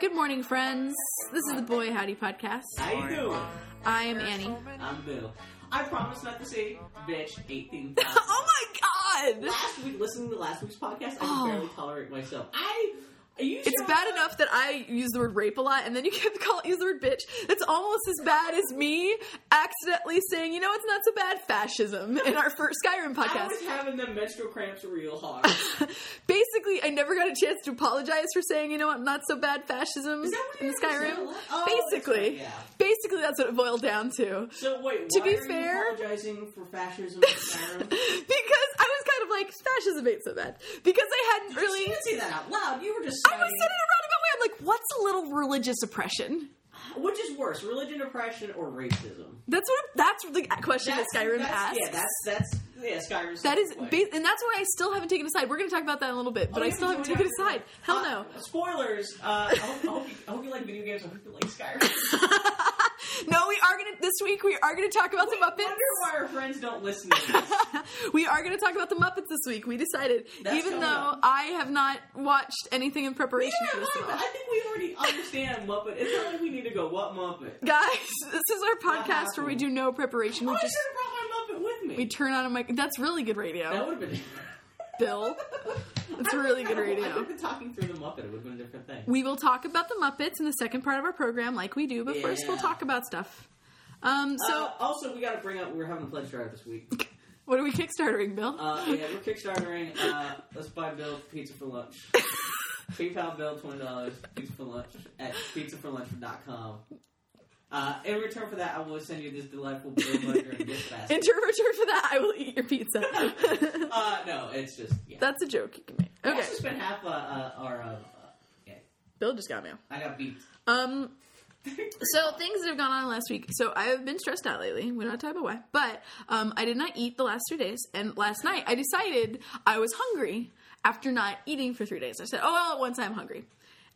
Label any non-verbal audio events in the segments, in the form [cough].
Good morning, friends. This is the Boy Howdy Podcast. How you doing? I'm Annie. I'm Bill. I promise not to say bitch 18 [laughs] times. oh my god! last week, listening to last week's podcast, I could Oh. barely tolerate myself. I, are you It's sure? bad enough that I use the word rape a lot, and then you kept [laughs] call use the word bitch. That's almost as bad as me accidentally saying, you know, it's not so bad fascism in our first Skyrim I podcast. was having the menstrual cramps [laughs] real hard. Is Basically, I never got a chance to apologize for saying, you know what, not so bad fascism that what in the it is? Skyrim. Oh, that's Basically. right, yeah. Basically, that's what it boiled down to. [laughs] So wait, To why be are fair- you apologizing for [laughs] fascism in Skyrim? because I was kind of like, fascism ain't so bad. Because I hadn't You really. didn't say that out loud. You were just I was saying- said it a roundabout way. I'm like, what's a little religious oppression? Which is worse, religion oppression or racism? That's what. That's the question that Skyrim that's, asks. Yeah, that's that's yeah, Skyrim. that is, ba- and that's why I still haven't taken a side. We're going to talk about that in a little bit, but I still haven't taken a side. Hell no. Spoilers. Uh, I, hope, I, hope you, I hope you like video games. I hope you like [laughs] Skyrim. no, we are going to this week. We are going to talk about the I wonder [laughs] Muppets. why our friends don't listen to [laughs] this. we are going to talk about the Muppets this week. We decided, That's even coming though up. I have not watched anything in preparation for Yeah, this at all. I think we already understand Muppet. It's not like we need to go, what Muppet? Guys, [laughs] this is our podcast where we happened? do no preparation. Oh, We I should just have brought my Muppet with me. we turn on a mic. That's really good that radio, would have been. Bill. That's really good [laughs] I radio. think the talking through the Muppet would have been a different thing. We will talk about the Muppets in the second part of our program, like we do. But first, we'll Yeah. talk about stuff. Um, so, uh, also, we got to bring up we were having a pledge drive this week. what are we kickstartering, Bill? Uh, yeah, we're kickstartering. Uh, let's buy Bill pizza [laughs] for lunch. PayPal Bill twenty dollars pizza for lunch at pizzaforlunch.com. Uh, in return for that, I will send you this delightful Bill burger and gift In [laughs] basket. return for that, I will eat your pizza. [laughs] Uh, no, it's just yeah. That's a joke you can make. I Okay, also spent half uh, uh, our. Uh, uh, yeah, Bill just got mail. I got beat. Um, so things that have gone on last week. So I have been stressed out lately. We're not talking about why, but um, I did not eat the last three days. And last night I decided I was hungry after not eating for three days. I said, "Oh well, at once I'm hungry."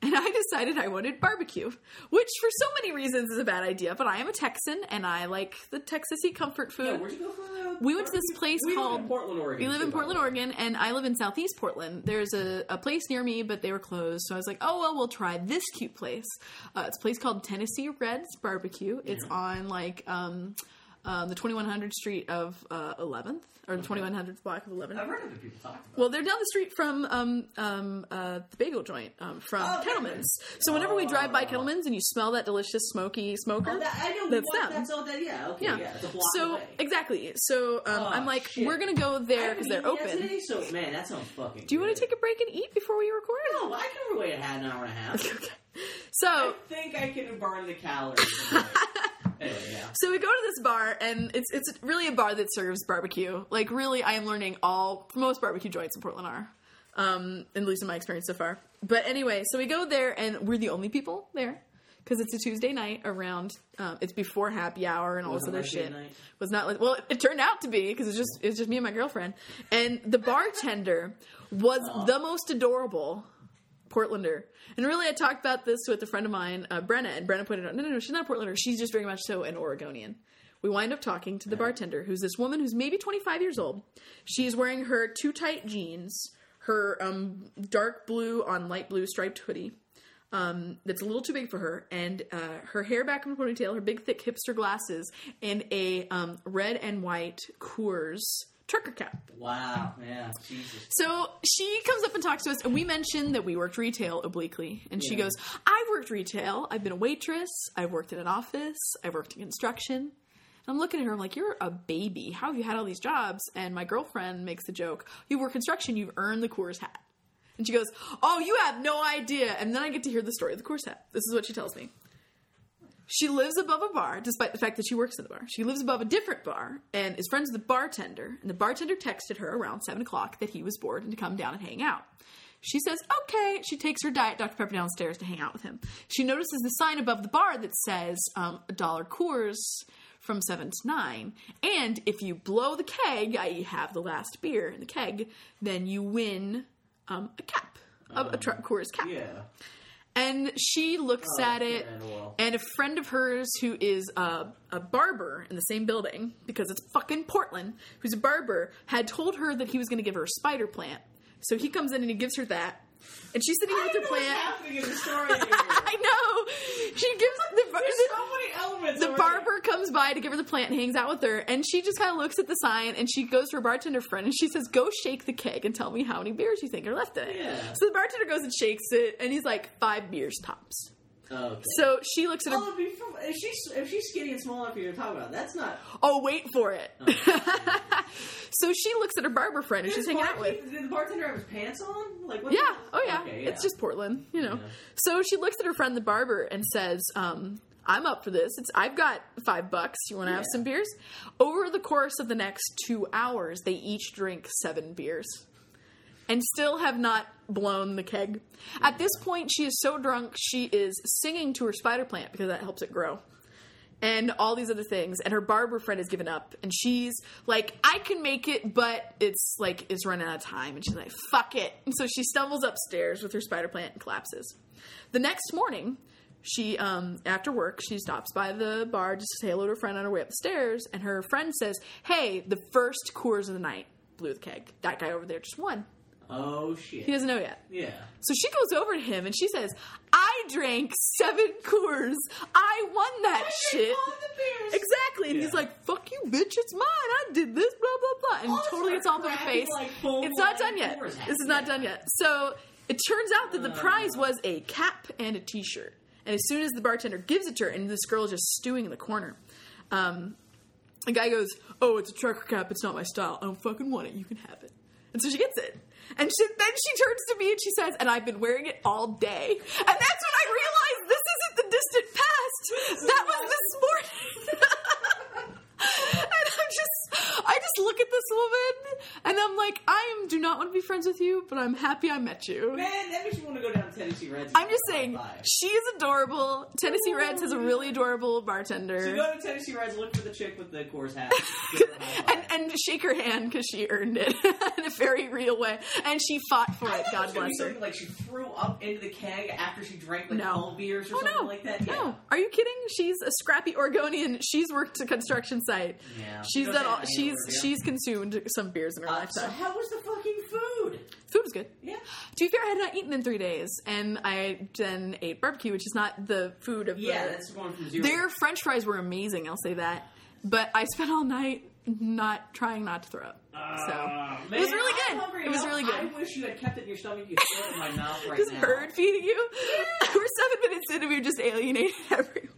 And I decided I wanted barbecue, which for so many reasons is a bad idea. But I am a Texan and I like the Texasy comfort food. Yeah, where'd you go for that? We went to this place we live called- in Portland, Oregon. We live too, in by the Portland, way. Oregon, and I live in Southeast Portland. There's a, a place near me, but they were closed. So I was like, oh, well, we'll try this cute place. Uh, it's a place called Tennessee Reds Barbecue. It's on like um, um, the 2100 street of uh, 11th, or the 2100th block of 11th. I've heard other people talk about. Well, they're down the street from um, um, uh, the bagel joint um, from Oh, Kettleman's. So whenever we drive by Oh. Kettleman's and you smell that delicious smoky smoker, Oh, that, I know. that's we walked- them. That's all that. Yeah. Okay. yeah. Yeah. it's a block so away. exactly. So um, I'm like, shit. we're gonna go I there haven't because they're eaten yet open. Today, so man, that sounds fucking. Do you want to take a break and eat before we record? No, Oh, I can wait a half an hour and a [laughs] half. I So, think I can burn the calories. [laughs] anyway, yeah. so we go to this bar, and it's it's really a bar that serves barbecue. Like, really, I am learning all most barbecue joints in Portland are, um, at least in my experience so far. But anyway, so we go there, and we're the only people there because it's a Tuesday night around. Um, it's before happy hour and all this Wasn't other like shit. midnight? was not like well it turned out to be because it's just it's just me and my girlfriend and the bartender was the most adorable portlander and really i talked about this with a friend of mine uh, brenna and brenna pointed out no no no she's not a portlander she's just very much so an oregonian we wind up talking to the bartender who's this woman who's maybe 25 years old she's wearing her too tight jeans her um, dark blue on light blue striped hoodie that's a little too big for her, and uh, her hair back in a ponytail, her big thick hipster glasses, and a um, red and white Coors trucker cap. Wow. Yeah. Jesus. So she comes up and talks to us, and we mentioned that we worked retail obliquely, and she Yeah. goes, "I've worked retail. I've been a waitress. I've worked in an office. I've worked in construction." I'm looking at her. I'm like, "You're a baby. How have you had all these jobs?" And my girlfriend makes the joke, "You work construction. You've earned the Coors hat." And she goes, "Oh, you have no idea." And then I get to hear the story of the Coors hat. This is what she tells me. She lives above a bar, despite the fact that she works at the bar. She lives above a different bar and is friends with the bartender. And the bartender texted her around seven o'clock that he was bored and to come down and hang out. She says, "Okay." She takes her diet Dr Pepper downstairs to hang out with him. She notices the sign above the bar that says um, "A dollar Coors." From seven to nine, and if you blow the keg, i.e., have the last beer in the keg, then you win um, a cap, a, a tr- Coors cap. Yeah. And she looks Oh, at it, yeah, well. and a friend of hers who is a, a barber in the same building, because it's fucking Portland, who's a barber, had told her that he was going to give her a spider plant. So he comes in and he gives her that. And she's sitting I here with don't her know what's plant. happening in the story. here. [laughs] I know. She gives the, There's the- so many elements. the already. barber comes by to give her the plant and hangs out with her and she just kind of looks at the sign and she goes to her bartender friend and she says go shake the keg and tell me how many beers you think are left in it Yeah. so the bartender goes and shakes it and he's like five beers tops Okay. so she looks at her Well, it'd be from- if she's if she's skinny and small enough for you to talk about, that's not. oh wait for it [laughs] so she looks at her barber friend and she's hanging out with Did the bartender have his pants on? Like what? yeah the- oh yeah. Okay, it's just portland you know Yeah. so she looks at her friend the barber and says um I'm up for this. It's I've got five bucks. You want to have Yeah. some beers? Over the course of the next two hours, they each drink seven beers, and still have not blown the keg. At this point, she is so drunk she is singing to her spider plant because that helps it grow, and all these other things. And her barber friend has given up, and she's like, "I can make it, but it's like it's running out of time." And she's like, "Fuck it!" And so she stumbles upstairs with her spider plant and collapses. The next morning, she um after work she stops by the bar just to say hello to a friend on her way up the stairs, and her friend says, "Hey, the first Coors of the night blew the keg. That guy over there just won. Oh shit. He doesn't know yet." yeah. So she goes over to him and she says, "I drank seven Coors. I won that shit." All the beers. Exactly, and he's Yeah. like, "Fuck you, bitch! It's mine. I did this, blah blah blah," and All totally this it's all in her crappy, face. like, oh full it's not line done yet. Coors This is not done yet. So it turns out Uh. that the prize was a cap and a T-shirt. And as soon as the bartender gives it to her, and this girl is just stewing in the corner, um, the guy goes, "Oh, it's a trucker cap. It's not my style. I don't fucking want it. You can have it." And so she gets it. And she, then she turns to me and she says, "And I've been wearing it all day." And that's when I realized this isn't the distant past. That was this morning. [laughs] and I'm just, I just look at this woman and I'm like, I am do not want to be friends with you, but I'm happy I met you. Man, that makes you want to go down to Tennessee Reds. I'm just saying, Five. she is adorable. Tennessee Reds has a really adorable bartender. So go to Tennessee Reds, look for the chick with the Coors [laughs] hat. Give her a high five. and, and shake her hand because she earned it [laughs] in a very real way, and she fought for I it. thought God it was gonna bless her. be something Like she threw up into the keg after she drank like No. 12 beers or Oh something no! like that. Yeah. No, are you kidding? She's a scrappy Oregonian. She's worked a construction site. Yeah. She's Go done say all. hi to She's her, yeah. she's consumed some beers in her Uh, so lifetime. how was the fucking food? Food was good. Yeah. To be fair, I had not eaten in three days, and I then ate barbecue, which is not the food of Yeah, the, that's going from zero. Their French fries were amazing. I'll say that. But I spent all night not trying not to throw up. so Ah, it was man, really I'm good. hungry It was now. really good. I wish you had kept it in your stomach. You throw it in my mouth [laughs] right just now. bird feeding you. [laughs] We're seven minutes in and we've just alienated [laughs] everyone.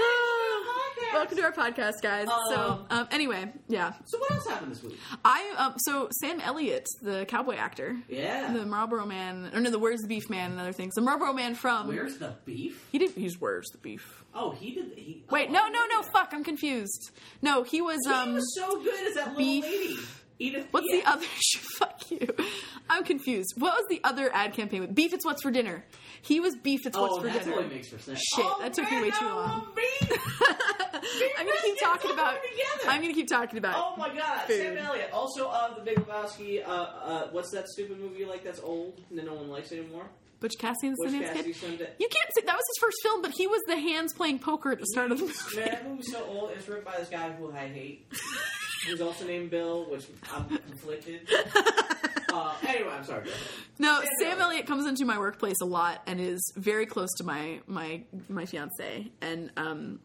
podcast. Welcome to our podcast, guys. so, Um, um, anyway, yeah, So what else happened this week? I um, so Sam Elliott, the cowboy actor, Yeah. the Marlboro Man, or no, the Where's the Beef Man, and other things. The Marlboro Man from Where's the beef? he didn't use Where's the Beef. Oh, he did. He, Wait, oh, no, I no, no, remember. fuck, I'm confused. No, he was He um, was so good as that beef. little lady. Edith. what's yeah. the other? [laughs] fuck you, I'm confused. What was the other ad campaign with Beef? It's what's for dinner. He was Beef. It's Oh, what's for that dinner. totally makes her sense. Shit, Oh, that took me way man, too I long. love [laughs] beef. I'm gonna keep brisket, talking put about. them together. I'm gonna keep talking about. Oh my god, Sam Food. Elliott. Also of the Big Lebowski. Uh, uh, what's that stupid movie you like that's old and then no one likes anymore? Butch Cassidy and the Which Sundance Cassidy Kid. Sunday. You can't say that was his first film, but he was the hands playing poker at the start of the movie. Man, that movie's so old. It's written by this guy who I hate. [laughs] Who's also named Bill, which I'm conflicted. [laughs] Uh, anyway, I'm sorry. Bill. No, Sam Sam Elliott. Elliott comes into my workplace a lot and is very close to my my my fiance. And um,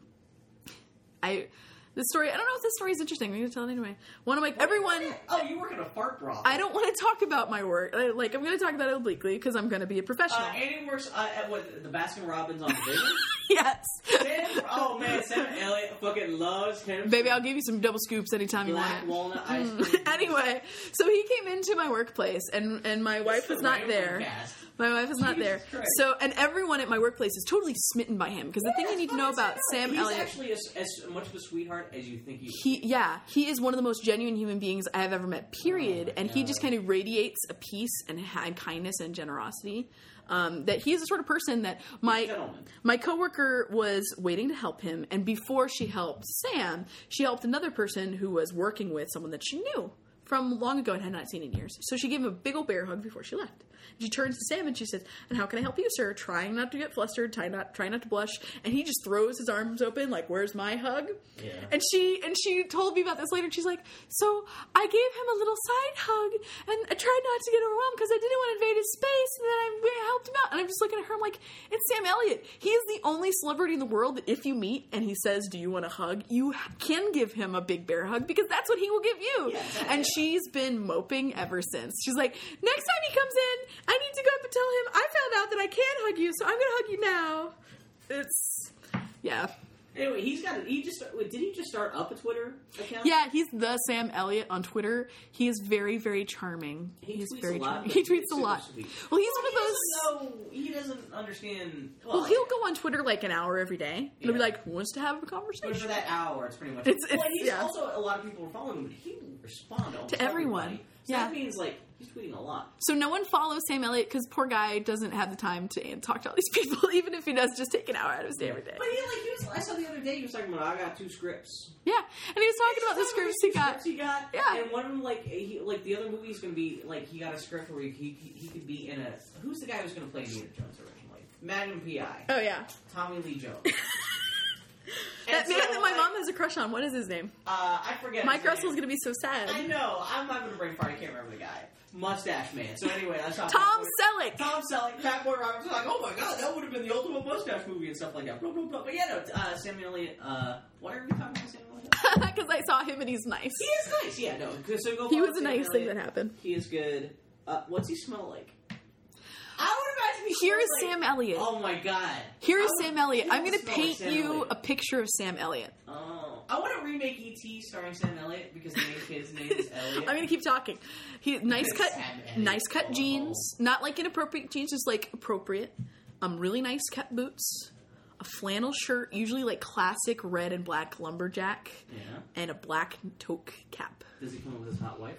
I this story. I don't know if this story is interesting. I'm gonna tell it anyway. One of my everyone. Oh, you work at a fart brothel. I don't want to talk about my work. I- Like I'm gonna talk about it obliquely because I'm gonna be a professional. Uh, Annie works uh, at what the Baskin Robbins on Division. [laughs] yes. [laughs] Sam, oh man, Sam Elliott fucking loves him. Baby, I'll give you some double scoops anytime you want. black it. walnut ice [laughs] cream. [laughs] anyway, so he came into my workplace, and and my wife was not Random there. cast. My wife was not Jesus there. Christ. So, and everyone at my workplace is totally smitten by him because the thing you need to know about Sam He's Elliott, actually as, as much of a sweetheart as you think he is. he yeah, he is one of the most genuine human beings I have ever met. Period. Oh my and he God. just kind of radiates a peace and, and kindness and generosity. Um, that he is the sort of person that my Gentleman. my coworker was waiting to help him, and before she helped Sam, she helped another person who was working with someone that she knew from long ago and had not seen in years. So she gave him a big old bear hug before she left. She turns to Sam and she says, "And how can I help you, sir?" Trying not to get flustered, trying not trying not to blush, and he just throws his arms open like, "Where's my hug?" Yeah. And she and she told me about this later. and She's like, "So I gave him a little side hug and I tried not to get overwhelmed because I didn't want to invade his space, and then I re- helped him out." And I'm just looking at her. I'm like, "It's Sam Elliott. He is the only celebrity in the world that if you meet and he says, "Do you want a hug?" you can give him a big bear hug because that's what he will give you." Yeah. And she's been moping ever since. She's like, "Next time he comes in, I need to go up and tell him I found out that I can hug you, so I'm going to hug you now." It's yeah. Anyway, he's got. He just wait, did he just start up a Twitter account? Yeah, he's the Sam Elliott on Twitter. He is very, very charming. He he's tweets very a lot, charming. [laughs] but He he's tweets a super lot. sweet. Well, he's one He of those. doesn't know. He doesn't understand. Well, he'll go on Twitter like an hour every day. And he'll be Yeah. like, "Who wants to have a But for conversation?" that hour, it's pretty much. It's- well, it's- he's yeah. also a lot of people were following him, but he would respond to, almost everyone. everybody. So Yeah. that means like he's tweeting a lot. So no one follows Sam Elliott because poor guy doesn't have the time to talk to all these [laughs] people, even if he does just take an hour out of his day every day. But he like he was. I saw the other day he was talking about I got two scripts. Yeah, and he was talking about the He's talking scripts he about got. the two scripts he got. Yeah. And one of them like he like the other movie is gonna be like he got a script where he he, he could be in a who's the guy who's gonna play Indiana Jones originally? Magnum PI. Oh yeah, Tommy [laughs] Lee Jones. that And man so, that my like, mom has a crush on. What is his name? Uh, I forget. Mike his name. Russell's gonna be so I sad. know. I'm having a brain fart. I can't remember the guy. Mustache man. So anyway, that's how Tom Selleck. [laughs] Tom Selleck, Fat Boy Roberts, like, oh my god, that would have been the ultimate mustache movie and stuff like that. Blah, blah, blah. But yeah, no, uh, Sam Elliott, uh, why are we talking about Sam Elliott? Because I saw him and he's nice. he is nice, yeah, no. So go He follow was a Sam nice thing Elliott. that happened. He is good. Uh, what's he smell like? I would imagine he Here is smells Sam like, Elliott. Oh my god. Here is I would- Sam Elliott. he I'm would going to smell paint like Sam you Elliott. a picture of Sam Elliott. Oh. I want to remake E.T. starring Sam Elliott because the main kid's [laughs] name is I'm Elliott. going to keep talking. He nice cut, Sam Elliott. nice cut Oh. jeans. Not like inappropriate jeans, just like appropriate. Um, really nice cut boots, a flannel shirt, usually like classic red and black lumberjack, Yeah. and a black toque cap. Does he come up with his hot wife?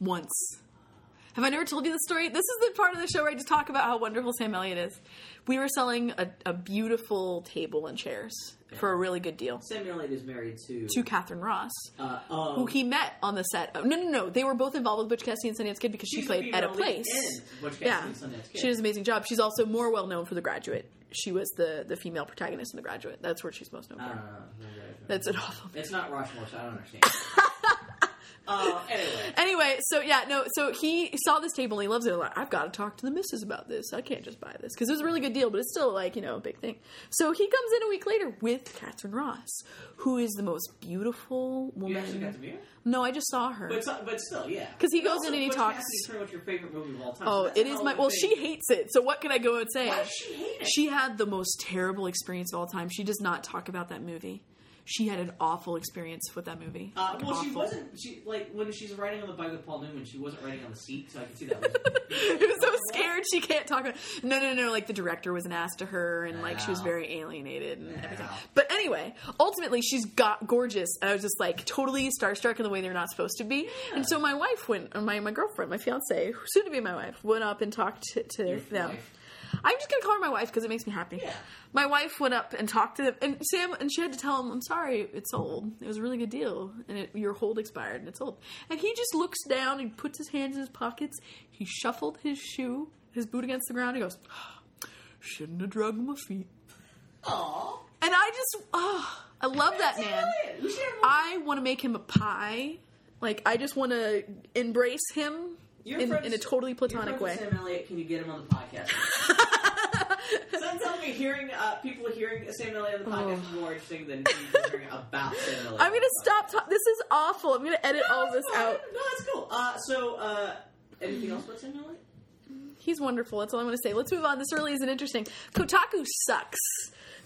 once. Have I never told you this story? This is the part of the show where I just talk about how wonderful Sam Elliott is. We were selling a, a beautiful table and chairs for a really good deal Sam Elliott is married to. to Catherine Ross, uh, oh, who he met on the set. Of, no, no, no. They were both involved with Butch Cassidy and Sundance Kid because she she's the played at a female lead place. in Butch Cassidy Yeah, and Sundance Kid. she did an amazing job. She's also more well known for The Graduate. She was the the female protagonist in The Graduate. That's where she's most known I for. don't know. That's That's an awful It's not Rushmore, so I don't [laughs] understand. uh, anyway, Anyway, so yeah, no, so he saw this table and he loves it a lot. I've got to talk to the missus about this. I can't just buy this because it was a really good deal, but it's still like you know a big thing. So he comes in a week later with Catherine Ross, who is the most beautiful you actually got to woman. be here, No, I just saw her. but so- but still, yeah. 'Cause he But goes also, in and he Butch talks- Cassidy's pretty much your favorite movie of all time. Oh, That's it a is hell of my. a Well, thing. she hates it. So what can I go and say? Why does she hate it? She had the most terrible experience of all time. She does not talk about that movie. She had an awful experience with that movie. Uh, Like, well, she awful. wasn't. She like when she's riding on the bike with Paul Newman, she wasn't riding on the seat, so I can [laughs] see that. Was, She was [laughs] so scared she can't talk about no no no like the director was an ass to her and like she was Wow. very alienated and everything Wow. but anyway ultimately she's got gorgeous and i was just like totally starstruck in the way they're not supposed to be and so my wife went my, my girlfriend my fiance soon to be my wife went up and talked to, to them wife. i'm just gonna call her my wife because it makes me happy Yeah. my wife went up and talked to them and sam and she had to tell him i'm sorry it's old it was a really good deal and it, your hold expired and it's old and he just looks down and puts his hands in his pockets he shuffled his shoe his boot against the ground he goes "Ah, shouldn't have drug my feet Aw, and i just oh i love that man we should have. i want to make him a pie like i just want to embrace him You're in, friends- in a totally platonic You're way friends with Sam Elliott, can you get him on the [laughs] podcast? Sounds tells me hearing uh, people hearing Sam Elliott on the podcast is more interesting than people hearing about Sam Elliott. Oh. i'm gonna on the stop ta- this is awful i'm gonna edit podcast. all this That's out fine. No, that's cool. Uh, so, uh, anything else about Sam Elliott? He's wonderful. That's all I'm going to say. Let's move on. This really isn't interesting. Kotaku sucks.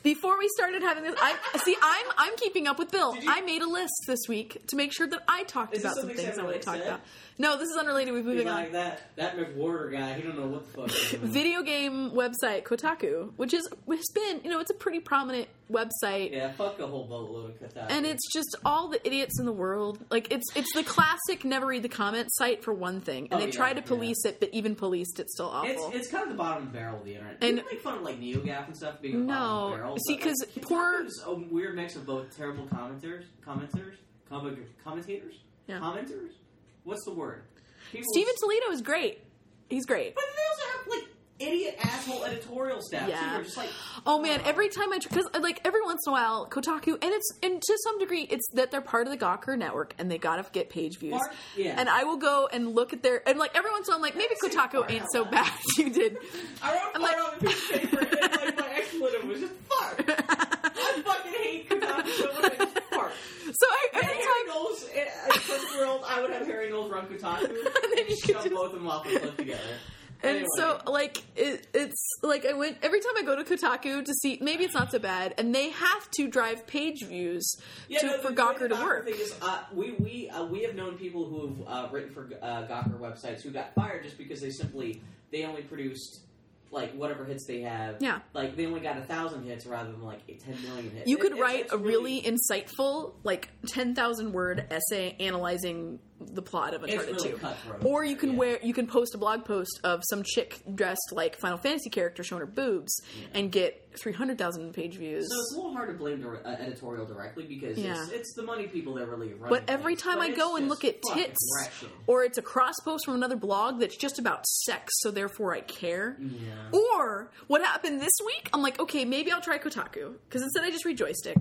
Before we started having this, I see. I'm I'm keeping up with Bill. Did you- I made a list this week to make sure that I talked Is this about some something things I Sam want to Elliott talk said? about. No, this is unrelated. We're moving on. Mm-hmm. Like that that McWhorter guy, he don't know what the fuck. he's [laughs] doing. Video game website Kotaku, which is has been you know it's a pretty prominent website. yeah, fuck a whole boatload of Kotaku. And it's just all the idiots in the world. Like it's it's the classic never read the comment site for one thing, and Oh, they yeah, try to yeah. police it, but even policed, it's still awful. It's, it's kind of the bottom of the barrel of the internet. And- And People make fun of like NeoGaf and stuff being the bottom of No. the barrel. See, but, 'cause like, poor- Kotaku's a weird mix of both terrible commenters, commenters, comment, commentators, Yeah. commenters, What's the word? People Steven Toledo is great. He's great. But they also have like idiot asshole editorial staff Yeah. too. They're just like, Oh man, every time I because like every once in a while, Kotaku and it's and to some degree it's that they're part of the Gawker network and they gotta get page views. Mark- yeah. And I will go and look at their and like every once in a while, I'm like maybe I've seen Kotaku Mark ain't out so loud. bad. you did. [laughs] I wrote I'm fart like- on a piece of paper and like my expletive was just fart. I fucking hate Kotaku so much. I just Fart. So I, every And Harry time Knowles, in eh, a perfect world, I would have Harry Knowles [laughs] run Kotaku then and you just could shove just- both of them off and live together. and Anyway. so like it, it's like I went every time I go to Kotaku to see maybe it's not so bad and they have to drive page views to, no, the- for the Gawker to Gawker work. Thing is, uh, we we uh, we have known people who have uh, written for uh, Gawker websites who got fired just because they simply they only produced like whatever hits they have. Yeah. like they only got a thousand hits rather than like a ten million hits. You It- could it's- write it's a really insightful, like ten thousand word essay analyzing the plot of Uncharted really Two, cutthroat, or you can yeah. wear you can post a blog post of some chick dressed like Final Fantasy character showing her boobs and get three hundred thousand page views. So it's a little hard to blame dir- uh, editorial directly because it's, Yeah. it's the money people that really run. but every things. time But I it's go and just look at fucking tits, wretched. or it's a cross post from another blog that's just about sex, so therefore I care. yeah. Or what happened this week? I'm like, okay, maybe I'll try Kotaku because instead I just read Joystick,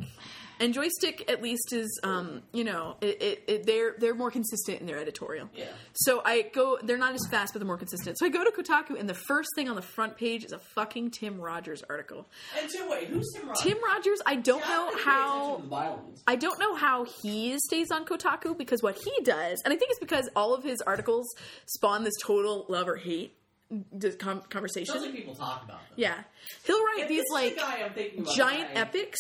and Joystick at least is, um, you know, it, it, it, they're they're more consistent in their editorial. Yeah. So I go, they're not as fast, but they're more consistent. So I go to Kotaku, and the first thing on the front page is a fucking Tim Rogers article. And so wait, who's Tim Roth? Tim Rogers, I don't I know think he pays attention how. to the violence. I don't know how he stays on Kotaku because what he does, and I think it's because all of his articles spawn this total love or hate d- com- It sounds like conversation. people talk about them. Yeah, he'll write If these this is the like guy I'm thinking about, giant I- epics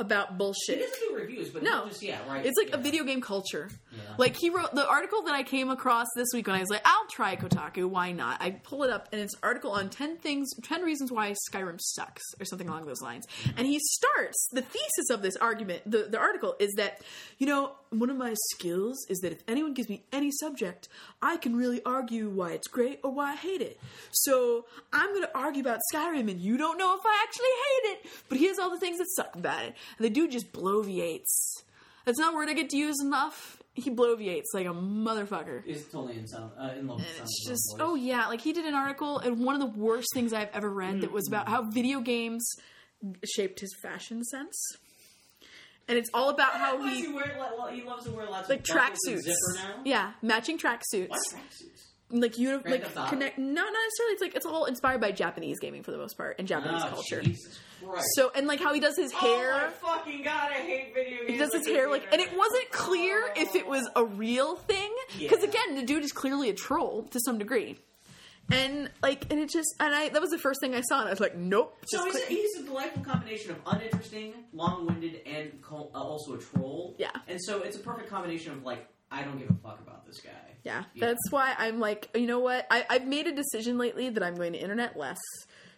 about He bullshit. doesn't do reviews, but No. he just yeah, right. It's like yeah. a video game culture. Yeah. Like he wrote the article that I came across this week when I was like, I'll try Kotaku, why not? I pull it up and it's an article on 10 things, 10 reasons why Skyrim sucks or something along those lines. And he starts the thesis of this argument, the, the article is that, you know, one of my skills is that if anyone gives me any subject, I can really argue why it's great or why I hate it. So I'm going to argue about Skyrim and you don't know if I actually hate it, but here's all the things that suck about it. And the dude just bloviates. That's not a word I get to use enough. He bloviates like a motherfucker. Is totally in some uh, in love. with some It's of just, the oh boys. yeah, like he did an article, and one of the worst things I've ever read that was about how video games shaped his fashion sense. And it's all about how Why does he he, wear lo- lo- he loves to wear lots like of buckles and tracksuits. Zipper now. Yeah, matching tracksuits. Why tracksuits? Like, uni- Grand like Theft Auto. connect, not, not necessarily, it's like, it's all inspired by Japanese gaming for the most part and Japanese Oh, culture. Jesus Christ. So, and like how he does his oh hair. my fucking god, I hate video games. He does his hair like, and it wasn't clear if it was a real thing. Because Yeah. again, the dude is clearly a troll to some degree. And like, and it just, and I that was the first thing I saw, and I was like, nope. So just he's a, click- he's a delightful combination of uninteresting, long-winded, and co- uh, also a troll. Yeah. And so it's a perfect combination of like, I don't give a fuck about this guy. yeah, that's why I'm like, you know what? I, I've made a decision lately that I'm going to internet less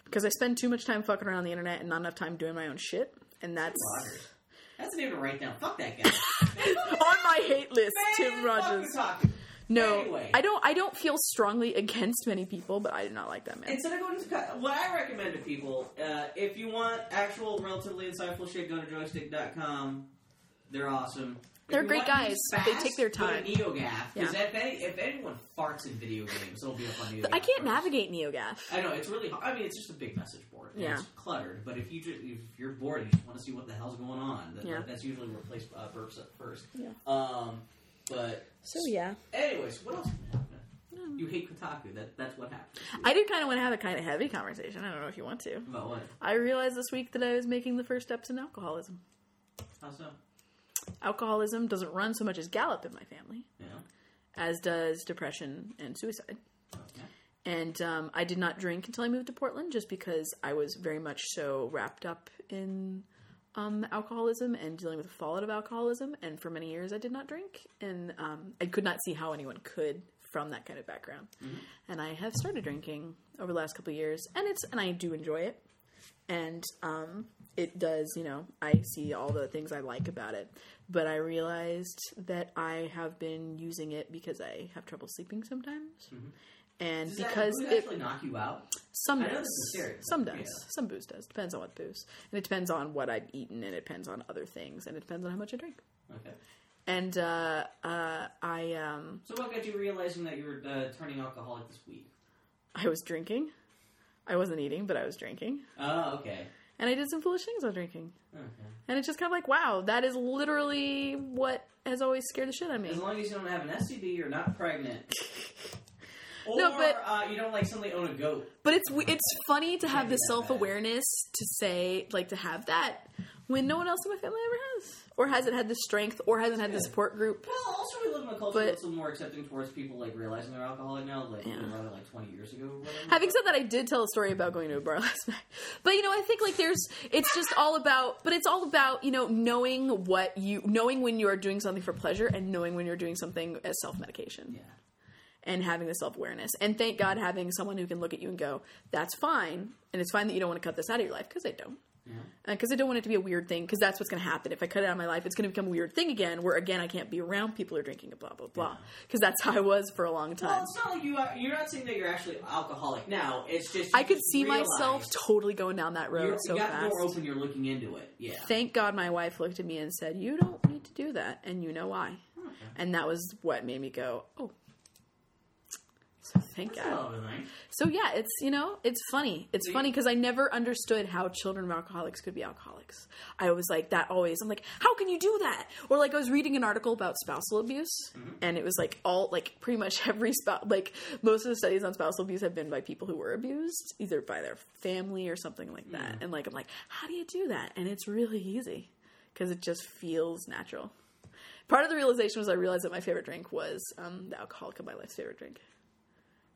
because I spend too much time fucking around the internet and not enough time doing my own shit, and that's Rogers. That's the name to write down. Fuck that [laughs] guy. on my hate list. Tim Man, Rogers. fuck Kotaku. No, Anyway. I don't. I don't feel strongly against many people, but I do not like that man. Instead of going to co- what I recommend to people, uh, if you want actual relatively insightful shit, go to joystick.com. They're awesome. If They're you great want guys. things Fast, They take their go to time. NeoGAF, because Yeah. if, any, if anyone farts in video games, it'll be up on NeoGAF. I can't first. navigate NeoGAF. I know it's really. hard. I mean, it's just a big message board. and Yeah. It's cluttered, but if you just, if you're bored and you just want to see what the hell's going on, that, Yeah. that's usually where place uh, burps up first. Yeah. Um, but So yeah. Um, anyways, what else happened? You hate Kotaku. That that's what happened. I did kind of want to have a kind of heavy conversation. I don't know if you want to. About what? I realized this week that I was making the first steps in alcoholism. How so? Alcoholism doesn't run so much as gallop in my family, Yeah. as does depression and suicide. Okay. And um, I did not drink until I moved to Portland just because I was very much so wrapped up in um, alcoholism and dealing with the fallout of alcoholism. And for many years, I did not drink. And um, I could not see how anyone could from that kind of background. And I have started drinking over the last couple of years. And it's and I do enjoy it. And um, it does, you know, I see all the things I like about it. But I realized that I have been using it because I have trouble sleeping sometimes. And Does because that, would it actually knock you out? some I know does. this is serious. Some does. Yeah. Some booze does. Depends on what booze. And it depends on what I've eaten and it depends on other things and it depends on how much I drink. Okay. and uh, uh, I um, So what got you realizing that you were uh, turning alcoholic this week? I was drinking. I wasn't eating, but I was drinking, Oh, okay. and I did some foolish things while drinking. Okay. And it's just kind of like, wow, that is literally what has always scared the shit out of me. As long as you don't have an STD, you're not pregnant. [laughs] Or No, but- uh, you don't like suddenly own a goat. But it's it's funny to have Yeah, the yeah. self awareness to say like to have that when no one else in my family ever has, or hasn't had the strength, or hasn't had the Yeah. support group. Well, also we live in a culture But- that's a little more accepting towards people like realizing they're alcoholic now, like Yeah. rather like twenty years ago or whatever. Having said that, I did tell a story about going to a bar [laughs] last night. But you know, I think like there's, it's just all about, but it's all about you know knowing what you, knowing when you are doing something for pleasure and knowing when you're doing something as self medication yeah. and having the self awareness. And thank God having someone who can look at you and go, "That's fine," and it's fine that you don't want to cut this out of your life because I don't. Yeah. because I don't want it to be a weird thing. Because that's what's going to happen if I cut it out of my life. It's going to become a weird thing again, where again I can't be around people who are drinking and blah blah blah. Because that's how I was for a long Well, time. it's not like you are. You're not saying that you're actually alcoholic now. It's just I you could just see realize myself totally going down that road You're, so you got the fast. door open. You're looking into it. Yeah. Thank God my wife looked at me and said, "You don't need to do that," and you know why. Okay. And that was what made me go, "Oh." So thank That's a God. hell of a thing. So yeah, it's you know, it's funny. It's See? funny because I never understood how children of alcoholics could be alcoholics. I was like that always. I'm like, how can you do that? Or like I was reading an article about spousal abuse, and it was like all like pretty much [laughs] every spouse like most of the studies on spousal abuse have been by people who were abused, either by their family or something like that. And like I'm like, how do you do that? And it's really easy because it just feels natural. Part of the realization was I realized that my favorite drink was um, the alcoholic of my life's favorite drink.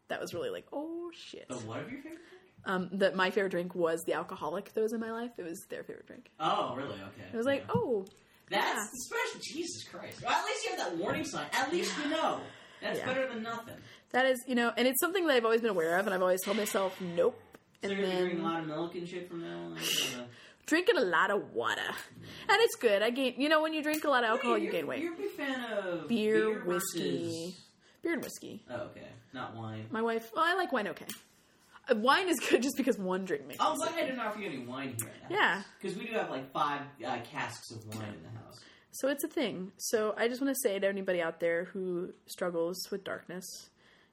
That was really like, oh shit. The what of your favorite? Um, that my favorite drink was the alcoholic that was in my life. It was their favorite drink. Oh, really? Okay. It was like, oh, That's yeah. especially Jesus Christ. Well, at least you have that warning sign. At least you know. That's Yeah. better than nothing. that is, you know, and it's something that I've always been aware of, and I've always told myself, nope. So And you're gonna be drinking a then lot of milk and shit from now on. Uh, drinking a lot of water, and it's good. I gain, you know, when you drink a lot of [laughs] alcohol, you you're- gain weight. You're a big fan of Beer, beer whiskey. versus- Beer and whiskey. Oh, okay, not wine. My wife, well, I like wine. Okay, Uh, wine is good just because one drink makes. Oh, it. glad I didn't offer you any wine here. Yeah. because we do have like five uh, casks of wine in the house. So it's a thing. So I just want to say to anybody out there who struggles with darkness,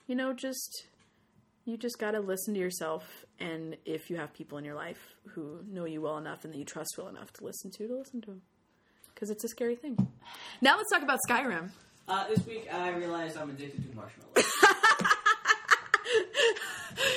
you know, just you just got to listen to yourself and if you have people in your life who know you well enough and that you trust well enough to listen to, to listen to them. Cuz it's a scary thing. Now let's talk about Skyrim. Uh, this week I realized I'm addicted [laughs] to marshmallows.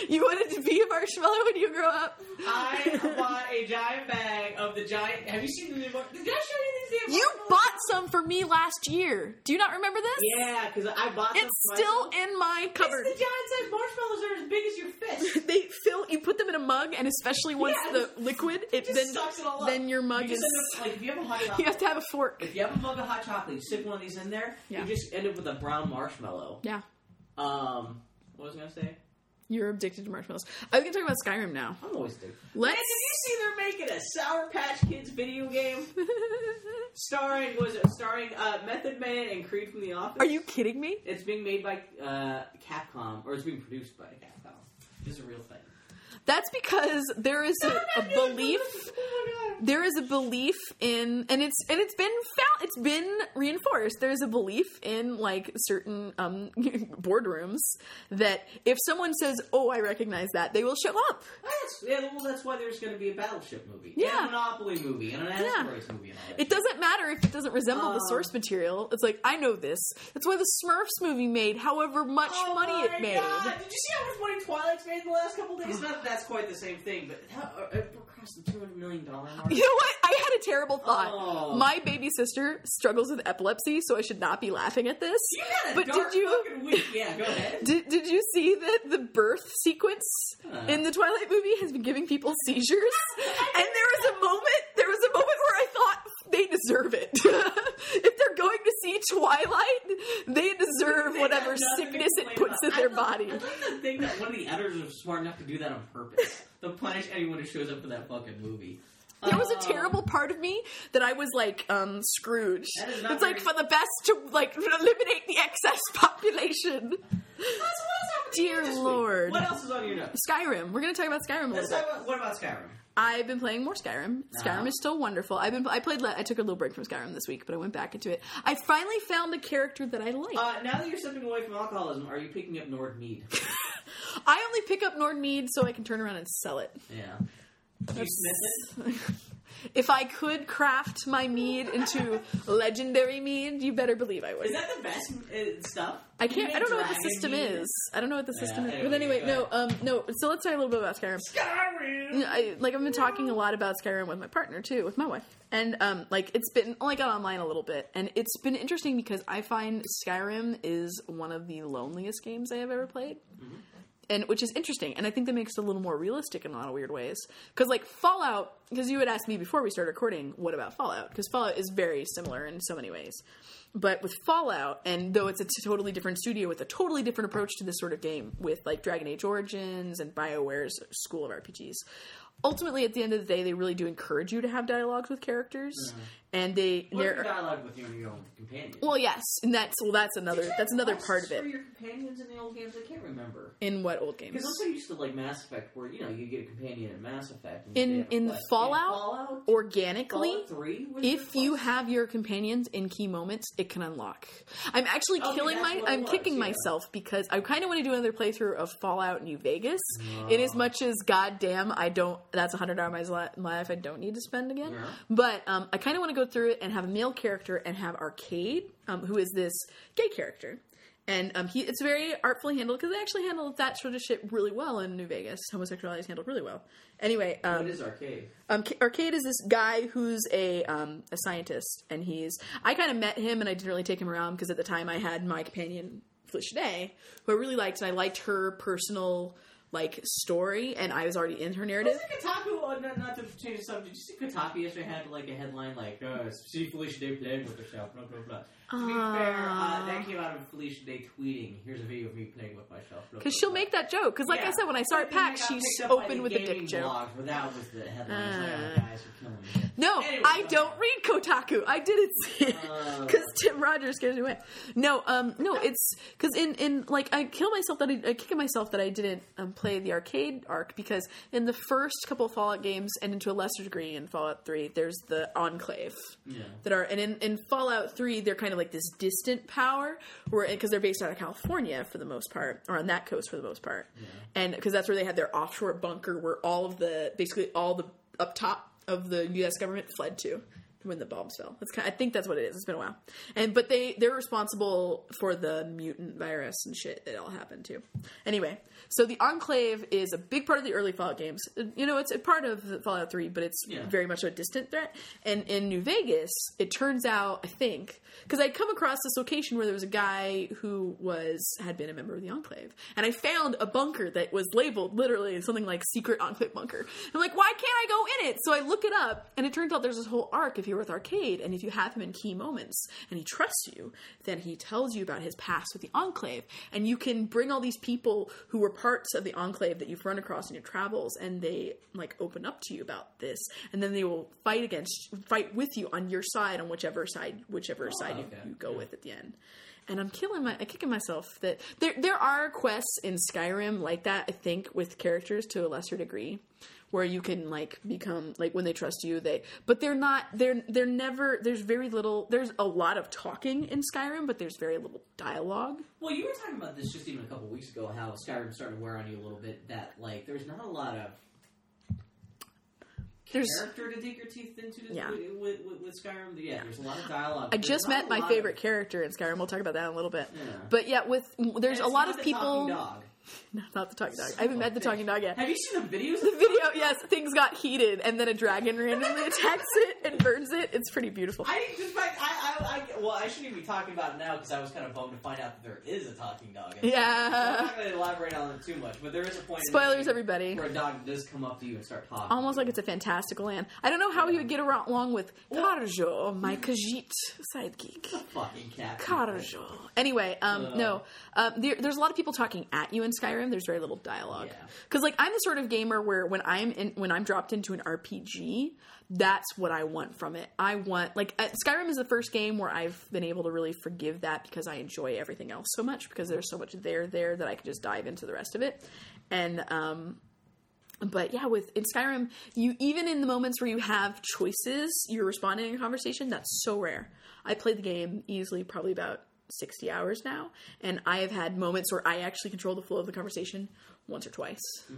You wanted to be a marshmallow when you grow up? I bought a giant bag of the giant. Have you seen the new? mar- Did I show you these? damn [laughs] You marshmallows? bought some for me last year. Do you not remember this? Yeah, because I bought them. It's for still myself. in my cupboard. It's the giant sized marshmallows are as big as your [laughs] fist. they fill you put them in a mug and especially once Yeah. the liquid it Just then sucks it all up. then your mug You just is end up, like if you have a [laughs] hot you chocolate, have to have a fork if you have a mug of hot chocolate, you stick one of these in there, Yeah. you just end up with a brown marshmallow. yeah Um, what was I gonna say? you're addicted to marshmallows i was gonna talk about skyrim now I'm always addicted. let's Have you seen they're making a Sour Patch Kids video game starring was it starring uh, Method Man and Creed from The [laughs] Office? are you kidding me It's being made by uh, Capcom, or it's being produced by Capcom. This is a real thing. that's because there is a, a belief Oh my god! there is a belief in and it's and it's been found it's been reinforced there's a belief in like certain um [laughs] boardrooms that if someone says oh i recognize that they will show up Oh, That's, yeah, well, that's why there's going to be a Battleship movie, and Yeah. a Monopoly movie, and an Asteroids movie, and all that. It doesn't matter if it doesn't resemble the Um, source material. It's like I know this. That's why the Smurfs movie made however much Oh money my it made. God. Did you see how much money Twilight's made in the last couple [sighs] days? Not that that's quite the same thing, but how, uh, we're crossing the two hundred million dollar [laughs] mark. You know what? I had a terrible thought. Oh. My baby sister struggles with epilepsy, so I should not be laughing at this. You had a but dark did you fucking week. Yeah, go ahead. did, did you see that the birth sequence Huh. in the Twilight movie has been giving people [laughs] seizures? and there was a moment there was a moment where I thought they deserve it. [laughs] if they're going to see Twilight, they deserve They whatever have nothing to sickness it complain puts in about. their I love- body. I like to think that one of the editors was smart enough to do that on purpose. They'll punish anyone who shows up for that fucking movie. There was a Oh. terrible part of me that I was like um, Scrooge. That is not It's like very- for the best to like eliminate the excess [laughs] population. That's what's happening Dear this week. Lord. What else is on your notes? Skyrim. We're gonna talk about Skyrim a little Let's talk bit. about what about Skyrim? I've been playing more Skyrim. Skyrim Ah. is still wonderful. I've been I played le- I took a little break from Skyrim this week, but I went back into it. I finally found a character that I like. Uh, now that you're stepping away from alcoholism, are you picking up Nord Mead? I only pick up Nordmead so I can turn around and sell it. Yeah. Do you sniff it? [laughs] if I could craft my mead into legendary mead, you better believe I would. Is that the best uh, stuff? I You can't. make I don't know what the dragon system mead? is. I don't know what the system is. anyway, But anyway, go no, um, no. So let's talk a little bit about Skyrim. Skyrim. I, like I've been talking a lot about Skyrim with my partner too, with my wife, and um, like it's been only got online a little bit, and it's been interesting because I find Skyrim is one of the loneliest games I have ever played, and which is interesting, and I think that makes it a little more realistic in a lot of weird ways because like Fallout, because you had asked me before we started recording, what about Fallout? Because Fallout is very similar in so many ways. But with Fallout, and though it's a t- totally different studio with a totally different approach to this sort of game, with like Dragon Age Origins and BioWare's School of RPGs, ultimately at the end of the day, they really do encourage you to have dialogues with characters, and they What if they're- you dialogue with your, your own companion? well, yes, and that's well, that's another that's another What's part of For it. your companions in the old games, I can't remember. In what old games? Because I'm so used to like Mass Effect, where you know you get a companion in Mass Effect. And In- you have a in quest. Fallout? Fallout, Organically, Fallout Three. was your if you quest? have your companions in key moments, it can unlock. I'm actually Oh, yeah, killing that's my. what it I'm was, kicking yeah. myself because I kind of want to do another playthrough of Fallout New Vegas. In as much as goddamn, I don't. That's a hundred hours of my li- my life I don't need to spend again. Yeah. But um, I kind of want to go through it and have a male character and have Arcade, um, who is this gay character. And um, he, it's very artfully handled because they actually handled that sort of shit really well in New Vegas. Homosexuality is handled really well. Anyway, um, What is arcade? um, Ca- Arcade is this guy who's a um, a scientist, and he's I kind of met him, and I didn't really take him around because at the time I had my companion Flishday, who I really liked, and I liked her personal like story, and I was already in her narrative. Wasn't Kotaku, uh, not, not to change the subject, just Kotaku yesterday had like a headline like, uh, see Felicia Day playing with herself, blah, blah, blah. To be Ah. fair, uh, that came out of Felicia Day tweeting, here's a video of me playing with myself. blah, Because blah, she'll blah." make that joke. Because like I Yeah. said, when I started But then PAX, they got she picked up by opened with a dick gaming joke. Uh. blogs, but that was the headline. It's like, oh, guys are killing me. No, Anyway, I uh, don't read Kotaku. I didn't see it Uh. because [laughs] Tim Rogers gives me away. No, um, no, it's because in in like I kill myself that I, I kick at myself that I didn't um, play the arcade arc because in the first couple Fallout games and into a lesser degree in Fallout Three, there's the Enclave Yeah. that are and in, in Fallout Three, they're kind of like this distant power where because they're based out of California for the most part or on that coast for the most part, and because that's where they had their offshore bunker where all of the basically all the up top of the U.S. government fled to when the bombs fell. That's kind I think that's what it is. It's been a while, and but they they're responsible for the mutant virus and shit that all happened too. Anyway, so the Enclave is a big part of the early Fallout games. You know, it's a part of Fallout Three, but it's Yeah. very very much a distant threat. And in New Vegas, it turns out, I think, because I'd come across this location where there was a guy who was had been a member of the Enclave, and I found a bunker that was labeled literally something like "Secret Enclave Bunker." I'm like, why can't I go in it? So I look it up, and it turns out there's this whole arc if you're with Arcade, and if you have him in key moments, and he trusts you, then he tells you about his past with the Enclave, and you can bring all these people who were parts of the Enclave that you've run across in your travels, and they like open up to you about this, and then they will fight against, fight with you on your side, on whichever side, whichever side okay. you, you go Yeah. with at the end. And I'm killing my, I'm kicking myself that there there are quests in Skyrim like that. I think with characters to a lesser degree, where you can like become like when they trust you, they but they're not they're they're never there's very little there's a lot of talking in Skyrim, but there's very little dialogue. Well, you were talking about this just even a couple weeks ago, how Skyrim's starting to wear on you a little bit, that, like, there's not a lot of There's character to dig your teeth into Yeah. with, with, with Skyrim. Yeah, there's a lot of dialogue. I just met my favorite character in Skyrim. We'll talk about that in a little bit. Yeah. But yeah, with there's a lot of people. Dog. No, [laughs] not the talking dog. I haven't met the talking dog yet. Have you seen the videos? The video, yes, things got heated, and then a dragon randomly attacks it and burns it. It's pretty beautiful. I didn't expect. I, I, I, well, I shouldn't even be talking about it now because I was kind of bummed to find out that there is a talking dog. in it. So I'm Yeah. not going to elaborate on it too much, but there is a point. in the Spoilers, game everybody. Where a dog does come up to you and start talking. Almost like it's a fantastical land. I don't know how he would get around along with Carjo, my Khajiit sidekick. fucking cat. Carjo. Anyway, um, Ugh. no, um, there, there's a lot of people talking at you in Skyrim. There's very little dialogue Yeah. because, like, I'm the sort of gamer where when I'm in, when I'm dropped into an RPG, that's what I want from it. I want like uh, Skyrim is the first game where I've been able to really forgive that because I enjoy everything else so much because there's so much there there that I can just dive into the rest of it, and um, but yeah, with in Skyrim, you even in the moments where you have choices, you're responding in conversation. That's so rare. I played the game easily, probably about sixty hours now, and I have had moments where I actually control the flow of the conversation once or twice, Mm-hmm.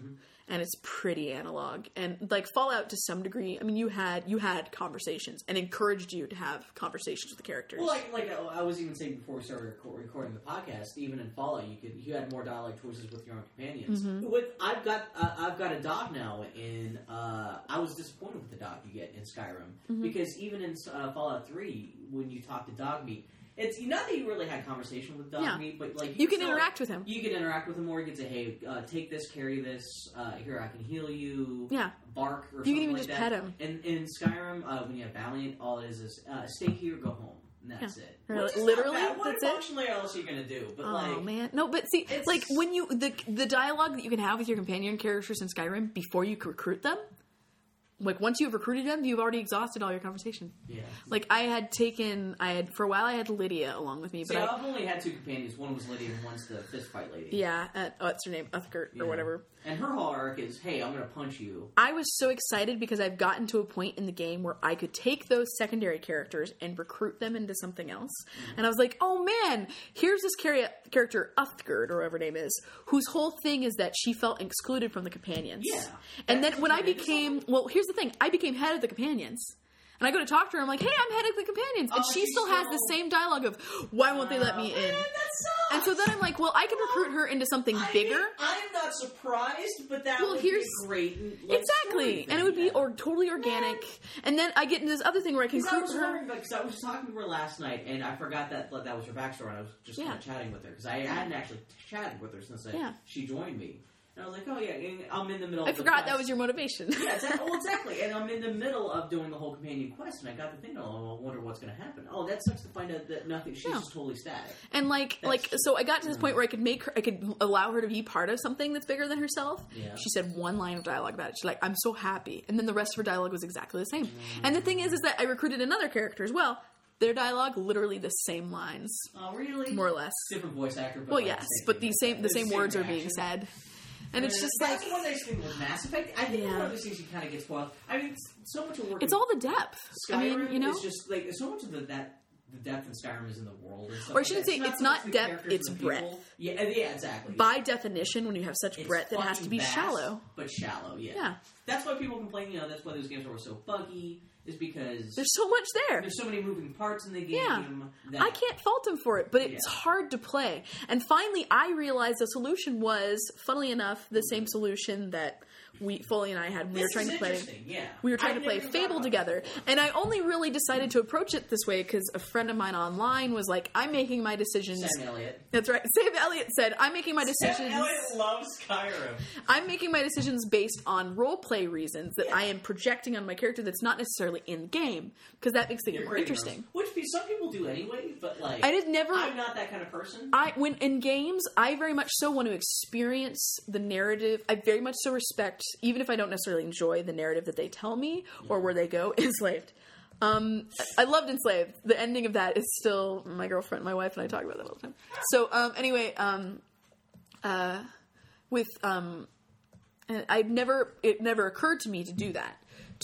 and it's pretty analog. And like Fallout to some degree, I mean, you had you had conversations and encouraged you to have conversations with the characters. Well, like, like oh, I was even saying before we started record- recording the podcast, even in Fallout, you could you had more dialogue choices with your own companions. Mm-hmm. With I've got uh, I've got a dog now, and uh, I was disappointed with the dog you get in Skyrim Mm-hmm. because even in uh, Fallout Three, when you talk to Dogmeat, it's not that you really had conversation with Yeah. Dogmeat, but like you can still- interact with him. You can interact with him, or you can say, "Hey, uh, take this, carry this. Uh, here, I can heal you." Yeah. bark. You Or something can even like just that. pet him. In, in Skyrim, uh, when you have Valiant, all it is is uh, stay here, go home, and that's it. Really? Which is not Literally? bad. What That's it? functionally else are you gonna do? But Oh like, man, no, but see, it's- like when you the the dialogue that you can have with your companion characters in Skyrim before you c- recruit them, like once you've recruited them, you've already exhausted all your conversation. yeah. Like I had taken, I had for a while, I had Lydia along with me, but See, I, I've only had two companions. One was Lydia, and one's the fist fight lady. yeah, uh oh, what's her name, Uthgert Yeah. or whatever. And her whole arc is, "Hey, I'm gonna punch you." I was so excited because I've gotten to a point in the game where I could take those secondary characters and recruit them into something else. And I was like, oh man, here's this chari- character, Uthgird, or whatever her name is, whose whole thing is that she felt excluded from the companions. Yeah. And That's then when I what it is. became, well, here's the thing I became head of the companions. And I go to talk to her, I'm like, hey, I'm head of the companions. And Oh, she she's still has so- the same dialogue of, why won't they let me Uh, man, in? that And sucks. so then I'm like, well, I can recruit her into something I bigger. mean, I'm not surprised, but that Well, would here's- be a great. like, story Exactly, and it would be thing. or totally organic. And then I get into this other thing where I can Because I group was her. wondering, because I was talking to her last night, and I forgot that that was her backstory. And I was just kind Yeah. of chatting with her because I hadn't actually chatted with her since I, Yeah. she joined me. And I was like, oh yeah, and I'm in the middle. I of the forgot that quest. was your motivation. [laughs] Yeah, exactly. well, exactly. And I'm in the middle of doing the whole companion quest, and I got the thing. Oh, I wonder what's going to happen. Oh, that sucks to find out that nothing. She's Yeah. just totally static. [laughs] and like, like, That's- so I got to this point where I could make her, I could allow her to be part of something that's bigger than herself. Yeah. She said one line of dialogue about it. She's like, "I'm so happy," and then the rest of her dialogue was exactly the same. Mm-hmm. And the thing is, is that I recruited another character as well. Their dialogue, literally the same lines, Oh, really? more or less. different voice actor. But Well, like, yes, same but thing. the same, the It's same words are being reaction. said. And it's just like that's one nice thing with Mass Effect. I think Yeah. one of the things you kind of get spoiled. I mean, it's so much of work. it's in all the depth. Skyrim I mean, you know, is just like so much of the that the depth in Skyrim is in the world. And stuff Or I like shouldn't that. say it's so not much the depth, characters it's and the people. breadth. Yeah, and- yeah, exactly. by definition, when you have such It's breadth, it has fucking to be vast, shallow. but shallow. Yeah. Yeah. that's why people complain. You know, that's why those games were so buggy, is because There's so much there. there's so many moving parts in the game. Yeah. that I can't fault him for it, but it's Yeah. hard to play. And finally, I realized the solution was, funnily enough, the same solution that we Foley and I had. when We Mm-hmm. This were trying is to play. interesting, Yeah, We were trying I to play never even thought Fable about together, this before. and I only really decided to approach it this way because a friend of mine online was like, "I'm making my decisions." Sam Elliott. That's right. [laughs] Sam Elliott said, "I'm making my [laughs] Sam decisions. Elliott loves Skyrim. I'm making my decisions based on role play reasons that Yeah. I am projecting on my character that's not necessarily in the game because that makes the game more Great interesting." knows. Which be- some people do anyway, but like I did never. I'm not that kind of person. I when in games, I very much so want to experience the narrative. I very much so respect, even if I don't necessarily enjoy the narrative that they tell me or where they go. [laughs] Enslaved. Um, I loved Enslaved. The ending of that is still my girlfriend, my wife, and I talk about that all the time. So um, anyway, um, uh, with um, and I never it never occurred to me to do that.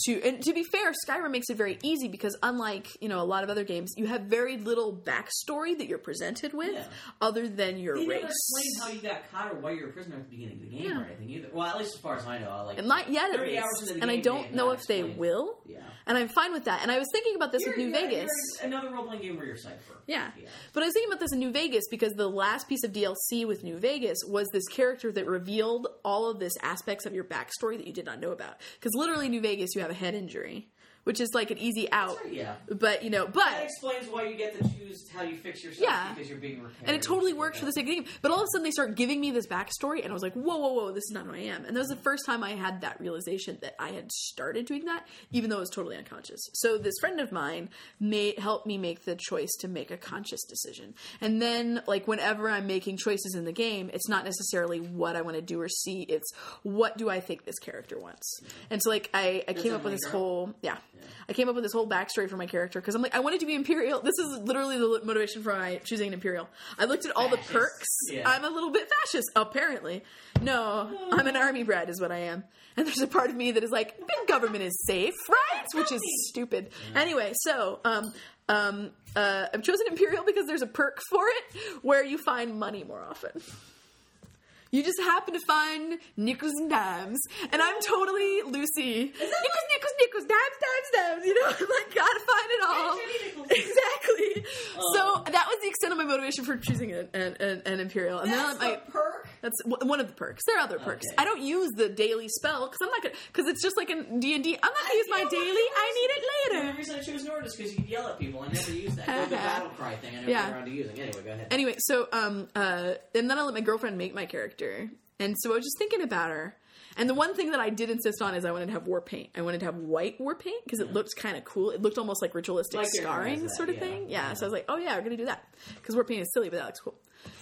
To and to be fair, Skyrim makes it very easy because unlike you know a lot of other games, you have very little backstory that you're presented with Yeah. other than your They never race. explained how you got caught or why you were a prisoner at the beginning of the game or Yeah. anything either. Well, at least as far as I know, I like And not yet, at 30 hours least. into the And I game, don't they know not if they explained. will. Yeah. And I'm fine with that. And I was thinking about this You're- with New you're- Vegas. you're another role playing game where you're Cypher. Yeah. Yeah. But I was thinking about this in New Vegas because the last piece of DLC with New Vegas was this character that revealed all of this aspects of your backstory that you did not know about. Because literally, New Vegas, you have a head injury, which is like an easy out. Sorry, yeah. But, you know, That but. explains why you get to choose how you fix yourself Yeah. because you're being repaired. And it totally worked for the sake of the game. But all of a sudden, they start giving me this backstory, and I was like, whoa, whoa, whoa, this is not who I am. And that was the first time I had that realization that I had started doing that, even though it was totally unconscious. So this friend of mine made, helped me make the choice to make a conscious decision. And then, like, whenever I'm making choices in the game, it's not necessarily what I want to do or see, it's what do I think this character wants. And so, like, I, I came a up with this linker. whole, yeah. I came up with this whole backstory for my character because I'm like, I wanted to be Imperial. This is literally the li- motivation for my choosing an Imperial. I looked at all Fascist. the perks. Yeah. I'm a little bit fascist, apparently. No, I'm an army brat, is what I am. And there's a part of me that is like, big government is safe, right? Which is stupid. Anyway, so um, um, uh, I've chosen Imperial because there's a perk for it where you find money more often. You just happen to find nickels and dimes, and I'm totally Lucy. Nickels, nickels, nickels, dimes, dimes, dimes. You know, [laughs] I'm like gotta find it all. Shiny nickels. [laughs] Exactly. Oh. So that was the extent of my motivation for choosing an, an, an, an imperial, and [laughs] That's then I. the perk. That's w- one of the perks. There are other perks. Okay. I don't use the daily spell because I'm not gonna because it's just like in D and D. I'm not gonna use my Yeah, daily. I need it The later. only reason I chose Nord is because you could yell at people. I never used [laughs] that. There's the Uh-huh. battle cry thing I never Yeah. got around to using. Anyway, go ahead. anyway, so um uh and then I let my girlfriend make my character. And so I was just thinking about her. And the one thing that I did insist on is I wanted to have war paint. I wanted to have white war paint because it looked kind of cool. It looked almost like ritualistic Like your hair scarring has that, sort of yeah. thing. Yeah, Yeah. So I was like, oh yeah, we're gonna do that because war paint is silly, but that looks cool.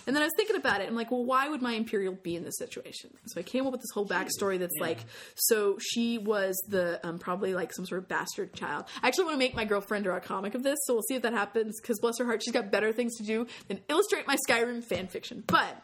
And then I was thinking about it. I'm like, well, why would my imperial be in this situation? So I came up with this whole backstory that's Yeah. like, so she was the um, probably like some sort of bastard child. I actually want to make my girlfriend draw a comic of this, so we'll see if that happens. Because bless her heart, she's got better things to do than illustrate my Skyrim fan fiction. But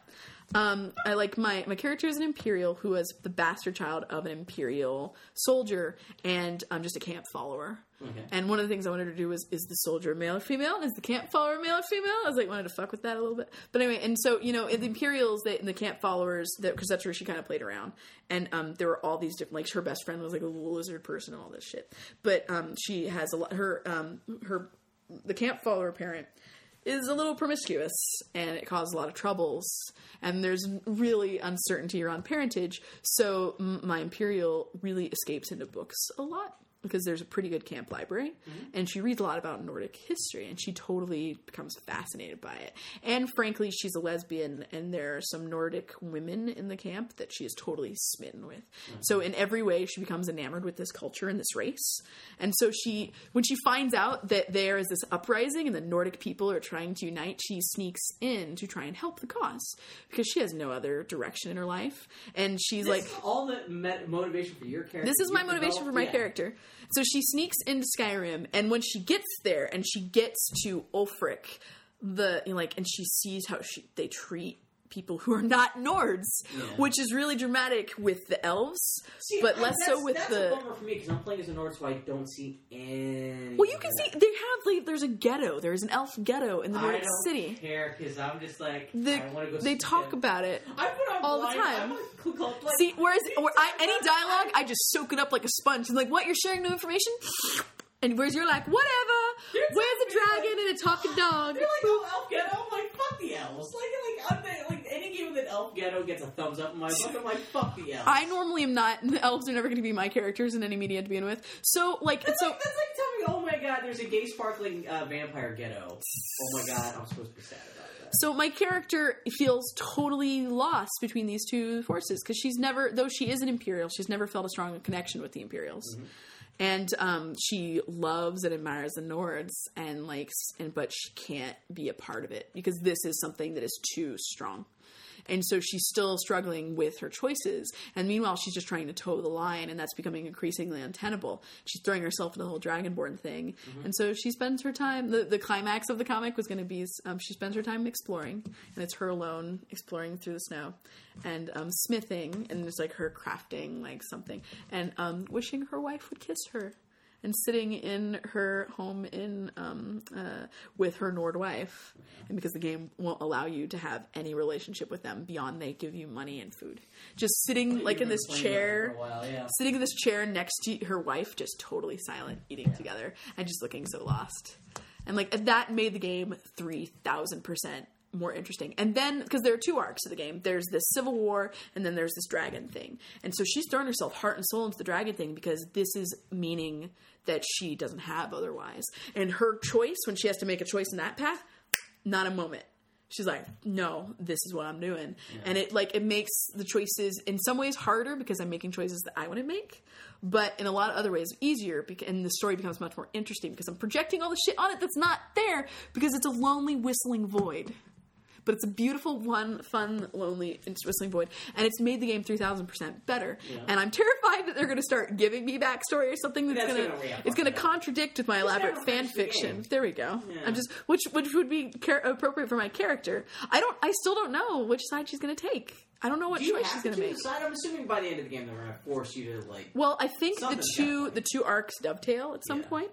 um, I like my my character is an imperial who is the bastard child of an imperial soldier, and I'm just a camp follower. Okay. And one of the things I wanted to do was is the soldier male or female? And is the camp follower male or female? I was like wanted to fuck with that a little bit. But anyway, and so you know, in the Imperials they, and the camp followers that because that's where she kind of played around. And um, there were all these different like her best friend was like a little lizard person and all this shit. But um, she has a lot her um, her the camp follower parent is a little promiscuous and it caused a lot of troubles and there's really uncertainty around parentage so m- my imperial really escapes into books a lot because there's a pretty good camp library and she reads a lot about nordic history and she totally becomes fascinated by it and frankly she's a lesbian and there are some nordic women in the camp that she is totally smitten with so in every way she becomes enamored with this culture and this race and so she when she finds out that there is this uprising and the nordic people are trying to unite she sneaks in to try and help the cause because she has no other direction in her life and she's This like is all the me- motivation for your character. this is my You motivation for developed- my yeah. character. So she sneaks into Skyrim, and when she gets there, and she gets to Ulfric, the you know, like, and she sees how she they treat people who are not Nords, Yeah. which is really dramatic with the elves, See, but I- less that's- so with that's the. a bummer for me because I'm playing as a Nord, so I don't see any. well, you can see they have like there's a ghetto. There's an elf ghetto in the I Nordic don't city. care because I'm just like The- I want to go. they see talk them. about it. I put on all the blind- time. I'm a cl- cl- like, [laughs] See, whereas where I, any about- dialogue, I just soak it up like a sponge. I'm like, what? You're sharing new information? And whereas you're like, whatever. You're Where's a talking about- dragon and a talking dog? They're like oh, elf ghetto. I'm like fuck the elves. Like like I'm the- like any game with an elf ghetto gets a thumbs up in my book. I'm like fuck the elves. I normally am not. The elves are never going to be my characters in any media to begin with. So, like, That's so like, that's like telling me, oh my god, there's a gay sparkling uh, vampire ghetto. Oh my god, I'm supposed to be sad about So my character feels totally lost between these two forces because she's never, though she is an imperial, she's never felt a strong connection with the imperials, and um, she loves and admires the Nords, and likes, and but she can't be a part of it because this is something that is too strong. And so she's still struggling with her choices. And meanwhile, she's just trying to toe the line, and that's becoming increasingly untenable. She's throwing herself into the whole Dragonborn thing. And so she spends her time, the, the climax of the comic was going to be um, she spends her time exploring, and it's her alone exploring through the snow and um, smithing, and it's like her crafting, like something, and um, wishing her wife would kiss her. And sitting in her home in um, uh, with her Nord wife, and because the game won't allow you to have any relationship with them beyond they give you money and food, just sitting that. like in You've been this playing with it chair, for a while, yeah. sitting in this chair next to her wife, just totally silent, eating together, and just looking so lost. And like that made the game three thousand percent more interesting. And then because there are two arcs of the game, there's this civil war, and then there's this dragon thing. And so she's thrown herself heart and soul into the dragon thing because this is meaning that she doesn't have otherwise. And her choice when she has to make a choice in that path, not a moment. She's like, no, this is what I'm doing. And it like it makes the choices in some ways harder because I'm making choices that I want to make, but in a lot of other ways easier. bec- And the story becomes much more interesting because I'm projecting all the shit on it that's not there because it's a lonely whistling void. But it's a beautiful one, fun, lonely, and whistling void, and it's made the game three thousand percent better. Yeah. And I'm terrified that they're going to start giving me backstory or something that's, That's going gonna to ramp it's up going to that. contradict with my elaborate never fan finished the fiction. game. There we go. Yeah. I'm just which which would be char- appropriate for my character. I don't. I still don't know which side she's going to take. I don't know what Do you choice have she's to going to make. decide? I'm assuming by the end of the game they're going to force you to like. Well, I think the Something's two gotta the two arcs dovetail at some Yeah. point,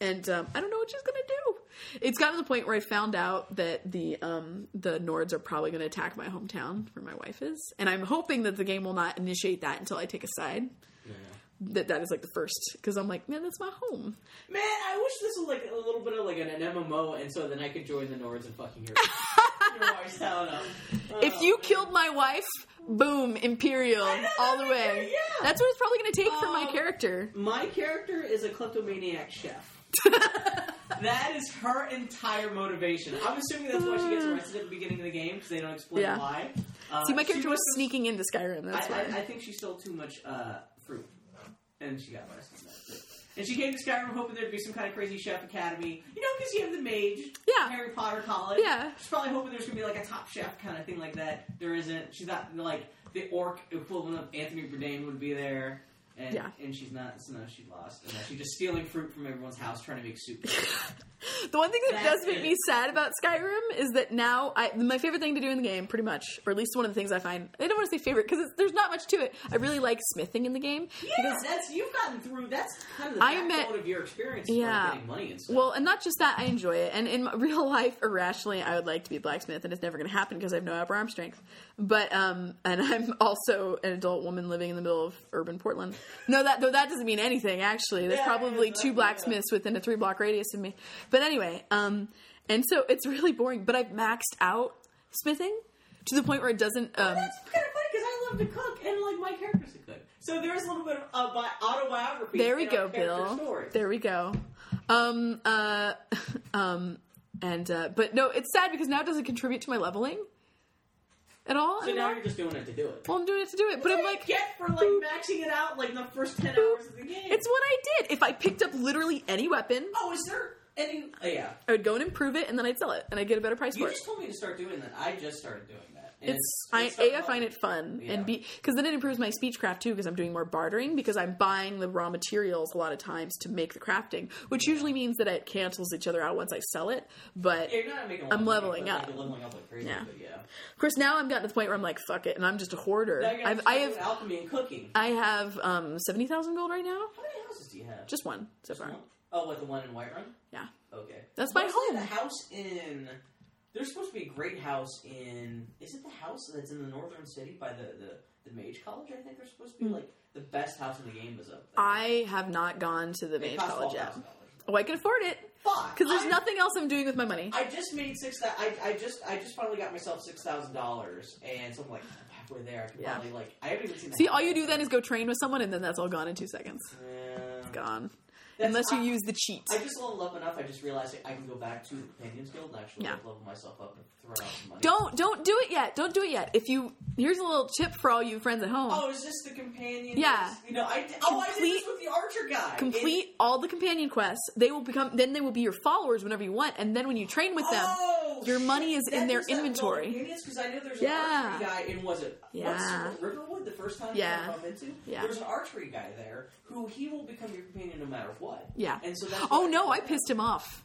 and um, I don't know what she's gonna do. It's gotten to the point where I found out that the um, the Nords are probably gonna attack my hometown where my wife is, and I'm hoping that the game will not initiate that until I take a side. you know. That that is like the first because I'm like, man, that's my home. Man, I wish this was like a little bit of like an, an MMO, and so then I could join the Nords and fucking [laughs] your, your wife's town up. Oh, if you killed my wife, boom, Imperial know, all the that'd be way. great, yeah. That's what it's probably gonna take for my Um, character. My character is a kleptomaniac [laughs] chef. that is her entire motivation. I'm assuming that's why she gets arrested at the beginning of the game because they don't explain Yeah. why. Uh, See, my she character was wants to- sneaking into Skyrim. That's I, why. I, I think she stole too much uh, fruit, and she got arrested. for that. And she came to Skyrim hoping there'd be some kind of crazy chef academy, you know, because you have the mage, Yeah. Harry Potter college. Yeah. she's probably hoping there's gonna be like a top chef kind of thing like that. There isn't. She's not like the orc equivalent of Anthony Bourdain would be there. And, Yeah. and she's not, so now she lost. And now she's just stealing fruit from everyone's house trying to [laughs] make soup. The one thing that That's does make it. me sad about Skyrim is that now I my favorite thing to do in the game, pretty much, or at least one of the things I find. I don't want to say favorite because there's not much to it. I really like smithing in the game. yeah, that's, you've gotten through, that's kind of the I met- backbone of your experience as far as Yeah. getting money and stuff. Well, and not just that, I enjoy it. And in my- [laughs] real life, irrationally, I would like to be a blacksmith, and it's never going to happen because I have no upper arm strength. But um, and I'm [laughs] also an adult woman living in the middle of urban Portland. No, that though that doesn't mean anything. Actually, there's Yeah, probably exactly, two blacksmiths within a three block radius of me. But anyway, um, and so it's [laughs] really boring. But I've maxed out smithing to the point where it doesn't. Um, Oh, That's kind of funny because I love to cook and like my character's a cook. So there's a little bit of uh, bi- autobiography. There we in go, our character Bill. Story. There we go. Um, uh, [laughs] um, and uh, but no, it's sad because now it doesn't contribute to my leveling at all. so now anymore. you're just doing it to do it. well, I'm doing it to do it, but I'm What do you like, get for like maxing it out like the first ten hours of the game. it's what I did. If I picked up literally any weapon, oh, is there any? Oh, yeah, I would go and improve it, and then I'd sell it, and I'd get a better price you for it. just told me to start doing that. I just started doing that. And It's I, started a I find loving it fun Yeah. and b because then it improves my speech craft too because I'm doing more bartering because I'm buying the raw materials a lot of times to make the crafting which usually means that it cancels each other out once I sell it but Yeah, you're not making. a lot I'm of money, leveling but, like, up. you're leveling up like crazy. Yeah. But yeah. Of course, now I'm gotten to the point where I'm like, fuck it, and I'm just a hoarder. Now you're gonna I've, start I doing have, alchemy and cooking. I have, um, seventy thousand gold right now. How many houses do you have? Just one so far. one? Oh, with the one in Whiterun. Yeah, Okay. That's my Mostly home. The house in there's supposed to be a great house in is it the house that's in the northern city by the the, the Mage College? I think there's supposed to be like the best house in the game is up there. Hmm. I have not gone to the It mage costs college yet. $12,000. Oh, I can afford it Fuck. because there's I- nothing else I'm doing with my money. I just made six. thou- I I just I just finally got myself six thousand dollars, and so I'm like I'm halfway there. I can Yeah. finally like I haven't even seen. the See, house all you yet. do then is go train with someone, and then that's all gone in two seconds. Yeah. Gone, That's- unless you I- use the cheat. I just leveled up enough. I just realized I can go back to the Companions Guild and actually Yeah. like, level myself up and throw out some money. Don't don't do it yet. Don't do it yet. If you here's a little tip for all you friends at home. Oh, is this the companion? Yeah. You know, I did, oh, I did Complete- this with the archer guy. Complete It- all the companion quests. They will become then they will be your followers whenever you want, and then when you train with them, Oh, Your money is shit, in their that was that inventory. Because I know there's an Yeah. archery guy in was it Yeah. what's- Riverwood the first time Yeah. I bumped into. Yeah. There's an archery guy there who he will become your companion no matter what. yeah. And so that's oh what no, I did. pissed him off.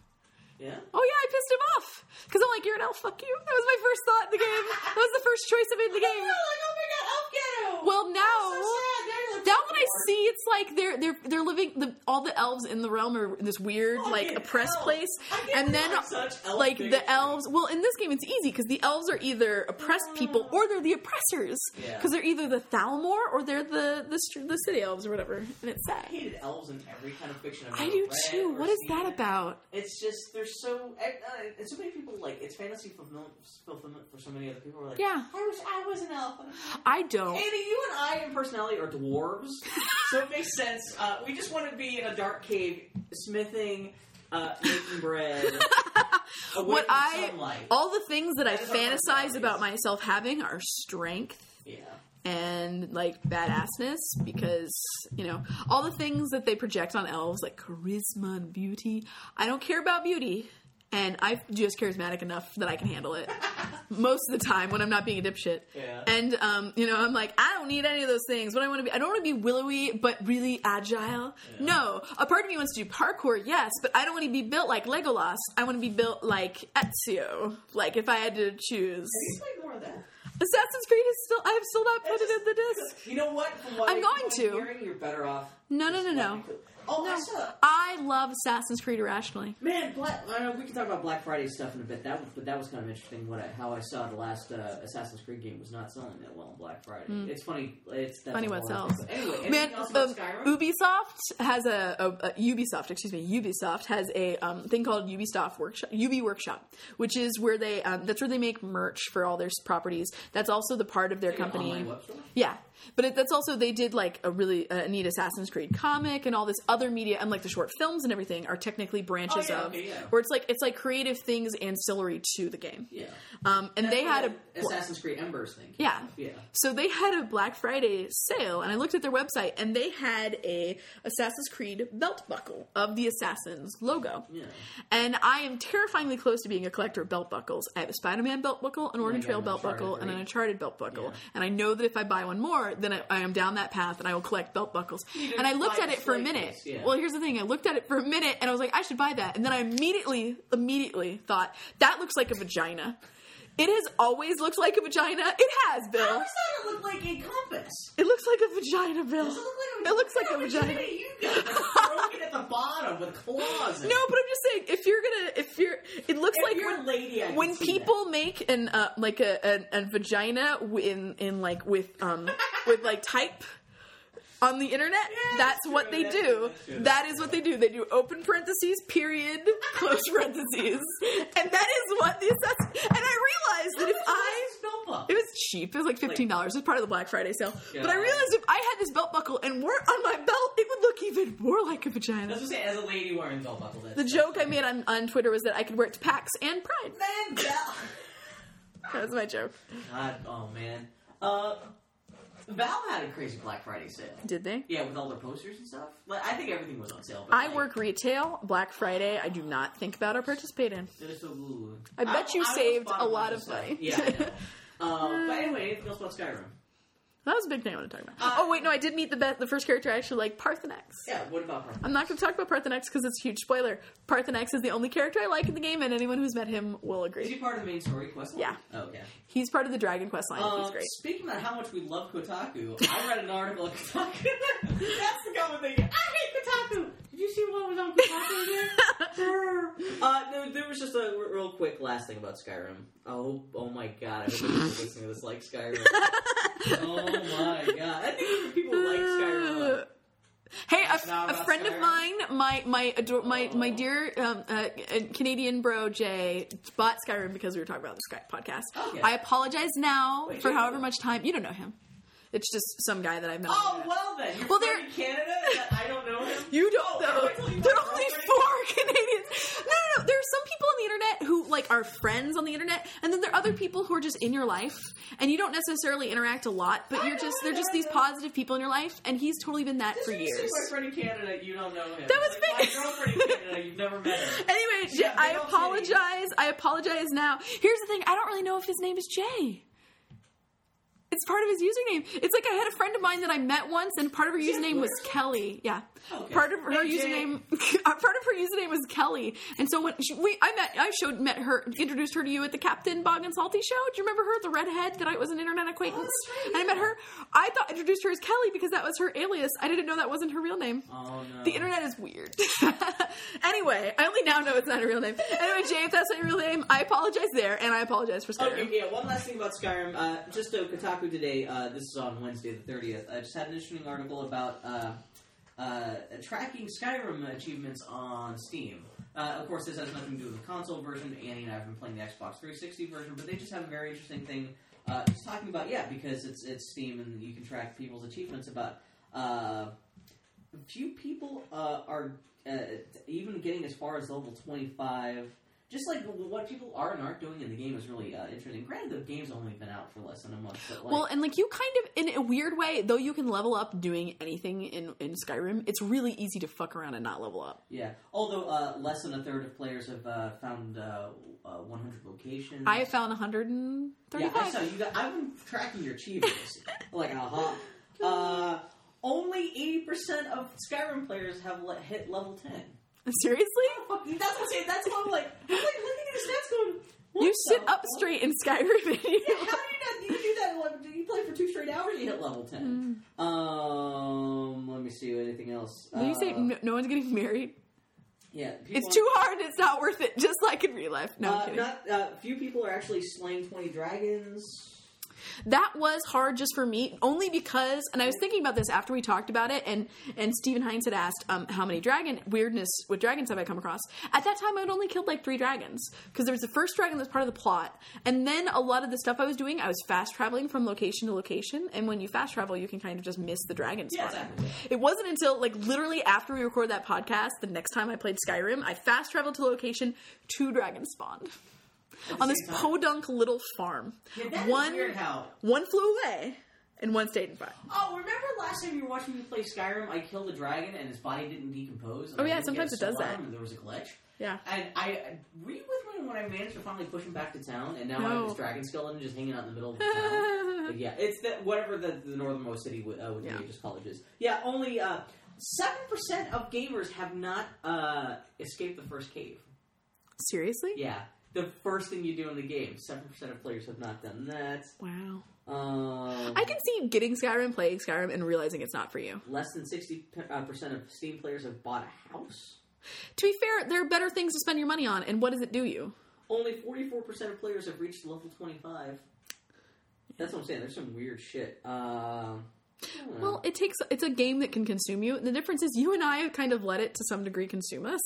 Yeah. Oh yeah, I pissed him off because I'm like, you're an elf. Fuck you. That was my first thought in the game. That was the first choice I made in the You're game. like, oh my god, Elf Ghetto! Well, [laughs] That's now- so sad. Now, you're like, Now when I "Lord." see, it's like they're they're they're living the, all the elves in the realm are in this weird like Fucking oppressed elf. place, I didn't and then realize such elf like things. the elves. Well, in this game, it's easy because the elves are either oppressed people or they're the oppressors because Yeah. they're either the Thalmor or they're the the, str- the city elves or whatever, and it's I sad. hated elves in every kind of fiction I've I ever do read too. or What is seen. that about? It's just there's so I- I- and so many people like it's fantasy fulfillment, fulfillment for so many other people. Are like, Yeah. Oh. I wish I was an elf. I don't. Andy, you and I in personality are dwarves, so it makes sense. Uh, we just want to be in a dark cave, smithing, uh, making bread, [laughs] away What from I- sunlight. All the things that I That is our fantasize personalities. about myself having are strength yeah, and like badassness because you know all the things that they project on elves like charisma and beauty i don't care about beauty and i'm just charismatic enough that i can handle it most of the time when I'm not being a dipshit. Yeah. And um, you know, I'm like, I don't need any of those things. What I want to be, I don't want to be willowy, but really agile. No, a part of me wants to do parkour, yes, but I don't want to be built like Legolas. I want to be built like Ezio. Like if I had to choose, you play more of that? Assassin's Creed is still. I've still not put it in the disc. You know what? From what I'm I- going what to. Hearing, you're better off. No, no, no, no. Oh, I saw. I love Assassin's Creed Irrationally. Man, Black, I know we can talk about Black Friday stuff in a bit. That was, but that was kind of interesting. What I, how I saw the last uh, Assassin's Creed game was not selling that well on Black Friday. It's funny. It's that's Hmm. Funny a what whole other sells. thing. But Anyway, anything Man, else about um, Skyrim? Ubisoft has a, a, a Ubisoft, excuse me, Ubisoft has a um, thing called Ubisoft Workshop, Ubi Workshop, which is where they um, that's where they make merch for all their s- properties. That's also the part of their Like an company. online web store? Yeah, but it, that's also they did like a really uh, neat Assassin's Creed comic and all this other media and like the short films and everything are technically branches Oh, yeah, of okay, yeah. where it's like it's like creative things ancillary to the game. Yeah. Um, and they had a Assassin's Creed Embers thing. yeah. Yeah. So they had a Black Friday sale, and I looked at their website, and they had a Assassin's Creed belt buckle of the Assassin's logo. Yeah. And I am terrifyingly close to being a collector of belt buckles. I have a Spider-Man belt buckle, an Oregon got Trail an belt Uncharted buckle, and an three. Uncharted belt buckle. Yeah. And I know that if I buy one more, then I, I am down that path, and I will collect belt buckles. didn't And I looked buy at the it for a slate minute. list, yeah. Well, here's the thing: I looked at it for a minute, and I was like, I should buy that. And then I immediately, immediately thought that looks like a vagina. It has always looked like a vagina. It has, I Bill. always thought it looked like a compass. It looks like a vagina, Bill. Does it look like a It looks like a What vagina. You got It's broken at the bottom with claws. in it. No, but I'm just saying, if you're gonna, if you're, it looks If like you're when, a lady, I can when see people make an uh, like a, a, a vagina w- in in like with um with like type on the internet. Yeah, that's that's what true. they That's true. do. That's true. That is what they do. They do open parentheses, period, [laughs] close parentheses, and that is what the assess. And I realized that if I This belt buckle. It was cheap. It was like fifteen dollars. It was part of the Black Friday sale. But I Yeah. realized if I had this belt buckle and wore it on my belt, it would look even more like a That's vagina. what I say. As a lady wearing belt buckle, that's The joke I made on, on Twitter was that I could wear it to PAX and Pride. Man, Val. That was my joke. [laughs] God, oh man. Uh, Valve had a crazy Black Friday sale. Did they? Yeah, with all their posters and stuff. Like, I think everything was on sale. But I like, work retail. Black Friday, I do not think about or participate in. There's a little- I bet you almost saved bought a bunch lot of stuff. money. Yeah. [laughs] I know. Um, but anyway, anything else about Skyrim? That was a big thing I want to talk about. oh wait, no, I did meet the be- the first character I actually like, Parthenax. Yeah. What about Parthenax? I'm not going to talk about Parthenax because it's a huge spoiler. Parthenax is the only character I like in the game, and anyone who's met him will Is he agree. part of the main story quest? line? Yeah. Oh, okay. He's part of the Dragon Quest line. Um, He's great. Speaking about how much we love Kotaku, I read an article on Kotaku. [laughs] That's the common thing. I hate Kotaku. Did you see what was on Kotaku again? [laughs] Brr. uh, no, there was just a r- real quick last thing about Skyrim. Oh, oh my god! I hope people listening to this like [laughs] Skyrim. oh my god! I think even people [laughs] like Skyrim. [gasps] Hey, a, Now a about friend of Skyrim? mine, my my ador- my my Oh. dear um, uh, Canadian bro Jay bought Skyrim because we were talking about the Sky podcast. Okay. I apologize now Oh, Wait, for who? however much time you don't know him. It's just some guy that I've known. Oh well then. You're Well, well, they're- in Canada. That I don't know him. You don't Oh, know. I told you There my are only girlfriend. four [laughs] Canadians. No, no, no. There are some people on the internet who like are friends on the internet, and then there are other people who are just in your life, and you don't necessarily interact a lot, but I you're know, just I they're know, just I these know. positive people in your life, and he's totally been that [laughs] for You see years. My friend in Canada. You don't know him. That was like, big. My girlfriend in Canada. You've never [laughs] met her. Anyway, Jay, Yeah, I they don't apologize. say- I apologize now. Here's the thing: I don't really know if his name is Jay. It's part of his username. It's like I had a friend of mine that I met once, and part of her Is he a username was lawyer? Kelly. Yeah, Okay. part of her Hey, Jay. username, [laughs] uh, part of her username was Kelly. And so when she, we, I met, I showed met her, introduced her to you at the Captain Bog and Salty show. Do you remember her, the redhead that I was an internet acquaintance? Oh, that's right, And I met her. I thought introduced her as Kelly because that was her alias. I didn't know that wasn't her real name. Oh no. The internet is weird. [laughs] anyway, I only now know it's not a real name. Anyway, Jay, if that's not your real name, I apologize there, and I apologize for Skyrim. Okay, Oh, yeah, one last thing about Skyrim. Uh, just so Kotaku today, uh, this is on Wednesday the 30th, I just had an interesting article about uh, uh, tracking Skyrim achievements on Steam. Uh, of course, this has nothing to do with the console version. Annie and I have been playing the Xbox 360 version, but they just have a very interesting thing. Uh, just talking about, yeah, because it's, it's Steam and you can track people's achievements about. Uh, few people uh, are uh, even getting as far as level 25 Just like what people are and aren't doing in the game is really uh, interesting. Granted, the game's only been out for less than a month, but like, well, and like you kind of, in a weird way, though you can level up doing anything in, in Skyrim, it's really easy to fuck around and not level up. yeah. Although uh, less than a third of players have uh, found uh, uh, 100 locations. I have found 135. Mm. Yeah, I saw you. Got, I've been tracking your achievements. [laughs] like, uh-huh. uh Only eighty percent of Skyrim players have le- hit level ten. [laughs] Seriously? Fuck, That's [laughs] what I'm saying. That's why I'm like, I'm like looking at the stats going. what You the sit up fuck? straight in Skyrim and you Yeah, [laughs] how do you not? You do that. Like, do you play for two straight hours? You hit level ten. Um, let me see anything else. Did Mm. you say Uh, no, no one's getting married? Yeah, people- It's too hard. It's not worth it. Just like in real life. No, I'm uh, kidding. not uh, few people are actually slaying twenty dragons. that was hard just for me, only because. And I was thinking about this after we talked about it, and and Stephen Hines had asked um, how many dragon weirdness with dragons have I come across. At that time, I had only killed like three dragons because there was the first dragon that's part of the plot, and then a lot of the stuff I was doing, I was fast traveling from location to location, and when you fast travel, you can kind of just miss the dragon Yeah, spawning. exactly. It wasn't until like literally after we recorded that podcast, the next time I played Skyrim, I fast traveled to a location, two dragons spawned At the on this same time. podunk little farm. Yeah, that is one weird how one flew away and one stayed in fire. Oh, remember last time you were watching me play Skyrim? I killed a dragon and his body didn't decompose. and Oh, I yeah, didn't sometimes get it does solar that. armor, and There was a glitch. Yeah. And I were you with me when I managed to finally push him back to town, and now I have No. this dragon skeleton just hanging out in the middle of the [laughs] town. But yeah, it's that whatever the, the northernmost city with, uh, with Yeah. the major colleges. Yeah, only uh, seven percent of gamers have not uh, escaped the first cave. Seriously? Yeah, the first thing you do in the game, seven percent of players have not done that. Wow. Um, I can see getting Skyrim, playing Skyrim, and realizing it's not for you. Less than sixty uh, percent of Steam players have bought a house. To be fair, there are better things to spend your money on, and what does it do you? Only forty-four percent of players have reached level twenty-five. That's what I'm saying. There's some weird shit. Um, I don't know. Well, it takes it's a game that can consume you. The difference is you and I have kind of let it to some degree consume us.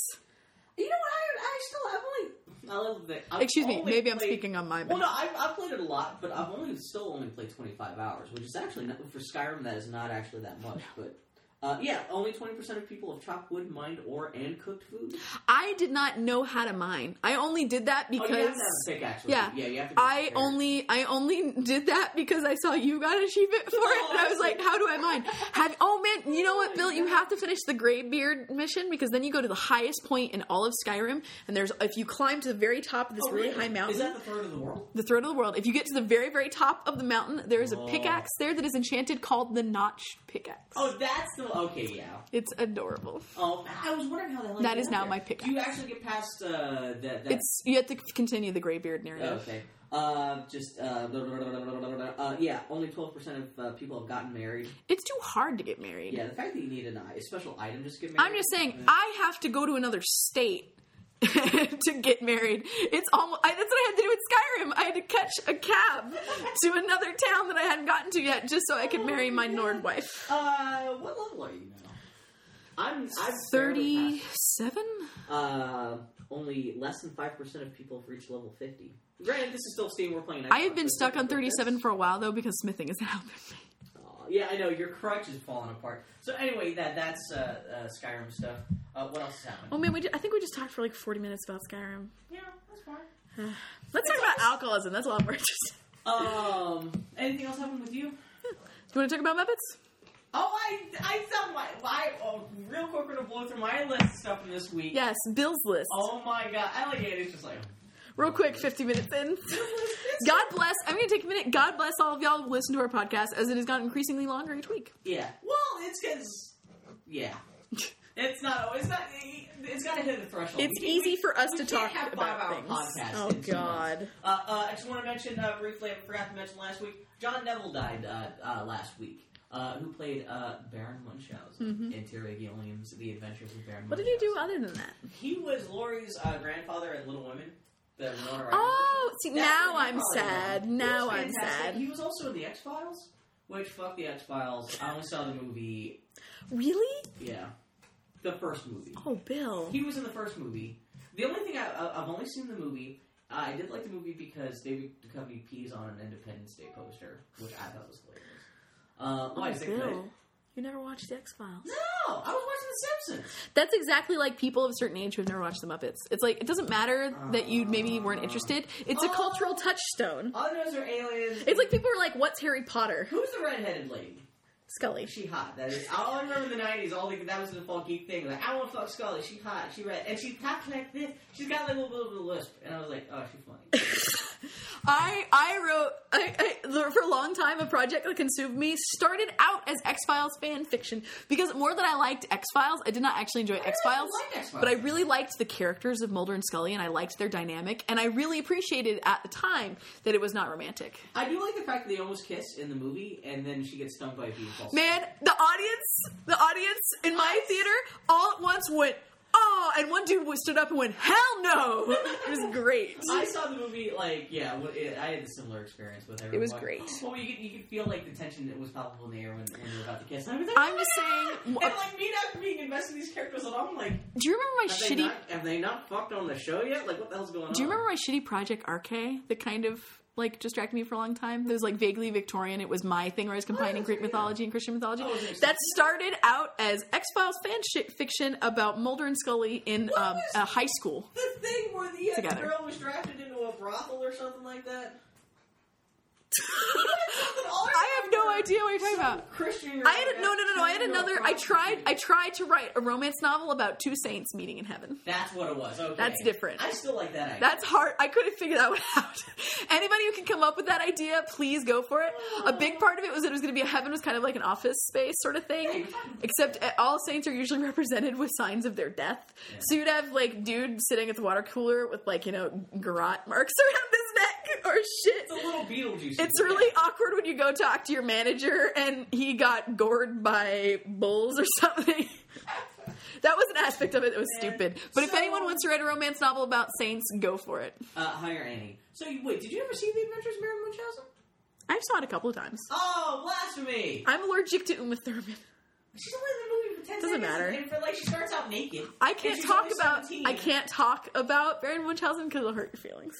you know what? I, I still I've only I love that. I've Excuse me, only maybe I'm played- speaking on my Oh, Well, no, behalf. I've, I've played it a lot, but I've only still only played 25 hours, which is actually not, for Skyrim that is not actually that much. But uh, yeah, only 20% of people have chopped wood, mined ore, and cooked food. I did not know how to mine. I only did that Oh, you have to have because a pickaxe. with yeah, you. yeah, you have to. be I prepared. only I only did that because I saw you got an achievement for it, and I was like, "How do I mine?" Have oh man, you know what, Bill? You have to finish the Greybeard mission because then you go to the highest point in all of Skyrim, and there's if you climb to the very top of this Oh, really really? high mountain, Is that the third of the world? the throat of the world. If you get to the very very top of the mountain, there is a Oh. pickaxe there that is enchanted called the Notched Pickaxe. Oh, that's the okay. Yeah. It's adorable. Oh, I was wondering how the hell That you is got now there. my pickaxe. Do you actually get past uh, that? that It's you have to continue the Greybeard narrative. okay. Uh, just uh, blah, blah, blah, blah, blah, blah, blah. uh, yeah. Only twelve percent of uh, people have gotten married. It's too hard to get married. Yeah, the fact that you need an, uh, a special item just to get married. I'm just saying, Yeah. I have to go to another state [laughs] to get married. It's almost I, that's what I had to do with Skyrim. I had to catch a cab to another town that I hadn't gotten to yet, just so I could marry my Nord wife. Uh, what level are you now? I'm I'm barely past- Thirty-seven. Uh, only less than five percent of people have reached level fifty. Granted, this is still Steam. We're playing. I have been stuck on thirty-seven for a while though because smithing [laughs] isn't helping me. Aw, uh, yeah, I know your crutch is falling apart. So anyway, that that's uh, uh, Skyrim stuff. Uh, what else is happening? Oh man, we ju- I think we just talked for like forty minutes about Skyrim. Yeah, that's fine. Let's talk about alcoholism. That's a lot more interesting. Um, anything else happen with you? Do you want to talk about Muppets? Oh, I, I saw my, my oh, real quick, we're gonna blow through my list of stuff this week. Yes, Bill's list. Oh my god, I like it. It's just like, [laughs] Real quick, fifty minutes in. God bless. I'm going to take a minute. God bless all of y'all who listen to our podcast as it has gotten increasingly longer each week. yeah. Well, it's because, yeah, it's not. It's not. It's gotta hit the threshold. It's We- we- easy for us we to talk can't have about five-hour things. podcasts Oh in two God. Uh, uh, I just want to mention uh, briefly. I forgot to mention last week. John Neville died uh, uh, last week. Uh, who played uh, Baron Munchausen in Terry Gilliam's The Adventures of Baron? What did he do other than that? He was Laurie's uh, grandfather in Little Women. The Winona Ryder Oh, see, version. That's now where he I'm probably sad. was. He Now was I'm fantastic. sad. He was also in the X Files. Which fuck the X Files. I only saw the movie. Really? Yeah, the first movie. Oh, Bill. He was in the first movie. The only thing I, I, I've only seen the movie. uh, I did like the movie because David Duchovny pees on an Independence Day poster, which I thought was hilarious. Uh, why Oh, is it good? Bill. You never watched the X Files. No, I was watching The Simpsons. That's exactly like people of a certain age who've never watched the Muppets. It's like it doesn't matter that you maybe weren't interested. It's a Oh. cultural touchstone. All I know is they're aliens. It's like people are like, "What's Harry Potter?" Who's the redheaded lady? Scully. She hot. That is. All I remember in the nineties. All the, that was the default geek thing. Like I want to fuck Scully. She hot. She red, and she's hot like this. She's got like a little bit of a lisp, and I was like, oh, she's funny. I I wrote I, I, for a long time a project that consumed me started out as X Files fan fiction because more than I liked X Files, I did not actually enjoy X Files, liked X-Files. but I really liked the characters of Mulder and Scully, and I liked their dynamic, and I really appreciated at the time that it was not romantic. I do like the fact that they almost kiss in the movie, and then she gets stung by a bee. and falls. Man, the audience, the audience in my theater, all at once went oh, and one dude stood up and went hell no. It was [laughs] great. I saw the movie like yeah. wh- It, I had a similar experience with everyone. was great. [gasps] Well, you could, you could feel like the tension that was palpable in the air when, when they were about to kiss. And I was like, I'm just saying. uh, and like me not being invested in these characters at all. I'm like, Do you remember my have shitty? they not, have they not fucked on the show yet? Like, what the hell's going on? Do you remember my shitty Project RK that kind of like distracted me for a long time? That was like vaguely Victorian. It was my thing where I was combining that's Greek weird. mythology and Christian mythology. Oh, interesting. that started out as X Files fan shi fiction about Mulder and Scully in um, was- a high [laughs] school. the thing where the uh, Together. girl was drafted into a brothel or something like that? Something all I have no remember- idea what you're talking about. Christian. I had no no no no. I had another. I tried. I tried to write a romance novel about two saints meeting in heaven. That's what it was. Okay. That's different. I still like that idea. That's hard. I couldn't figure that [laughs] one out. Anybody who can come up with that idea, please go for it. A big part of it was that it was going to be a heaven was kind of like an office space sort of thing, except uh, all saints are usually [laughs] represented with signs of their death. So you'd have like dude sitting at the water cooler with like you know garrote marks [laughs] around his neck or shit. It's a little Beetlejuice. It's really awkward when you go talk to your manager and he got gored by bulls or [laughs] something. that was an aspect of it that was Man. stupid. But if So- anyone wants to write a romance novel about saints, go for it. Uh, hire Annie. So you, wait, did you ever see The Adventures of Mary Munchausen? I've saw it a couple of times. Oh, blasphemy! I'm allergic to Uma Thurman. She's only in the movie for ten Doesn't seconds, matter. And for like, she starts out naked. I and can't she's talk only about 17. I can't talk about Baron Munchausen because it'll hurt your feelings.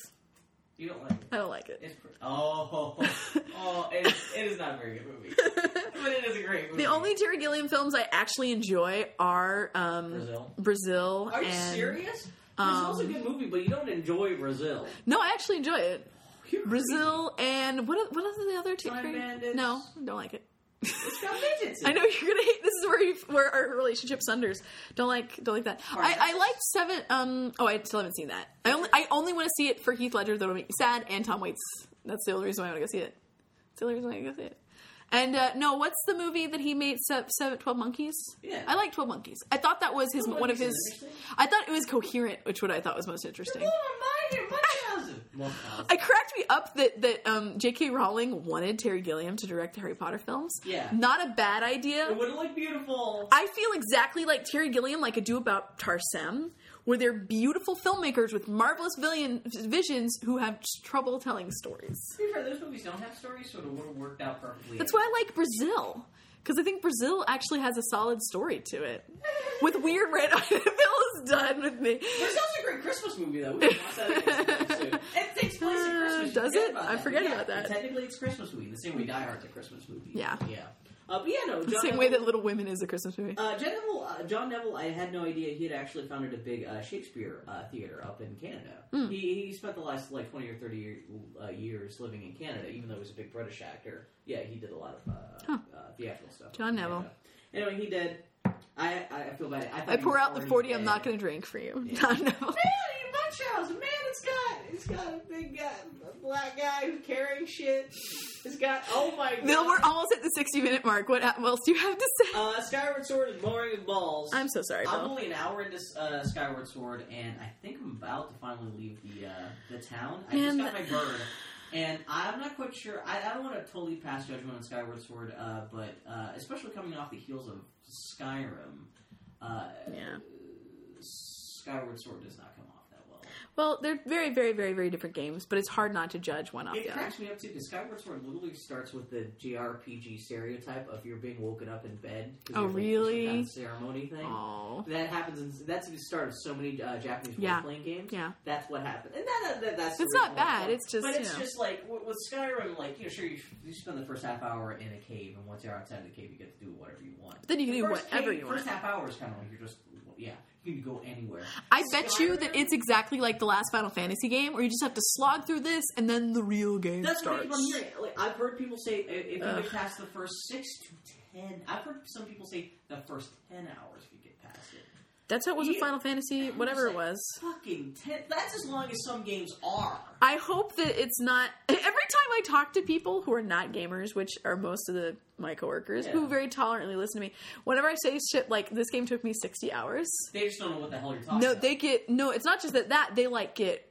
You don't like it. I don't like it. [laughs] It's pretty. Oh, [laughs] oh, it, it is not a very good movie, [laughs] but it is a great movie. The only Terry Gilliam films I actually enjoy are um, Brazil. Brazil Are you and- serious? um, Brazil's a good movie, but you don't enjoy Brazil. No, I actually enjoy it. You're Brazil and what? Are, what are the other two? Time Terry- Bandits. No, I don't like it. crazy. It's got midgets. in I it. know you're gonna hate. This is where you, where our relationship sunders. Don't like don't like that. I, I liked seven. Um. Oh, I still haven't seen that. I only I only want to see it for Heath Ledger. That'll make me sad. And Tom Waits. That's the only reason why I want to go see it. That's the only reason why I go see it. And uh, no, what's the movie that he made? Se- Seven, Twelve Monkeys. Yeah. I like Twelve Monkeys. I thought that was his Twelve one of Monkeys his. is interesting. I thought it was coherent, which what I thought was most interesting. Oh, my Munchausen. Munchausen. It cracked me up that that um, J.K. Rowling wanted Terry Gilliam to direct Harry Potter films. Yeah. not a bad idea. It would look beautiful. I feel exactly like Terry Gilliam, like I do about Tarsem, where they're beautiful filmmakers with marvelous villain visions who have trouble telling stories. To be fair, those movies don't have stories, so it would have worked out perfectly. That's why I like Brazil, because I think Brazil actually has a solid story to it. With weird [laughs] random, Bill is done with me. Brazil's a great Christmas movie, though. We should watch that again [laughs] sometime soon. It takes place at Uh, Christmas. You does forget it? about I that. forget Yeah, about that. Technically, it's Christmas movie. The same way Die Hard's a Christmas movie. Yeah. Yeah. Uh, but yeah, no. John Same way Neville- that Little Women is a Christmas movie. Uh, John Neville, uh, John Neville, I had no idea he had actually founded a big uh, Shakespeare uh, theater up in Canada. Hmm. He, he spent the last like twenty or thirty year, uh, years living in Canada, even though he was a big British actor. Yeah, he did a lot of uh, uh, theatrical stuff. John in Neville. Canada. Anyway, he did. I, I feel bad. I, thought I he pour was out the already forty. I'm not dead. going to drink for you. [laughs] I know. [laughs] Man, you Munchausen, man, it's got it's got a big guy, a black guy who's carrying shit. It's got oh my god. Bill, we're almost at the sixty minute mark. What else do you have to say? uh, Skyward Sword is boring as balls. I'm so sorry, I'm Bill. only an hour into uh, Skyward Sword, and I think I'm about to finally leave the uh, the town. I just Man. got my bird, and I'm not quite sure. I, I don't want to totally pass judgment on Skyward Sword, uh, but uh, especially coming off the heels of Skyrim, uh, Yeah. Skyward Sword does not come off that well. Well, they're very, very, very, very different games, but it's hard not to judge one off It the other. cracks me up too. The Skyward Sword literally starts with the JRPG stereotype of you're being woken up in bed. 'cause Oh, you're late for some really? kind of ceremony thing. Oh, That happens. In, that's the start of so many uh, Japanese Yeah. role playing games. yeah. That's what happened, and that, that that's. the It's not reason why bad. fun. It's just, but you it's know. just like with, with Skyrim. Like you know, sure, you, you spend the first half hour in a cave, and once you're outside the cave, you get to do whatever you want. Then you can do First whatever cave- you first want. half hour is kind of like you're just yeah, you can go anywhere. I bet you that Skyrim- it's exactly like the last Final Fantasy game, where you just have to slog through this and then the real game That's what starts. people hearing. Like, I've heard people say i- if you Ugh. get past the first six to ten. I've heard some people say the first ten hours if you get past it. That's how it was with Yeah. Final Fantasy, whatever it was. Fucking ten. That's as long as some games are. I hope that it's not. [laughs] Every time I talk to people who are not gamers, which are most of the my coworkers, who Yeah. very tolerantly listen to me, whenever I say shit like "this game took me sixty hours," They just don't know what the hell you're talking. no, about. they get no. It's not just that that they like get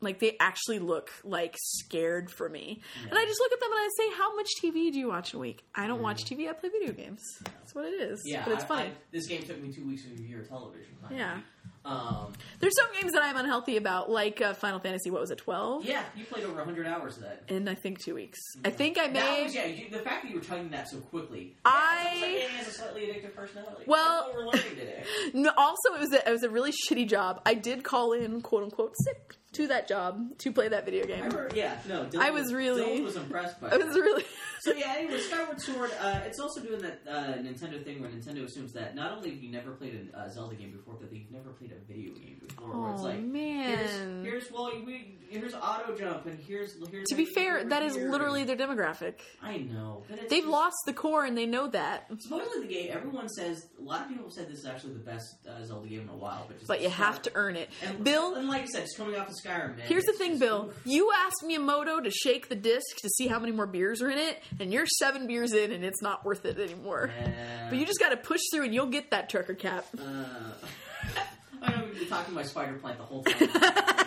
like they actually look like scared for me, and I just look at them and I say, "How much TV do you watch a week?" I don't watch TV. I play video games. That's what it is. Mm. Yeah, but it's I- funny. I- this game took me two weeks of your television. finally. Yeah. Um, There's some games that I'm unhealthy about, like uh, Final Fantasy. What was it, twelve? yeah, you played over hundred hours of that. In I think two weeks. I think I That made. was, yeah, you, the fact that you were chugging that so quickly. I- It's like Annie has a slightly addictive personality. Well- That's what we're learning today. [laughs] No, also, it was a, it was a really shitty job. I did call in, quote unquote, sick to that job to play that video I game. remember, yeah, no, Dylan I was really- Dylan was impressed by I was [laughs] that. really So yeah, anyway, Skyward Sword. Uh, it's also doing that uh, Nintendo thing where Nintendo assumes that not only have you never played a uh, Zelda game before, but that you've never played a video game before. [laughs] where it's Oh, like, man. here's, here's well, we, here's auto jump, and here's here's to be everything fair, over that is here. literally their demographic. I know, but it's They've just- lost the core and they know that. Supposedly, the game. Everyone says a lot of people said this is actually the best uh, Zelda game in a while, but just But you have to earn it. And, Bill, and like I said, it's coming off of Skyrim. Man. here's the It's thing, just- Bill. You asked Miyamoto to shake the disc to see how many more beers are in it, and you're seven beers in and it's not worth it anymore. Man. [laughs] But you just gotta push through and you'll get that trucker [laughs] cap. Uh, I know we've been talking to my spider plant the whole [laughs] time. [laughs]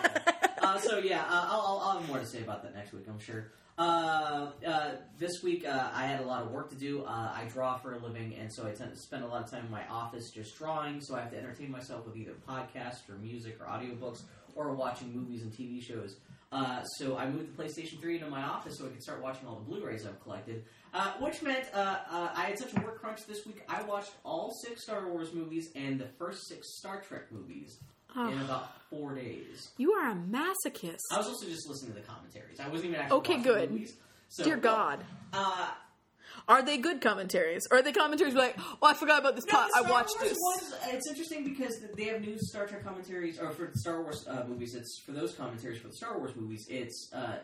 uh, so yeah, uh, I'll, I'll, I'll have more to say about that next week, I'm sure. Uh, uh, this week uh, I had a lot of work to do. Uh, I draw for a living, and so I tend to spend a lot of time in my office just drawing. So I have to entertain myself with either podcasts or music or audiobooks or watching movies and TV shows. Uh, so I moved the PlayStation 3 into my office so I could start watching all the Blu-rays I've collected, uh, which meant uh, uh, I had such a work crunch this week. I watched all six Star Wars movies and the first six Star Trek movies in Oh, about four days. you are a masochist. I was also just listening to the commentaries. I wasn't even actually Okay, watching good. The movies. So, Dear God. uh, Are they good commentaries? Or are they commentaries like, oh, I forgot about this no, pot. the I Star watched Wars this. ones, uh, it's interesting because they have new Star Trek commentaries, or for Star Wars uh, movies, it's for those commentaries for the Star Wars movies. It's uh,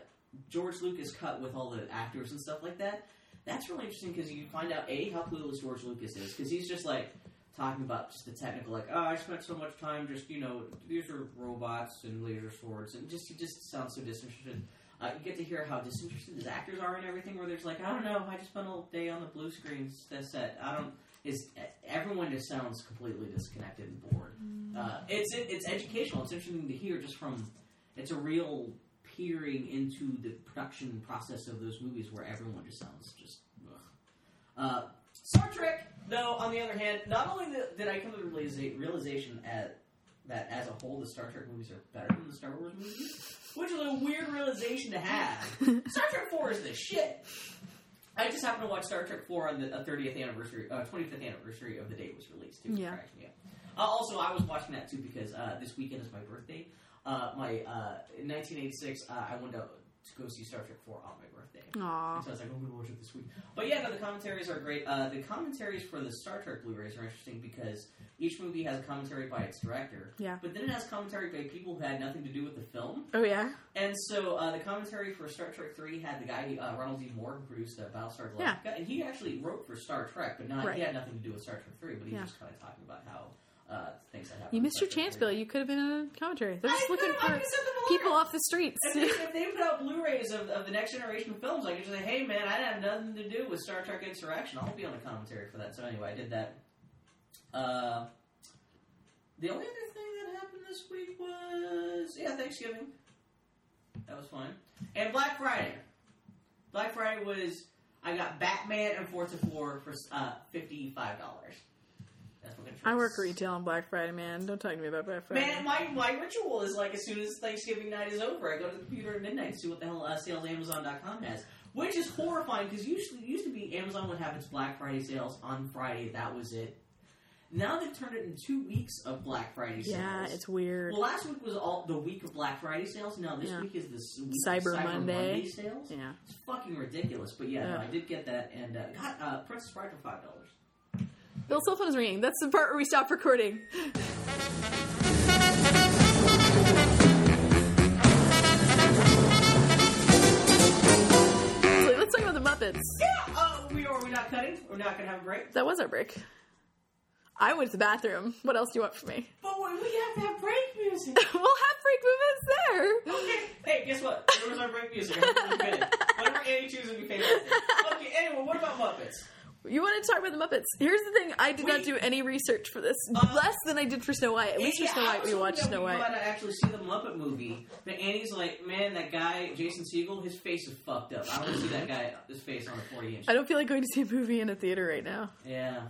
George Lucas cut with all the actors and stuff like that. That's really interesting because you find out a how clueless George Lucas is because he's just like talking about just the technical, like oh, I spent so much time just you know these are robots and laser swords, and just he just sounds so disinterested. Uh, you get to hear how disinterested his actors are and everything. Where there's like, I don't know, I just spent all day on the blue screen s- uh, set. I don't. Is everyone just sounds completely disconnected and bored. Uh, it's it, it's educational. It's interesting to hear just from. It's a real peering into the production process of those movies where everyone just sounds just. Ugh. Uh, Star Trek, though, on the other hand, not only th- did I come to the realisa- realization at, that as a whole the Star Trek movies are better than the Star Wars movies, which is a weird realization to have. Star Trek 4 is the shit. I just happened to watch Star Trek 4 on the uh, 30th anniversary, uh, 25th anniversary of the day it was released. Too, Yeah. Correct, yeah. Uh, also, I was watching that too because uh, this weekend is my birthday. Uh, my uh, in 1986, uh, I went out to go see Star Trek 4 on my birthday. Aw. So I was like, I'm going to watch it this week. But yeah, no, the commentaries are great. Uh, the commentaries for the Star Trek Blu-rays are interesting because each movie has a commentary by its director. Yeah. But then it has commentary by people who had nothing to do with the film. Oh, yeah? And so uh, the commentary for Star Trek 3 had the guy, uh, Ronald D. Moore, who produced uh, Battlestar Galactica. Yeah. And he actually wrote for Star Trek, but not Right. he had nothing to do with Star Trek 3, but he Yeah. was just kind of talking about how uh, things that happened. You in missed Star your Trek chance, 3. Bill. You could have been in a commentary. They're just I looking know, I for could've said them people all. off the [laughs] streets. If they, if they put out Blu-rays of, of the next generation films, I could just say, "Hey, man, I had nothing to do with Star Trek Insurrection. I'll be on the commentary for that." So anyway, I did that. Uh, the only other thing that happened this week was yeah, Thanksgiving. That was fun, and Black Friday. Black Friday was I got Batman and Forza Four for uh, fifty-five dollars. That's my I work retail on Black Friday, man. Don't talk to me about Black Friday. Man, my, my ritual is like as soon as Thanksgiving night is over, I go to the computer at midnight to see what the hell uh, sales Amazon.com has, which is horrifying because usually it used to be Amazon would have its Black Friday sales on Friday. That was it. Now they've turned it in two weeks of Black Friday sales. yeah, it's weird. well, last week was all the week of Black Friday sales. Now this Yeah. week is this week of Cyber Cyber Monday. Monday. sales. yeah. It's fucking ridiculous. But yeah, no, Yeah. I did get that, and uh, got uh, Princess Bride for five dollars. Bill's cell phone is ringing. That's the part where we stop recording. Wait, Let's talk about the Muppets. Yeah, uh, we are. We're not cutting. We're not gonna have a break. That was our break. I went to the bathroom. What else do you want from me? [laughs] But we we have to have break music. we'll have break movements there. Okay. Hey, guess what? There was our break music. I'm good. Whatever Annie chooses, we pay attention. Okay, anyway, what about Muppets? You want to talk about the Muppets? Here's the thing: I did not We- do any research for this, Uh, less than I did for Snow White. At least for Yeah, Snow I White, was we hoping watched that Snow we White. got to actually see the Muppet movie. But Annie's like, man, that guy, Jason Siegel, his face is fucked up. I want to see that guy, his face on a 40 inch. I don't feel like going to see a movie in a theater right now. Yeah.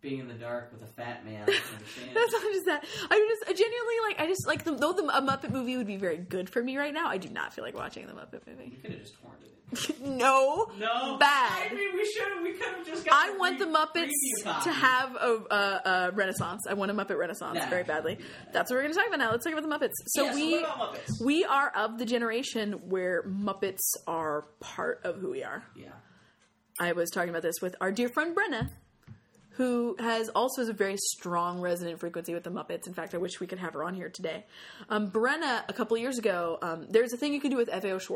Being in the dark with a fat man, I don't understand. [laughs] That's not just that. I just I genuinely like. I just like the, though the a Muppet movie would be very good for me right now. I do not feel like watching the Muppet We movie. [laughs] could have just torn it. no, No. bad. I mean, we should have. We could have just got I want the pre- preview Muppets copy. to have a, a, a renaissance. I want a Muppet renaissance Nah. very badly. That's what we're going to talk about now. Let's talk about the Muppets. So Yeah, we what about Muppets? we are of the generation where Muppets are part of who we are. yeah. I was talking about this with our dear friend Brenna, who has also has a very strong resonant frequency with the Muppets. In fact, I wish we could have her on here today. Um, Brenna, a couple years ago, um, there's a thing you can do with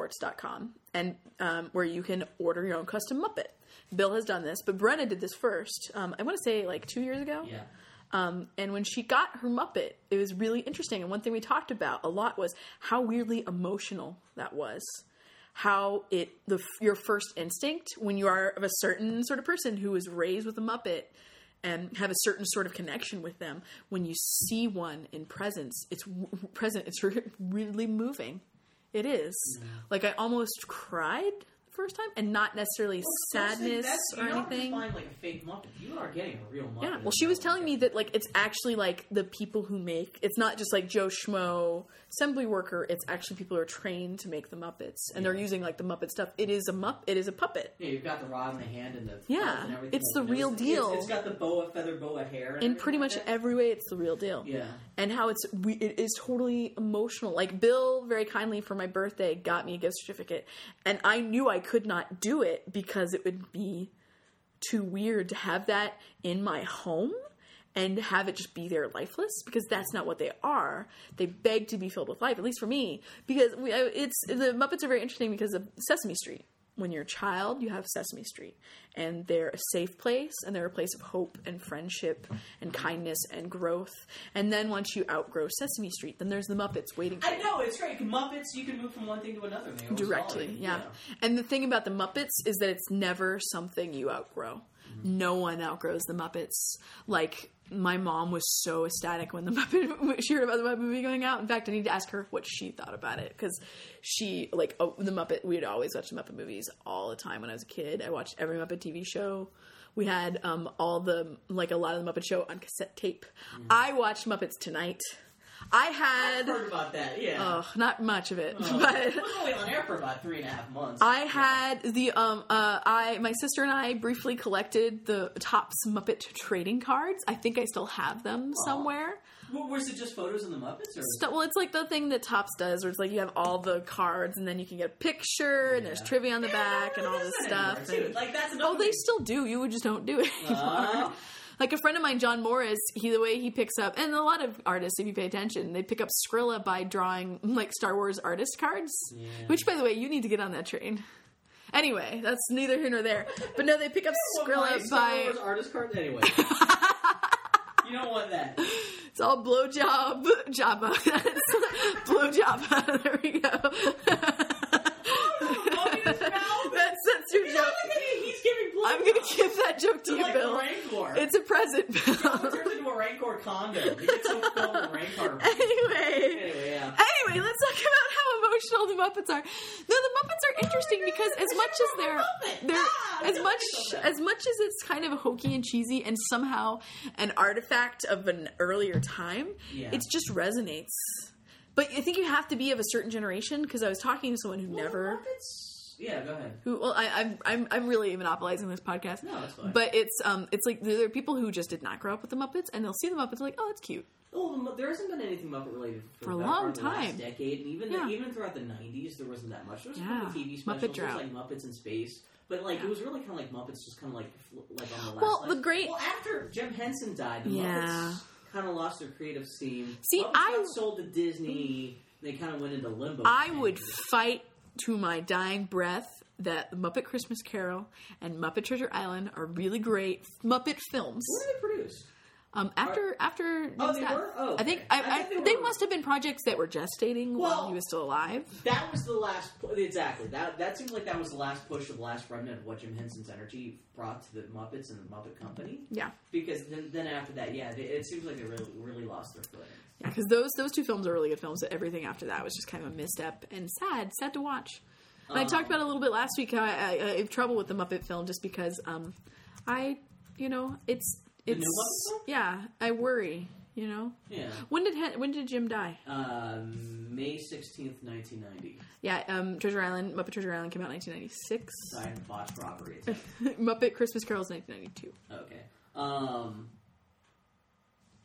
faoschwartz.com and um, where you can order your own custom Muppet. Bill has done this, but Brenna did this first. Um, I want to say like two years ago. Yeah. Um, and when she got her Muppet, it was really interesting. And one thing we talked about a lot was how weirdly emotional that was. How it the your first instinct when you are of a certain sort of person who was raised with a Muppet and have a certain sort of connection with them. When you see one in presence, it's w- present. It's [laughs] re- really moving. It is like I almost cried the first time, and not necessarily sadness That's- or you're not anything. Just buying like a fake Muppet. You are getting a real Muppet. Yeah. Well, she was telling me that like it's actually like the people who make it's not just like Joe Schmo assembly worker. It's actually people who are trained to make the Muppets, and they're using like the Muppet stuff. It is a mupp. It is a puppet. Yeah, you've got the rod in the hand and the Yeah, and everything. it's the And real deal. It's, it's got the boa feather boa hair and In pretty much everything like every way, it's the real deal. that. yeah. And how it's we, it is totally emotional. Like Bill, very kindly for my birthday, got me a gift certificate, and I knew I could not do it because it would be too weird to have that in my home and have it just be there lifeless because that's not what they are. They beg to be filled with life, at least for me, because we, I- it's the Muppets are very interesting because of Sesame Street. When you're a child, you have Sesame Street, and they're a safe place, and they're a place of hope and friendship and kindness and growth. And then once you outgrow Sesame Street, then there's the Muppets waiting. for I you. know it's great. Muppets, you can move from one thing to another. They always Directly, follow you. yeah. And the thing about the Muppets is that it's never something you outgrow. Mm-hmm. No one outgrows the Muppets. Like my mom was so ecstatic when the [laughs] Muppet when she heard about the Muppet movie going out. In fact, I need to ask her what she thought about it because she like oh, the Muppet. We'd always watch the Muppet movies all the time when I was a kid. I watched every Muppet TV show. We had um, all the like a lot of the Muppet Show on cassette tape. I watched Muppets Tonight. I Mm-hmm. I've had heard Oh. about that. Yeah. oh, not much of it, [laughs] it but was only on air for about three and a half months. I had the um uh I my sister and I briefly collected the Topps Muppet trading cards. I think I still have them somewhere. Well, was it just photos of the Muppets? Or So- well, it's like the thing that Topps does, where it's like you have all the cards, and then you can get a picture, and there's Yeah. trivia on the Yeah, back, and no, all that's this not anymore, stuff. too. and- Like that's Oh, another they thing. still do. You would just don't do it [laughs] anymore. Ah. Like a friend of mine, John Morris, he the way he picks up, and a lot of artists, if you pay attention, they pick up Skrilla by drawing like Star Wars artist cards. Yeah. Which, by the way, you need to get on that train. Anyway, that's neither here nor there. But no, they pick [laughs] up Well, Oh, my Skrilla Star by Wars artist card anyway. [laughs] you don't want that. it's all blowjob [laughs] Jabba. That's blowjob. [laughs] there we go. Oh, in [laughs] his mouth. that's that's your He's joke. not looking at- he's giving blood. I'm gonna give that joke to you, like Bill. a Rancor. It's a present, It Bill. turns into a Rancor condo. It gets so full of Rancor. anyway. [laughs] Anyway, yeah. Anyway, let's talk about how emotional all the Muppets are. No, the Muppets are interesting because as much as they're they're as much as much as it's kind of hokey and cheesy and somehow an artifact of an earlier time, Yeah. it just resonates. But I think you have to be of a certain generation because I was talking to someone who never Muppets. Yeah, go ahead. who well I, I'm I'm I'm really monopolizing this podcast. No, that's fine. But it's um it's like there are people who just did not grow up with the Muppets and they'll see the Muppets and like oh that's cute. Well, the Mu- there hasn't been anything Muppet related For a that long part of the last time. decade, and even Yeah. the, even throughout the '90s, there wasn't that much. There was a Yeah. couple Muppet TV specials, there Drought. was like Muppets in Space, but like Yeah. it was really kind of like Muppets, just kind of like fl- like on the last. Well, leg. the great- Well, after Jim Henson died, the Yeah. Muppets kind of lost their creative steam. See, Muppets I- got sold to Disney. They kind of went into limbo. I for would 10 years. fight to my dying breath that The Muppet Christmas Carol and Muppet Treasure Island are really great Muppet films. What did they produce? Um, after after Nick's they death. were? Oh, I think okay. I, I I, think they they, were. must have been projects that were gestating while Well- he was still alive. That was the last. pu- Exactly. That that seemed like that was the last push of the last remnant of what Jim Henson's energy brought to the Muppets and the Muppet Company. Yeah, Because then, then after that, yeah, they, it seems like they really, really lost their footing. yeah, because those those two films are really good films. Everything after that was just kind of a misstep and sad, sad to watch. And I Um, talked about it a little bit last week how I, I, I have trouble with the Muppet film just because um, I, you know, it's new it's Muppet film? yeah, I worry, you know. Yeah. When did Hen- when did Jim die? Um, May 16th, 1990. Yeah, um, Treasure Island, Muppet Treasure Island came out in 1996. Died in botched robbery. attack. [laughs] Muppet Christmas Carol's 1992. okay. Um,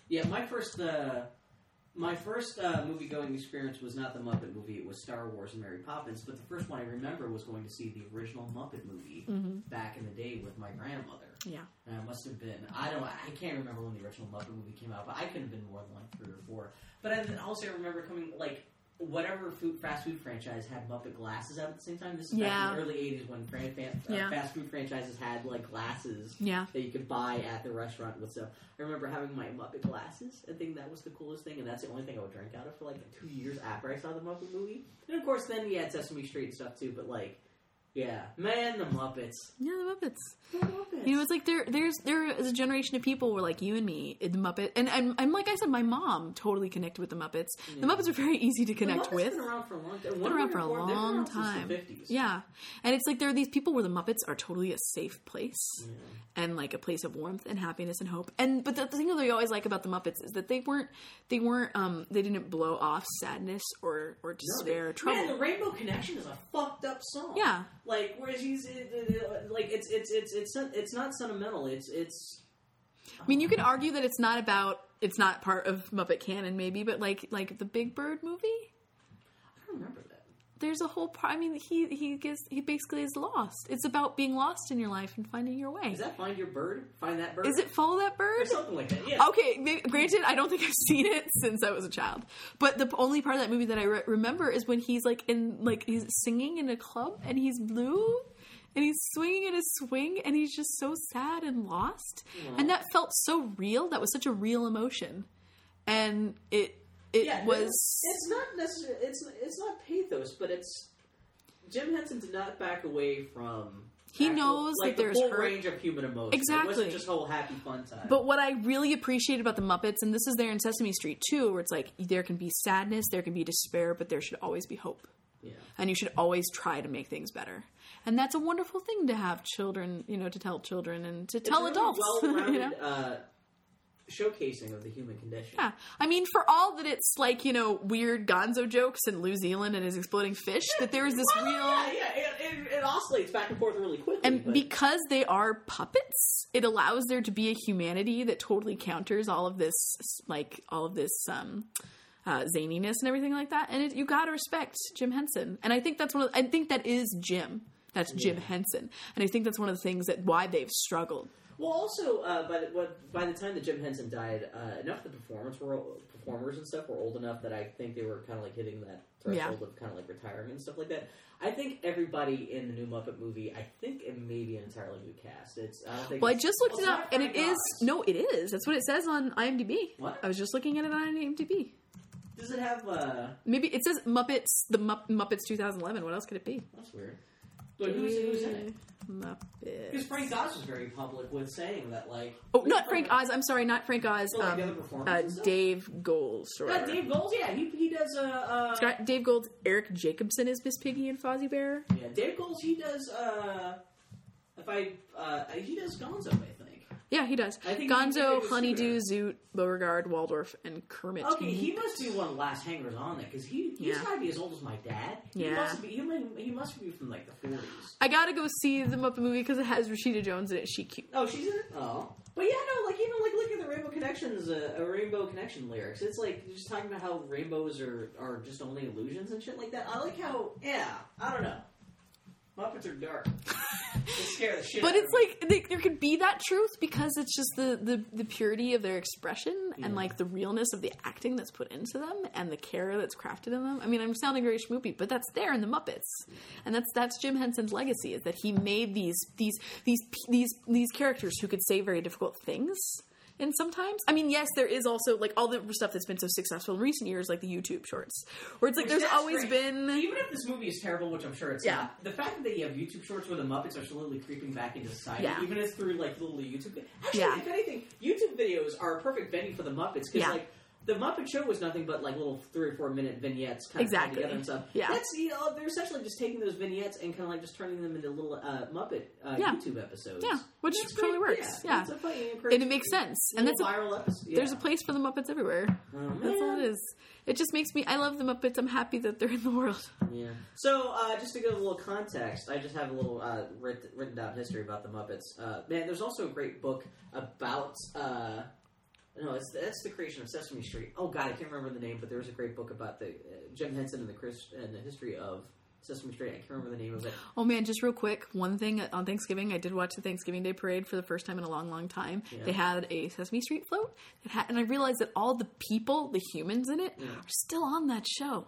yeah, my first, uh, my first uh, movie going experience was not the Muppet movie, it was Star Wars and Mary Poppins, but the first one I remember was going to see the original Muppet movie back in the day with my grandmother. Mm-hmm. Yeah. And I must have been, I don't, I can't remember when the original Muppet movie came out, but I could have been more than like three or four. But I then also remember coming, like, whatever food, fast food franchise had Muppet glasses out at the same time. This is back Yeah. in the early 80s when fran- fan, uh, Yeah. fast food franchises had, like, glasses Yeah. that you could buy at the restaurant with stuff. I remember having my Muppet glasses. I think that was the coolest thing, and that's the only thing I would drink out of for like two years after I saw the Muppet movie. And of course, then you had Sesame Street and stuff too. But like, yeah, man, the Muppets. Yeah, the Muppets. The Muppets. You know, it's like there, there's there is a generation of people where like you and me, the Muppet, and and, and like I said, my mom totally connected with the Muppets. Yeah. The Muppets are very easy to The connect Muppets with. Been around for a long time. Been around for a long time. Yeah, and it's like there are these people where the Muppets are totally a safe place and like a place of warmth and happiness and hope. And but the, the thing that I always like about the Muppets is that they weren't they weren't um they didn't blow off sadness or or despair or trouble. Man, the Rainbow Connection is a fucked up song. Yeah. like whereas he's it- it- like it's it's it's it's it's not sentimental. It's it's I mean, you could argue that it's not about it's not part of Muppet canon maybe, but like like the Big Bird movie, I don't remember that. there's a whole part. I mean, he he gets he basically is lost. It's about being lost in your life and finding your way. Is that Find Your Bird? Find That Bird? Is it follow that Or bird? something like that, yeah. Okay, may- granted, I don't think I've [laughs] seen it since I was a child. But the p- only part of that movie that I re- remember is when he's like in like he's singing in a club and he's blue and he's swinging in a swing and he's just so sad and lost. And that felt so real. That was such a real emotion, and it it Yeah, was It's, it's not necessarily. It's it's not pathos, but it's. Jim Henson did not back away from. He knows like that there's the full hurt. range of human emotion. It Exactly. wasn't just whole happy fun time. But what I really appreciate about the Muppets, and this is there in Sesame Street too, where it's like there can be sadness, there can be despair, but there should always be hope. yeah. And you should always try to make things better. And that's a wonderful thing to have children, you know, to tell children and to tell It's a really adults. [laughs] you know? well-rounded, uh, showcasing of the human condition. Yeah. I mean, for all that it's like, you know, weird gonzo jokes and Lou Zealand and his exploding fish, that there is this [laughs] Well, real. yeah, yeah, it, it, it oscillates back and forth really quickly. And but, because they are puppets, it allows there to be a humanity that totally counters all of this, like all of this um, uh, zaniness and everything like that. And it, you gotta respect Jim Henson, and I think that's one. Of, I think that is Jim. That's Jim Henson, and I think that's one of the things that why they've struggled. Well, also uh, by the what, by the time that Jim Henson died, uh, enough of the performers were performers and stuff were old enough that I think they were kind of like hitting that threshold of kind of like retirement and stuff like that. I think everybody in the new Muppet movie, I think it may be an entirely new cast. It's I don't think. Well, I it's- just looked Well, it it's up, not and it Frank is Oz. no, it is. That's what it says on IMDb. What? I was just looking at it on IMDb. Does it have? Uh, Maybe it says Muppets, the Mupp- Muppets 2011. What else could it be? that's weird. Like, who's, who's in it? Because Muppet. Frank Oz was very public with saying that, like, Oh, not Frank Oz. I'm sorry, not Frank Oz. Well, like the other Um, performers uh, and stuff? Dave Gold. or Yeah, whatever. Dave Gold, yeah, he, he does uh, uh It's got Dave Gold's Eric Jacobson is Miss Piggy and Fozzie Bear. yeah, Dave Gold, he does uh if I uh he does Gonzo, I think. Yeah, he does. I think he did Gonzo, it as Honeydew, Shooter. Zoot, Beauregard, Waldorf, and Kermit. Okay, he must be one of the last hangers on there because he he's Yeah. got to be as old as my dad. he Yeah. must be. He, might, he must be from like the forties. I gotta go see the Muppet movie because it has Rashida Jones in it. She cute. [laughs] Oh, she's in it. Oh, but yeah, no, like even like look at the Rainbow Connections, uh, uh, Rainbow Connection lyrics. It's like just talking about how rainbows are are just only illusions and shit like that. I like how yeah, I don't know. Muppets are dark. they scare the shit. But out of it's me. like th there could be that truth because it's just the the, the purity of their expression and like the realness of the acting that's put into them and the care that's crafted in them. I mean, I'm sounding very schmoopy, but that's there in the Muppets, and that's that's Jim Henson's legacy is that he made these these these p- these these characters who could say very difficult things. And sometimes, I mean, yes, there is also like all the stuff that's been so successful in recent years, like the YouTube shorts, where it's like Which there's that's always great. been Even if this movie is terrible, which I'm sure it's Yeah. not, the fact that you have YouTube shorts where the Muppets are slowly creeping back into society, Yeah. even if it's through like little YouTube. vi- Actually, Yeah. if anything, YouTube videos are a perfect venue for the Muppets because Yeah. like the Muppet Show was nothing but like little three or four minute vignettes kind Exactly. of tied together and stuff. Yeah. that's you know, they're essentially just taking those vignettes and kind of like just turning them into little uh, Muppet uh, Yeah. YouTube episodes. Yeah, which That's totally great. works. Yeah, Yeah. It's a funny, and it makes sense, and that's a, viral episode. there's a place for the Muppets everywhere. That's all man. it is. It just makes me. I love the Muppets. I'm happy that they're in the world. Yeah. So, uh, just to give a little context, I just have a little uh, writ- written down history about the Muppets. Uh, man, there's also a great book about. Uh, no, it's that's the creation of Sesame Street. Oh God, I can't remember the name, but there was a great book about the uh, Jim Henson and the Chris and the history of Sesame Street. I can't remember the name of it. [laughs] Oh man, just real quick, one thing on Thanksgiving, I did watch the Thanksgiving Day Parade for the first time in a long, long time. Yeah. They had a Sesame Street float, that had, and I realized that all the people, the humans in it, Yeah. are still on that show.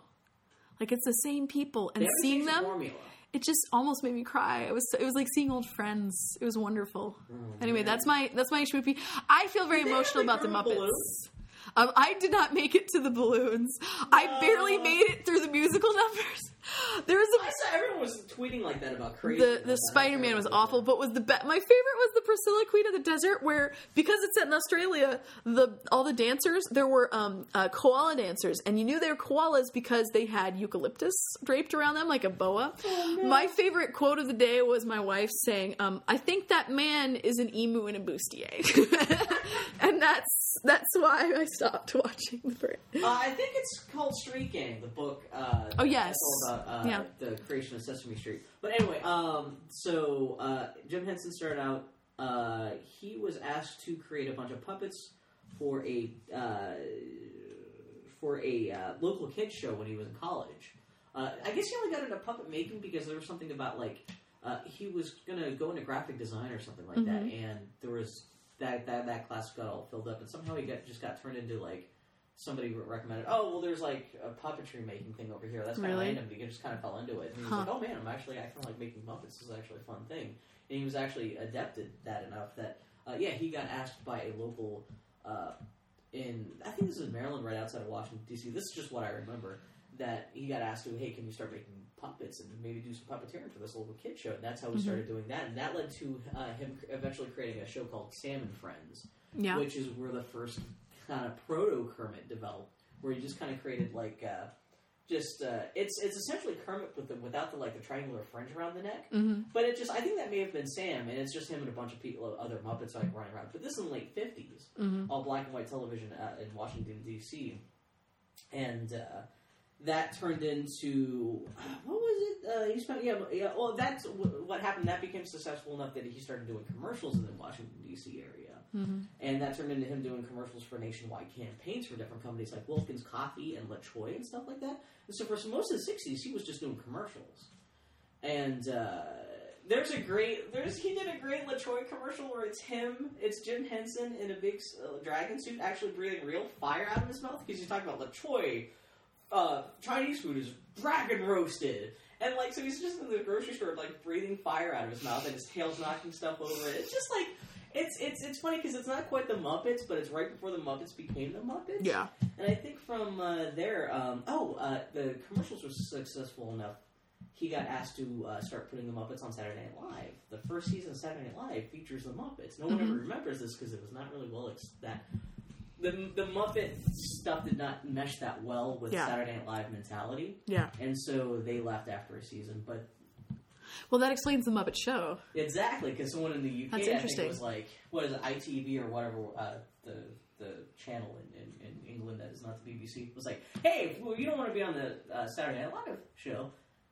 Like it's the same people, and They haven't seeing changed the them, formula. it just almost made me cry. It was it was like seeing old friends. It was wonderful. anyway, man. that's my that's my schmoopy. I feel very Mm-hmm. they have, emotional about like, the little Muppets. balloons? Um, I did not make it to the balloons. I barely No. made it through the musical numbers. There was Oh. I a, saw everyone was tweeting like that about crazy. the the Spider Man was awful, but was the be- my favorite was the Priscilla Queen of the Desert, where because it's set in Australia, the all the dancers there were um, uh, koala dancers, and you knew they were koalas because they had eucalyptus draped around them like a boa. My favorite quote of the day was my wife saying, um, "I think that man is an emu and a bustier," [laughs] and that's that's why I stopped watching the parade. Uh, I think it's called Street Gang, the book. Uh, Oh, yes. that's all about uh, Yeah. the creation of Sesame Street. But anyway, um, so uh, Jim Henson started out. Uh, he was asked to create a bunch of puppets for a uh, for a uh, local kids show when he was in college. Uh, I guess he only got into puppet making because there was something about like uh, he was gonna go into graphic design or something like that, Mm-hmm. and there was that, that that class got all filled up, and somehow he got just got turned into like somebody re- recommended. Oh well, there's like a puppetry making thing over here. That's kind Really? of random. He just kind of fell into it, and he was Huh. like, oh man, I'm actually I kind of like making puppets. This is actually a fun thing, and he was actually adept at that enough that uh, yeah, he got asked by a local. Uh, in I think this is Maryland, right outside of Washington D.C. This is just what I remember. That he got asked to, hey, can you start making puppets and maybe do some puppeteering for this local kid show? And that's how we Mhm. started doing that, and that led to uh, him cr- eventually creating a show called Sam and Friends, Yeah, which is where the first kind of proto Kermit developed, where he just kind of created like uh, just uh, it's it's essentially Kermit with the, without the like the triangular fringe around the neck, hmm but it just I think that may have been Sam, and it's just him and a bunch of people, other Muppets like running around. But this is in the late fifties hmm all black and white television uh, in Washington D.C. and uh, that turned into what was it? Uh, he spent yeah, yeah. Well, that's wh- what happened. That became successful enough that he started doing commercials in the Washington D.C. area, hmm and that turned into him doing commercials for nationwide campaigns for different companies like Wilkins Coffee and La Choy and stuff like that. And so for s- most of the '60s, he was just doing commercials, and. Uh, there's a great there's he did a great LaTroy commercial where it's him it's Jim Henson in a big uh, dragon suit actually breathing real fire out of his mouth because he's talking about LaTroy uh, Chinese food is dragon roasted and like so he's just in the grocery store like breathing fire out of his mouth and his tail's knocking stuff over it's just like it's it's it's funny because it's not quite the Muppets but it's right before the Muppets became the Muppets yeah. and I think from uh, there, um, oh, uh, the commercials were successful enough he got asked to uh, start putting the Muppets on Saturday Night Live. The first season of Saturday Night Live features the Muppets. No one Mm-hmm. ever remembers this because it was not really well ex- that the the Muppet stuff did not mesh that well with Yeah. Saturday Night Live mentality, Yeah. and so they left after a season. But Well, that explains the Muppet Show. Exactly, because someone in the UK, That's I think, interesting. it was like, what is it, ITV or whatever uh, the the channel in, in, in England that is not the BBC was like, hey, well, you don't want to be on the uh, Saturday Night Live show.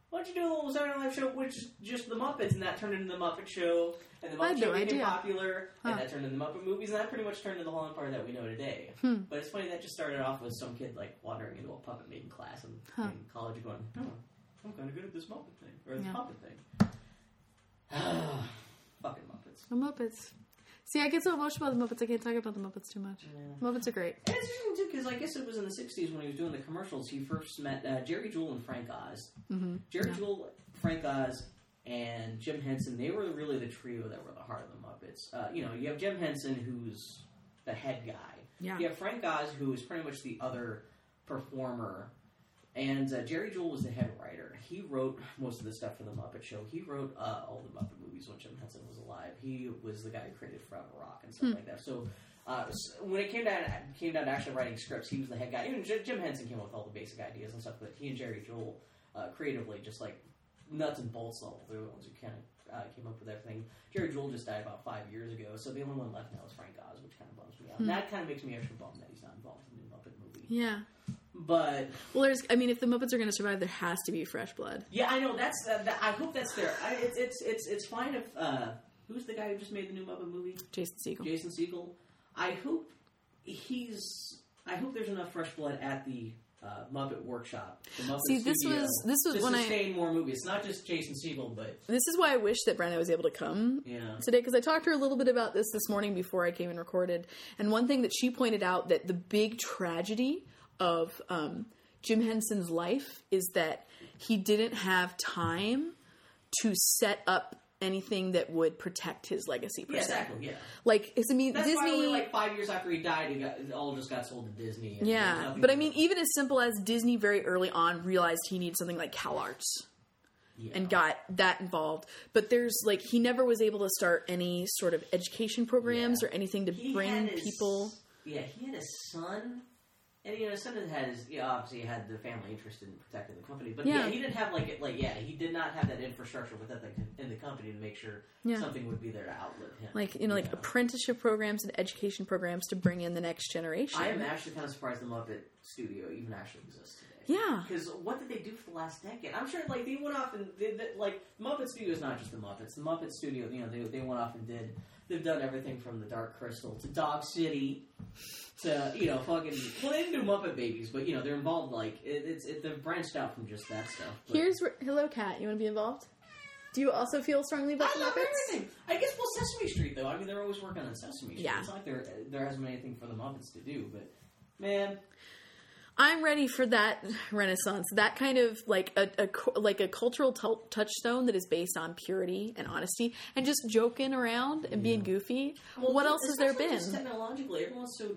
Why don't you do a little Saturday Night Live show, which is just the Muppets, and that turned into the Muppet Show, and the I had Muppet Show no became idea. popular, Huh. and that turned into the Muppet movies, and that pretty much turned into the whole empire that we know today. Hmm. But it's funny that just started off with some kid like wandering into a puppet making class in, Huh. in college, going, "Oh, I'm kind of good at this Muppet thing or this Yeah. Muppet thing." [sighs] Fucking Muppets. The Muppets. See, I get so emotional about the Muppets. I can't talk about the Muppets too much. Muppets are great. And It's interesting too because I guess it was in the '60s when he was doing the commercials. He first met uh, Jerry Jewell and Frank Oz. Mm-hmm. Jerry Yeah. Jewell, Frank Oz, and Jim Henson. They were really the trio that were the heart of the Muppets. Uh, you know, you have Jim Henson, who's the head guy. Yeah. You have Frank Oz, who is pretty much the other performer, and uh, Jerry Jewell was the head writer. He wrote most of the stuff for the Muppet Show. He wrote uh, all the Muppet movies when Jim Henson was alive. He was the guy who created Forever Rock and Hmm. stuff like that. So. Uh, s- when it came down, came down to actually writing scripts, he was the head guy. Even J- Jim Henson came up with all the basic ideas and stuff, but he and Jerry Jewell uh, creatively just like nuts and bolts level. They were the ones who kind of uh, came up with everything. Jerry Jewell just died about five years ago, so the only one left now is Frank Oz, which kind of bums me out. Hmm. And that kind of makes me extra bummed that he's not involved in the new Muppet movie. Yeah. But Well, there's. I mean, if the Muppets are going to survive, there has to be fresh blood. yeah, I know that's. Uh, that, I hope that's there. I, it's it's it's it's fine if uh, who's the guy who just made the new Muppet movie? Jason Segel. Jason Siegel. I hope he's. I hope there's enough fresh blood at the uh, Muppet Workshop. The Muppet See, this Studio was- this was to when I- sustain more movies. It's not just Jason Siegel, but This is why I wish that Brenna was able to come you know. today because I talked to her a little bit about this this morning before I came and recorded. And one thing that she pointed out that the big tragedy of um, Jim Henson's life is that he didn't have time to set up anything that would protect his legacy. Per Yeah, se. exactly. Yeah. Like, 'cause I mean, That's Disney. why only like five years after he died, he got it all just got sold to Disney. And there's yeah, nothing- but I mean, even as simple as Disney very early on realized he needed something like CalArts. yeah. and got that involved. But there's like he never was able to start any sort of education programs Yeah. or anything to He bring had his- people. Yeah, he had a son, and you know, his son had his yeah, obviously had the family interest in protecting the company, but yeah, Yeah. he didn't have like it like yeah, he did not have that infrastructure within the in the company to make sure Yeah. something would be there to outlive him. Like you know, like Yeah. apprenticeship programs and education programs to bring in the next generation. I am actually kind of surprised the Muppet Studio even actually exists today. yeah, Because what did they do for the last decade? I'm sure, like, they went off and did, that- like, Muppet Studio is not just the Muppets. The Muppet Studio, you know, they, they went off and did, they've done everything from the Dark Crystal to Dog City to, you know, fucking, well, they didn't do Muppet Babies, but, you know, they're involved, like, it, it's, it, they've branched out from just that stuff. But here's where, hello, cat. You want to be involved? Do you also feel strongly about I the love Muppets? everything. I guess, well, Sesame Street, though. I mean, they're always working on Sesame Street. Yeah. It's not like there, there hasn't been anything for the Muppets to do, but, man, I'm ready for that [laughs] renaissance. That kind of like a, a cu- like a cultural tou- touchstone that is based on purity and honesty and just joking around and being goofy. Well, what else has there especially been? just technologically, everyone's so t-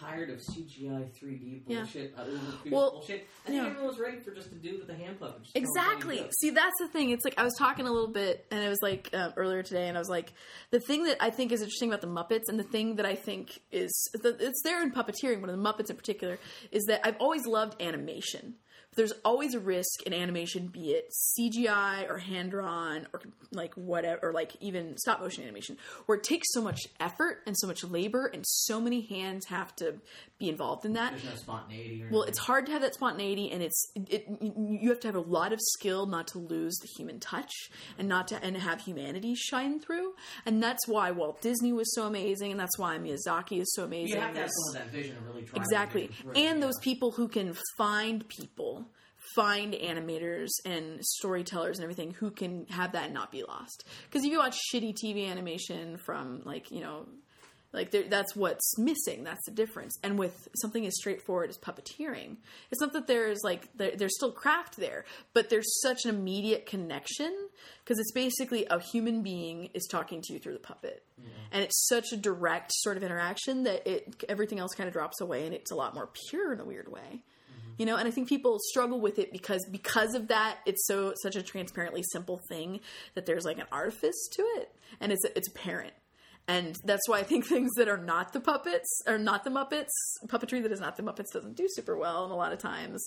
tired of CGI 3D Yeah. bullshit. uh, overproduced Well, bullshit. I think yeah. everyone's ready for just a dude with a hand puppet. just Exactly. throwing See, that's the thing. It's like I was talking a little bit, and it was like um, earlier today, and I was like, the thing that I think is interesting about the Muppets, and the thing that I think is the, it's there in puppeteering, but in the Muppets in particular, is that I've always loved animation. There's always a risk in animation, be it CGI or hand drawn or like whatever, or like even stop motion animation, where it takes so much effort and so much labor, and so many hands have to be involved in that. There's no spontaneity. Or Well, anything. it's hard to have that spontaneity, and it's it, you you have to have a lot of skill not to lose the human touch and not to and have humanity shine through. And that's why Walt Disney was so amazing, and that's why Miyazaki is so amazing. you have to There's- have someone with that vision to really try. exactly, To really, and those people who can find people, find animators and storytellers and everything who can have that and not be lost. Because if you watch shitty TV animation from like you know like there, that's what's missing. That's the difference. And with something as straightforward as puppeteering, it's not that there's like there, there's still craft there, but there's such an immediate connection because it's basically a human being is talking to you through the puppet, and it's such a direct sort of interaction that it everything else kind of drops away, and it's a lot more pure in a weird way. you know and i think people struggle with it because because of that it's so such a transparently simple thing that there's like an artifice to it and it's it's apparent and that's why i think [laughs] things that are not the puppets are not the muppets puppetry that is not the muppets doesn't do super well and a lot of times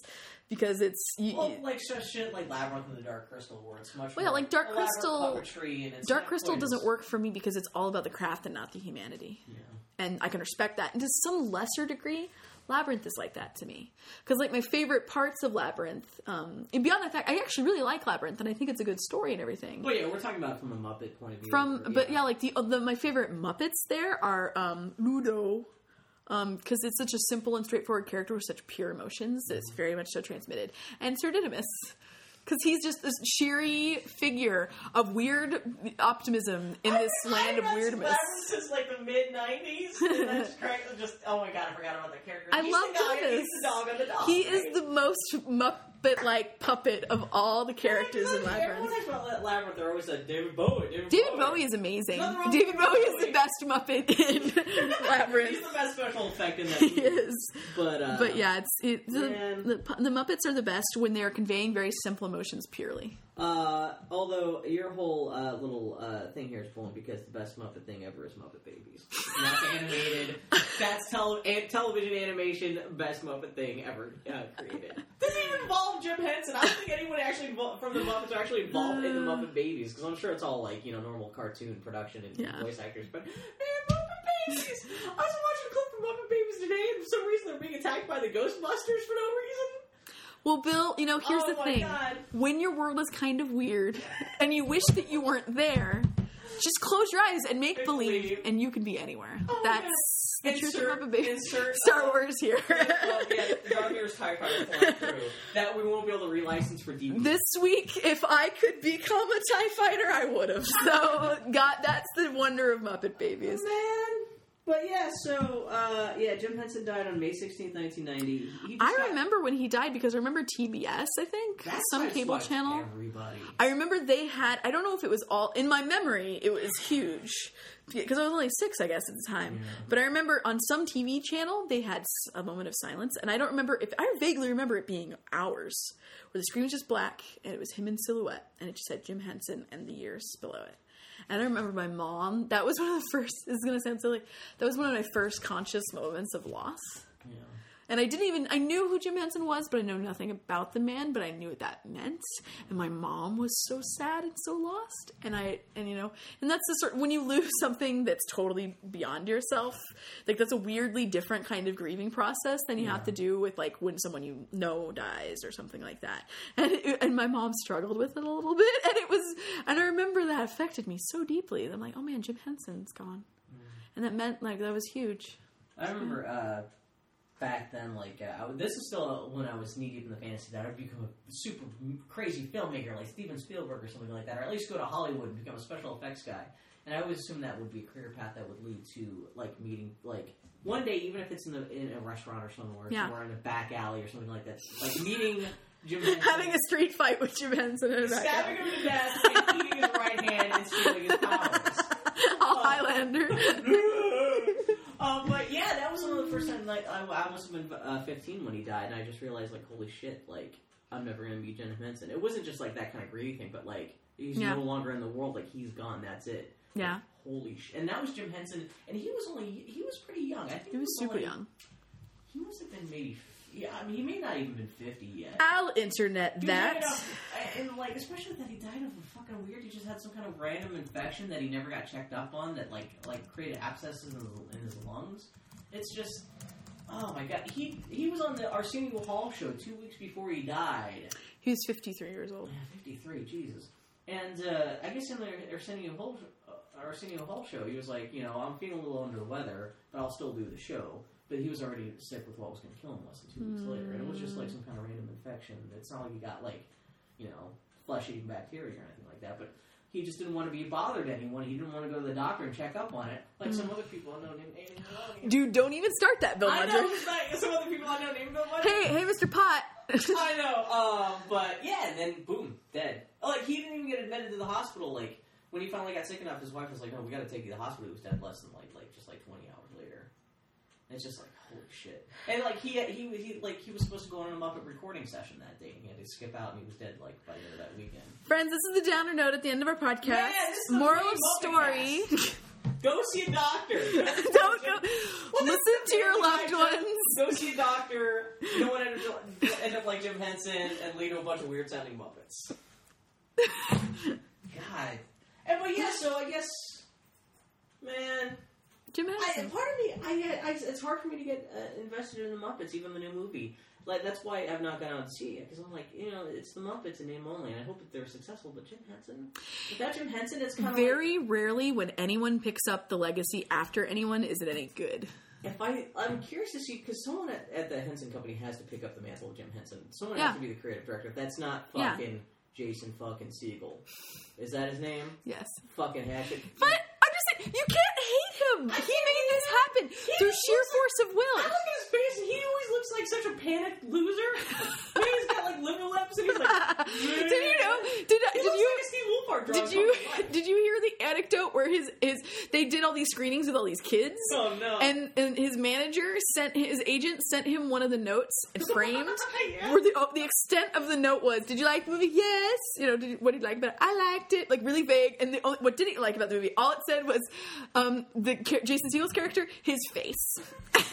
because it's you, Well, you- Oh, like sh- shit like Labyrinth and the Dark Crystal, where it's much Well, more like Dark elaborate Crystal- puppetry and it's dark not crystal quite as- doesn't work for me because it's all about the craft and not the humanity Yeah. and I can respect that. And to some lesser degree, Labyrinth is like that to me. Because like my favorite parts of Labyrinth, um, and beyond that fact, I actually really like Labyrinth, and I think it's a good story and everything. But yeah, we're talking about from a Muppet point of view. From but yeah, like the, uh, the my favorite Muppets there are um, Ludo. Because it's such a simple and straightforward character with such pure emotions, that it's very much so transmitted. And Sir Didymus, because he's just this cheery figure of weird optimism in this land of weirdness. Since like the mid nineties, just, cracked- [laughs] just oh my god, I forgot about that character. I He's love the dog, Thomas. He's the dog on the dog. He right? is the most Muppet like puppet of all the characters in Everyone Labyrinth. talks about Labyrinth. They're always like David Bowie. David, David Bowie is amazing. Nothing wrong with David Bowie is the Bowie. best Muppet [laughs] in He's Labyrinth. the best special [laughs] effect in that. He movie. is. But uh, But yeah, it's it, Man. the, the the Muppets are the best when they are conveying very simple emotions purely. Uh, although your whole uh, little uh, thing here is pulling because the best Muppet thing ever is Muppet Babies. And That's [laughs] animated. That's tele- an- television animation best Muppet thing ever uh, created. Doesn't even involve Jim Henson. I don't think anyone actually invo- from the Muppets are actually involved in the Uh. Muppet Babies because I'm sure it's all like you know normal cartoon production and Yeah. voice actors. But man, Muppet Babies! I was watching a clip from Muppet Babies today, and for some reason they're being attacked by the Ghostbusters for no reason. Well, Bill, you know here's Oh the my thing: God. when your world is kind of weird and you wish that you weren't there, just close your eyes and make Make believe, believe. and you can be anywhere. Oh my That's God. the truth of Insert- Muppet Babies. [laughs] insert, Star uh, Wars here. Oh, yeah, Darmir's TIE fighter flying through. That we won't be able to relicense for DVD. This week, if I could become a TIE fighter, I would have. [laughs] So, God, that's the wonder of Muppet Babies. man. But yeah, so uh, yeah, Jim Henson died on May sixteenth, nineteen ninety. I remember when he died because I remember TBS, I think, some cable channel. Everybody. I remember they had, I don't know if it was all, in my memory, it was huge. Because I was only six, I guess, at the time. But I remember on some TV channel, they had s- a moment of silence. And I don't remember if, I vaguely remember it being hours where the screen was just black and it was him in silhouette and it just had Jim Henson and the years below it. And I remember my mom, that was one of the [laughs] first, this is going to sound silly, that was one of my first conscious moments of loss. Yeah. And I didn't even I knew who Jim Henson was, but I know nothing about the man, but I knew what that meant. And my mom was so sad and so lost. And I and you know, and that's the sort when you lose [laughs] something that's totally beyond yourself, like that's a weirdly different kind of grieving process than you have to do with like when someone you know dies or something like that. And it, and my mom struggled with it a little bit [laughs] and it was and I remember that affected me so deeply. I'm like, "Oh man, Jim Henson's gone." And that meant like that was huge. I remember uh, back then, like uh, I would- this is still when I was knee deep in the fantasy that I'd become a super crazy filmmaker like Steven Spielberg or something like that, or at least go to Hollywood and become a special effects guy. And I would assume that would be a career path that would lead to like meeting like one day, even if it's in, the, in a restaurant or somewhere, Yeah. or in a back alley or something like that, like meeting Jim. [laughs] Henson, having a street fight with Jim Henson in the stabbing background. him to death and eating his right hand and stealing his powers. [laughs] All Highlander. [laughs] [laughs] uh, but yeah, that was one of the first time. Like, I, I must have been uh, 15 when he died, and I just realized, like, holy shit, like, I'm never gonna meet Jenna Henson. It wasn't just like that kind of greedy thing, but like, he's Yeah. no longer in the world. Like, he's gone. That's it. Yeah. Holy shit! And that was Jim Henson, and he was only he was pretty young. I think He was super only- young. He must have been maybe. Yeah, I mean, he may not even been 50 yet. I'll internet Dude, that. you know, uh, and like, especially that he died of a fucking weird. He just had some kind of random infection that he never got checked up on. That like, like created abscesses in his, in his lungs. It's just, oh my god. He he was on the Arsenio Hall show two weeks before he died. He was 53 years old. Yeah, Fifty-three, Jesus. And uh, I guess in the Arsenio Hall, uh, Arsenio Hall show, he was like, you know, I'm feeling a little under the weather, but I'll still do the show. But he was already sick with what was going to kill him less than two weeks later, and it was just like some kind of random infection. It's not like he got like, you know, flesh-eating bacteria or anything like that. But he just didn't want to be bothered anyone. He didn't want to go to the doctor and check up on it, like some other people I know named Amy Maloney. Dude, don't even start that, Bill I know Ledger. it's like some other people I know named Bill Munter. Hey, hey, Mr. Pot. [laughs] I know, um, but yeah, and then boom, dead. Oh, Like he didn't even get admitted to the hospital. Like when he finally got sick enough, his wife was like, "No, we got to take you to the hospital." He was dead less than like like just like twenty hours later. It's just like holy shit. And like he he he like he was supposed to go on a Muppet recording session that day, and he had to skip out, and he was dead like by the end of that weekend. Friends, this is the downer note at the end of our podcast. Yeah, this is a Moral great of story: Go see a doctor. [laughs] Don't [laughs] go. listen to your loved ones. [laughs] Go see a doctor. You don't want to end up- end up like Jim Henson and lead to a bunch of weird sounding Muppets. God. And but yeah, so I guess, man. Jim I, part Henson. of me, I, I, it's hard for me to get uh, invested in the Muppets, even the new movie. Like that's why I've not gone out and see it because I'm like, you know, it's the Muppets in name only, and I hope that they're successful. But Jim Henson, without Jim Henson, it's kind of Very rarely, when anyone picks up the legacy after anyone, is it any good. If I, I'm curious to see because someone at, at the Henson Company has to pick up the mantle of Jim Henson. Someone Yeah. has to be the creative director. If that's not Yeah. fucking Jason fucking Siegel, is that his name? Yes. Fucking hatchet. But I'm just saying, you can't hate him. He made this happen through sheer force of I will. look at his face and he always looks like such a panicked loser. [laughs] And he's got like liver lips and he's [laughs] like, did you know? Did, [laughs] He did looks you? like a Steve Wolfhard drawing Did you [laughs] from life. did you hear the anecdote where his his they did all these screenings with all these kids? Oh no! And and his manager sent his agent sent him one of the notes and framed [laughs] Yeah. where the oh, the extent of the note was: Did you like the movie? Yes. You know, did you, what did you like about it? I liked it. Like really vague. And the only, what didn't you like about the movie? All it said was um, the char- Jason Siegel's character, his face. [laughs]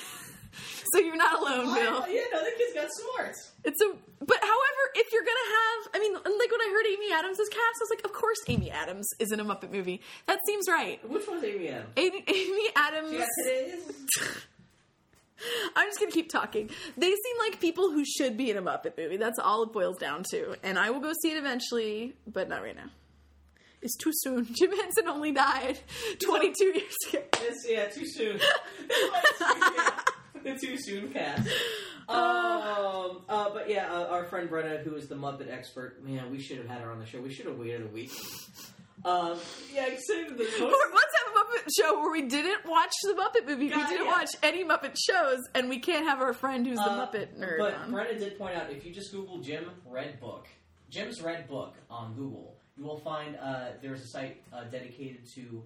so you're not alone, Bill. I, yeah, no, the kid's got smarts. It's a but however, if you're gonna have I mean like when I heard Amy Adams was cast, I was like, of course Amy Adams is in a Muppet movie. That seems right. Which one's Amy Adams? Amy, Amy Adams Yeah, today's. I'm just gonna keep talking. They seem like people who should be in a Muppet movie. That's all it boils down to. And I will go see it eventually, but not right now. It's too soon. [laughs] Jim Henson only died 22 years [laughs] ago. It's, yeah, [laughs] too soon. [laughs] It's too- the too soon cast. Uh. Um, uh, but yeah, uh, our friend Brenna, who is the Muppet expert, man, we should have had her on the show. We should have waited a week. Um, yeah, except the Or [laughs] most. Let's have a Muppet show where we didn't watch the Muppet movie. God, we didn't yeah. watch any Muppet shows, and we can't have our friend who's the Uh, Muppet nerd But on. Brenna did point out if you just Google Jim Red Book, Jim's Red Book on Google, you will find uh, there's a site uh, dedicated to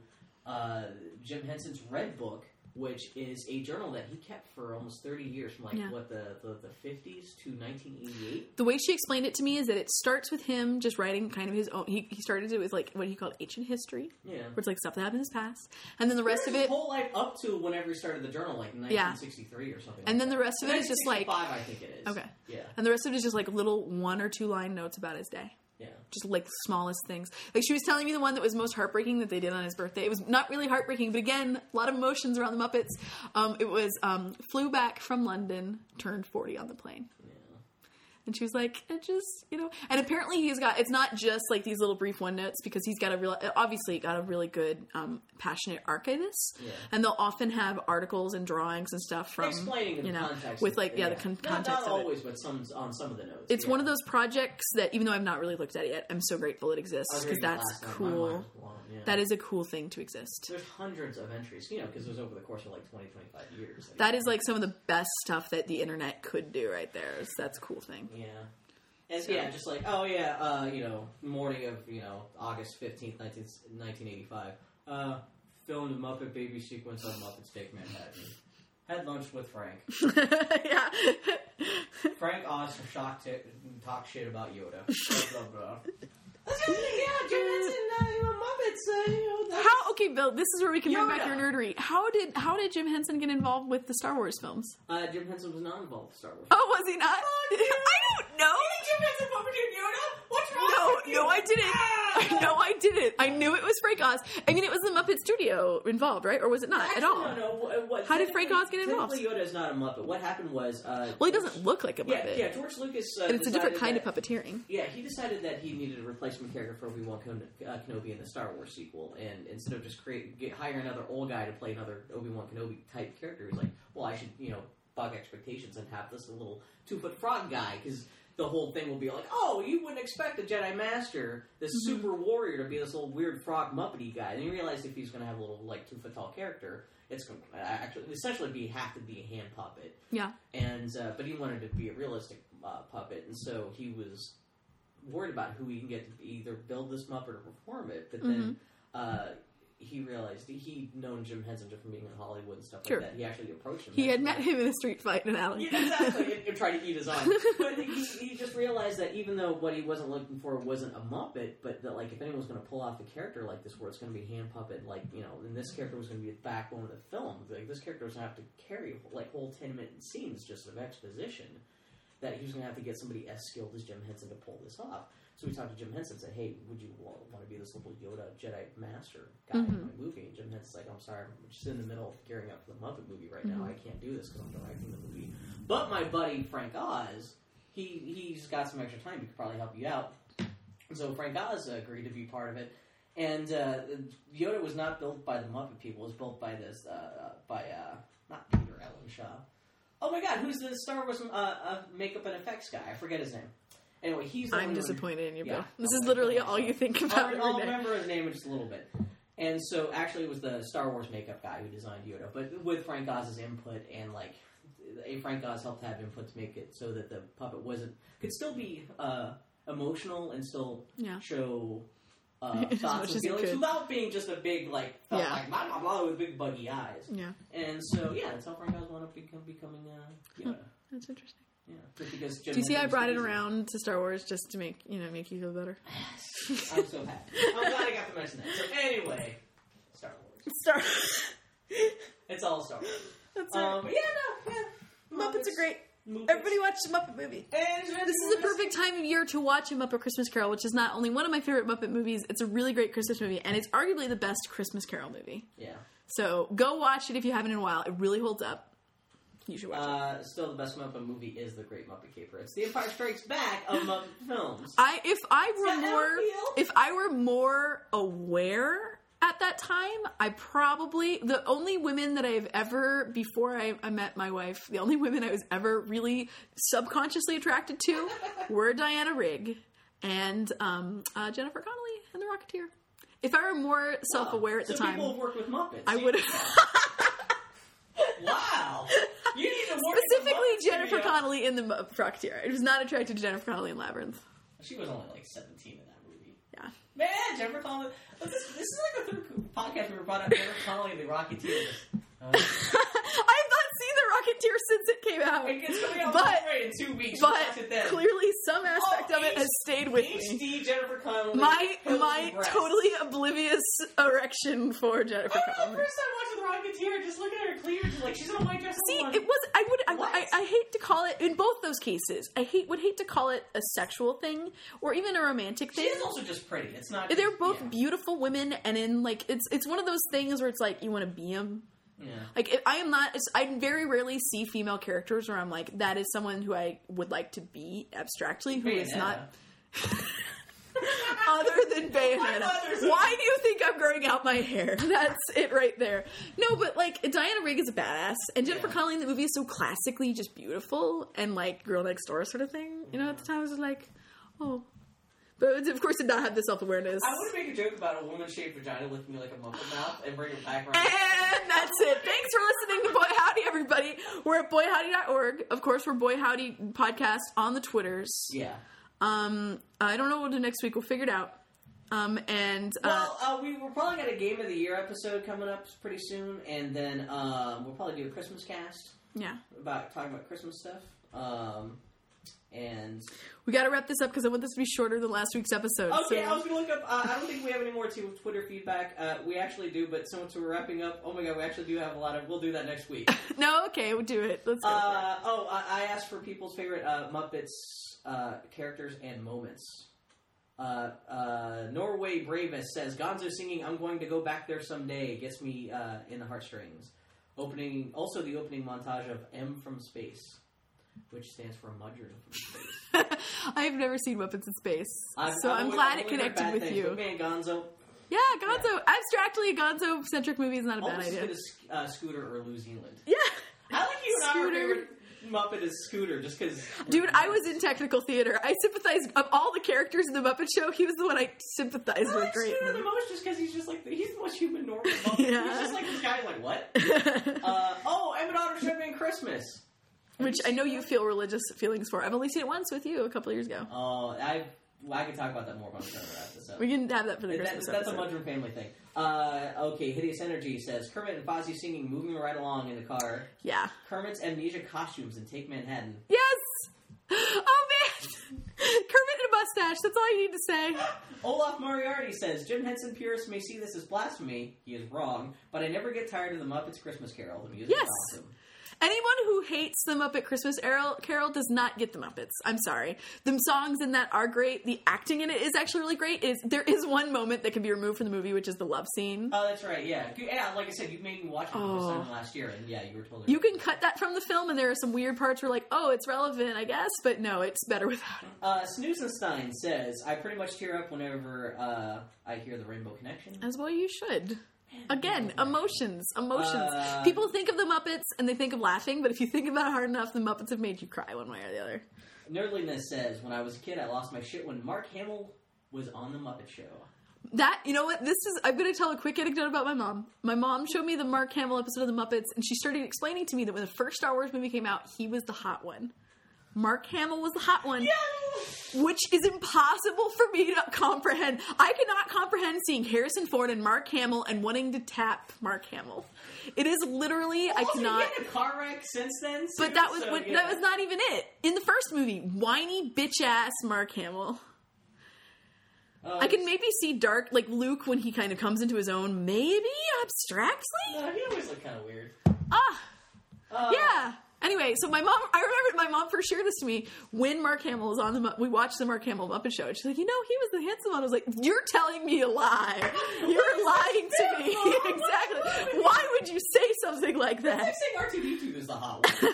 uh, Jim Henson's Red Book, which is a journal that he kept for almost 30 years, from like Yeah. what the, the, the 50s to 1988. the way she explained it to me is that it starts with him just writing kind of his own. He, he started it with like what he called ancient history, Yeah. where it's like stuff that happened in his past, and then the rest of His it, whole life up to whenever he started the journal, like in Yeah. 1963 or something. and like then the rest that. of it is just like, 1965, I think it is. Okay. Yeah. and the rest of it is just like little one or two line notes about his day. Yeah. Just like the smallest things. Like she was telling me the one that was most heartbreaking that they did on his birthday. It was not really heartbreaking, but again, a lot of emotions around the Muppets. Um, it was um, flew back from London, turned forty on the plane. Yeah. And she was like, it just, you know. And apparently he's got, it's not just like these little brief one notes because he's got a real, obviously got a really good, um, passionate archivist. Yeah. And they'll often have articles and drawings and stuff from, explaining in you the know, context with of- like, yeah, the con- not, context not of it. always, but some on some of the notes. It's yeah. one of those projects that, even though I've not really looked at it yet, I'm so grateful it I was exists because reading it that's last night, my cool. mind was blown, yeah. That is a cool thing to exist. There's hundreds of entries, you know, because it was over the course of like 20, 25 years. Like, That is like some of the best stuff that the internet could do right there. So that's a cool thing. [laughs] yeah, and yeah, just like oh yeah, uh, you know, morning of you know August fifteenth, 1985. Uh, filmed a Muppet baby sequence on Muppets Take Manhattan. Had lunch with [laughs] Frank. yeah. [laughs] Frank Austin shocked it, talk shit about Yoda. blah, blah, blah. That's the other thing, yeah, Jim Henson, uh, you know, Muppets, uh, you know, that's- How okay, Bill? This is where we can bring back your Yoda. nerdery. How did how did Jim Henson get involved with the Star Wars films? Uh, Jim Henson was not involved with Star Wars. Oh, was he not? [laughs] I Oh, don't know. Jim Henson puppeteered Yoda? What's wrong with you? No, no, I didn't. Ah! No, I didn't. I knew it was Frank Oz. I mean, it was the Muppet Studio involved, right? Or was it not Actually, at all? No, no. What, what, How did Frank Oz get involved? Technically, Yoda is not a Muppet. What happened was, uh, Well, he doesn't look like a yeah, Muppet. yeah. George Lucas, uh, and it's a different decided kind that- of puppeteering. Yeah, he decided that he needed a replacement character for Obi Wan Ken- uh, Kenobi in the Star Wars sequel, and instead of just create get, hire another old guy to play another Obi Wan Kenobi type character, he's like, well, I should you know bug expectations and have this little two foot frog guy because the whole thing will be like, oh, you wouldn't expect a Jedi Master, this super warrior, to be this little weird frog muppety guy. And he realized if he's going to have a little like two foot tall character, it's going to actually essentially be have to be a hand puppet Yeah. and uh, but he wanted to be a realistic uh, puppet, and so he was Mm-hmm. worried about who he can get to either build this Muppet or perform it. But then uh, he realized he'd known Jim Henson from being in Hollywood and stuff Sure. like that. He actually approached him. He that had way. met him in a street fight in an alley. Yeah, [laughs] exactly. and, and try to eat his eye. But he, he just realized that even though what he wasn't looking for wasn't a Muppet, but that like if anyone was going to pull off a character like this, where it's going to be hand puppet, like you know, and this character was going to be the backbone of the film, like this character was going to have to carry like whole ten minute scenes just of exposition. That he was going to have to get somebody as skilled as Jim Henson to pull this off. So we talked to Jim Henson, said, "Hey, would you want to be this little Yoda Jedi Master guy in my movie?" And Jim Henson's like, "I'm sorry, I'm just in the middle of gearing up for the Muppet movie right now. I can't do this because I'm directing the movie." But my buddy Frank Oz, he he's got some extra time. He could probably help you out. And so Frank Oz agreed to be part of it. And uh, Yoda was not built by the Muppet people. It was built by this uh, uh, by uh, not Peter Allen Shaw. Oh my God, who's the Star Wars uh, uh, makeup and effects guy? I forget his name. Anyway, he's the I'm one who- disappointed in you, Bill. Yeah. This is literally all you think about I'll, I'll every day. remember his name in just a little bit. And so, actually, it was the Star Wars makeup guy who designed Yoda, but with Frank Oz's input and like, a Frank Oz helped have input to make it so that the puppet wasn't could still be uh, emotional and still Yeah. show uh, [laughs] As much thoughts and as it feelings could. without being just a big like thought, Yeah. like blah blah blah with big buggy eyes. Yeah, And so, yeah, that's how Frank Oz wound up become, becoming uh, Yoda. that's interesting. Yeah, just because Jim Hmm. Do you see Henson I was brought too it easy. around to Star Wars just to make you know make you feel better? I'm so happy. I'm glad I got to mention that. So anyway, Star Wars. Star [laughs] It's all Star Wars. That's Um, right. yeah, no, yeah. Muppets are great. Muppets. Everybody watch the Muppet movie. And This is a perfect time of year to watch a Muppet Christmas Carol, which is not only one of my favorite Muppet movies, it's a really great Christmas movie, and it's arguably the best Christmas Carol movie. Yeah. So go watch it if you haven't in a while. It really holds up. You should watch it. Uh, still, the best Muppet movie is The Great Muppet Caper. It's The Empire Strikes Back of Muppet films. I if I were that how more it feels? if I were more aware at that time, I probably the only women that I've ever before I, I met my wife, the only women I was ever really subconsciously attracted [laughs] to were Diana Rigg and um, uh, Jennifer Connelly and the Rocketeer. If I were more self-aware at the so time, people have worked with Muppets. I [laughs] would [laughs] Wow. You need to work specifically with the Muppet Jennifer Studio. Connelly in the Mu- Rocketeer. I was not attracted to Jennifer Connelly in Labyrinth. She was only like 17 in that movie. Yeah. [laughs] Man, Jennifer Connelly. This, this is like the third podcast we brought up Jennifer Connelly and the Rocketeers. [laughs] Uh, I've not seen the Rocketeer since it came out. It gets coming out but Blu-ray in two weeks. We'll watch but it then. clearly some aspect Oh, of it has stayed with HD me. Jennifer Connelly. My Hilary my Breast. totally oblivious erection for I Jennifer remember the Connelly. first time watching The Rocketeer, just looking at her cleavage, like she's in a white dress. See, I'm like, it was I would I, What? I, I hate to call it in both those cases. I hate would hate to call it a sexual thing or even a romantic She thing. is also just pretty. It's not. They're both Yeah. beautiful women, and in like it's it's one of those things where it's like you want to be them. yeah. Like if I am not. it's- I very rarely see female characters where I'm like that is someone who I would like to be abstractly, who is Bayonetta. not [laughs] other [laughs] than mother's- Bayonetta. Why do you think I'm growing out my hair? [laughs] That's it right there. No, but like Diana Rigg is a badass, and Jennifer Yeah. Connelly in the movie is so classically just beautiful and like girl next door sort of thing. You know, at the time I was just like, oh, but of course did not have the self awareness. I want to make a joke about a woman-shaped vagina looking like a muppet mouth and bring it [laughs] back around. [laughs] And that's it. Thanks for listening to Boy Howdy, everybody. We're at boyhowdy.org. Of course, we're Boy Howdy Podcast on the Twitters. yeah. Um, I don't know what to do next week. We'll figure it out. Um, and uh, Well, uh, we we're probably got a game of the year episode coming up pretty soon, and then um, we'll probably do a Christmas cast yeah. about talking about Christmas stuff. Um, and We got to wrap this up because I want this to be shorter than last week's episode. Okay, so- I was gonna look up. Uh, I don't think we have any more to Twitter feedback. Uh, we actually do, but since we're wrapping up, oh my god, we actually do have a lot of. We'll do that [laughs] next week. no, okay, we'll do it. Let's go. [laughs] for Uh, oh, I, I asked for people's favorite uh, Muppets uh, characters and moments. Uh, uh, Norway Bravis says Gonzo singing "I'm going to go back there someday" gets me uh, in the heartstrings. Opening, also the opening montage of M from Space, which stands for Mudger from Space. it. I've never seen Weapons in Space, I've- so I've I'm only- glad I've it only heard connected bad with things, you. but man, Gonzo, Yeah, Gonzo. Abstractly, a Gonzo-centric movie is not a bad Almost as idea. good as uh, Scooter or New Zealand. [laughs] Yeah, I like you and Scooter. I were Muppet is Scooter just because. dude, I was in technical theater. I sympathized of all the characters in the Muppet Show. He was the one I sympathized I with. like great. [laughs] Scooter the most just because he's just like he's the most human normal. Muppet. He's Yeah. just like this guy. Like what? Uh, oh, Emmett Otter should have been Christmas. Uh, Which I know you feel religious feelings for. I've only seen it once with you a couple of years ago. Oh, I Well, I can talk about that more on another episode. We can have that for the That- Christmas that's, that's a episode. Mudroom family thing. Uh, okay, Hideous Energy says Kermit and Fozzie singing Moving Right Along in the car. yeah. Kermit's amnesia costumes in Take Manhattan. Yes. Oh man, [laughs] Kermit and a mustache. That's all you need to say. Olaf Moriarty says Jim Henson purists may see this as blasphemy. He is wrong, but I never get tired of the Muppets Christmas Carol. The music Yes. is awesome. Anyone who hates the Muppet Christmas Carol, Carol does not get the Muppets. I'm sorry. The songs in that are great. The acting in it is actually really great. It is there is one moment that can be removed from the movie, which is the love scene. Oh, that's right. Yeah, You- yeah. Like I said, you made me watch it the first Oh. time last year, and yeah, you were totally. You can cut that from the film, and there are some weird parts where like, oh, it's relevant, I guess, but no, it's better without it. Uh, Snoozenstein says, "I pretty much tear up whenever uh, I hear the Rainbow Connection." As well, you should. Again, emotions, emotions. Uh, People think of the Muppets and they think of laughing, but if you think about it hard enough, the Muppets have made you cry one way or the other. Nerdliness says, "When I was a kid, I lost my shit when Mark Hamill was on the Muppet Show." That you know what this is. I'm going to tell a quick anecdote about my mom. My mom showed me the Mark Hamill episode of the Muppets, and she started explaining to me that when the first Star Wars movie came out, he was the hot one. Mark Hamill was the hot one, which is impossible for me to comprehend. I cannot comprehend seeing Harrison Ford and Mark Hamill and wanting to tap Mark Hamill. It is literally I Also, cannot. He had a car wreck since then. too, But that was so, what, yeah. that was not even it in the first movie. Whiny bitch ass Mark Hamill. Uh, I can maybe see dark like Luke when he kind of comes into his own, maybe abstractly. No, uh, he always looked kind of weird. Ah, Uh, yeah. Anyway, so my mom, I remembered my mom first shared this to me when Mark Hamill was on the. Mu- We watched the Mark Hamill Muppet Show, and she's like, "You know, he was the handsome one." I was like, "You're telling me a lie. You're lying to me." [laughs] Mom? exactly. Why would you say something like that? It's like saying R2D2 is the hot [laughs] one.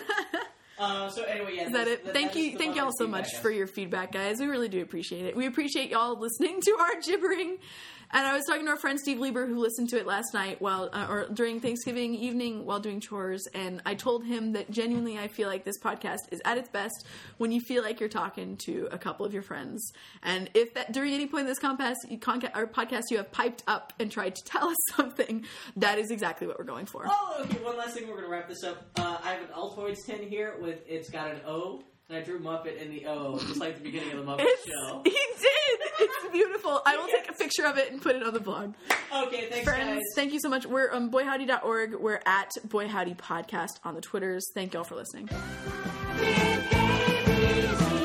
uh, so anyway, yeah. Is that that's- it? Thank that's you, the thank y'all Muppet so feedback, much I for your feedback, guys. We really do appreciate it. We appreciate y'all listening to our gibbering. And I was talking to our friend Steve Lieber, who listened to it last night while uh, or during Thanksgiving evening while doing chores. And I told him that genuinely, I feel like this podcast is at its best when you feel like you're talking to a couple of your friends. And if that during any point in this compass, conca- or podcast you have piped up and tried to tell us [laughs] something, that is exactly what we're going for. Oh, okay. One last thing. We're gonna wrap this up. Uh, I have an Altoids tin here with it's got an O, and I drew Muppet in the O, just like the beginning of the Muppet It's- [laughs] show. He did. It's beautiful. I will take a picture of it and put it on the blog. Okay, thanks, Friends, guys. thank you so much. We're um, on boyhowdy.org. We're at boyhowdypodcast on the Twitters. Thank y'all for listening. Babies,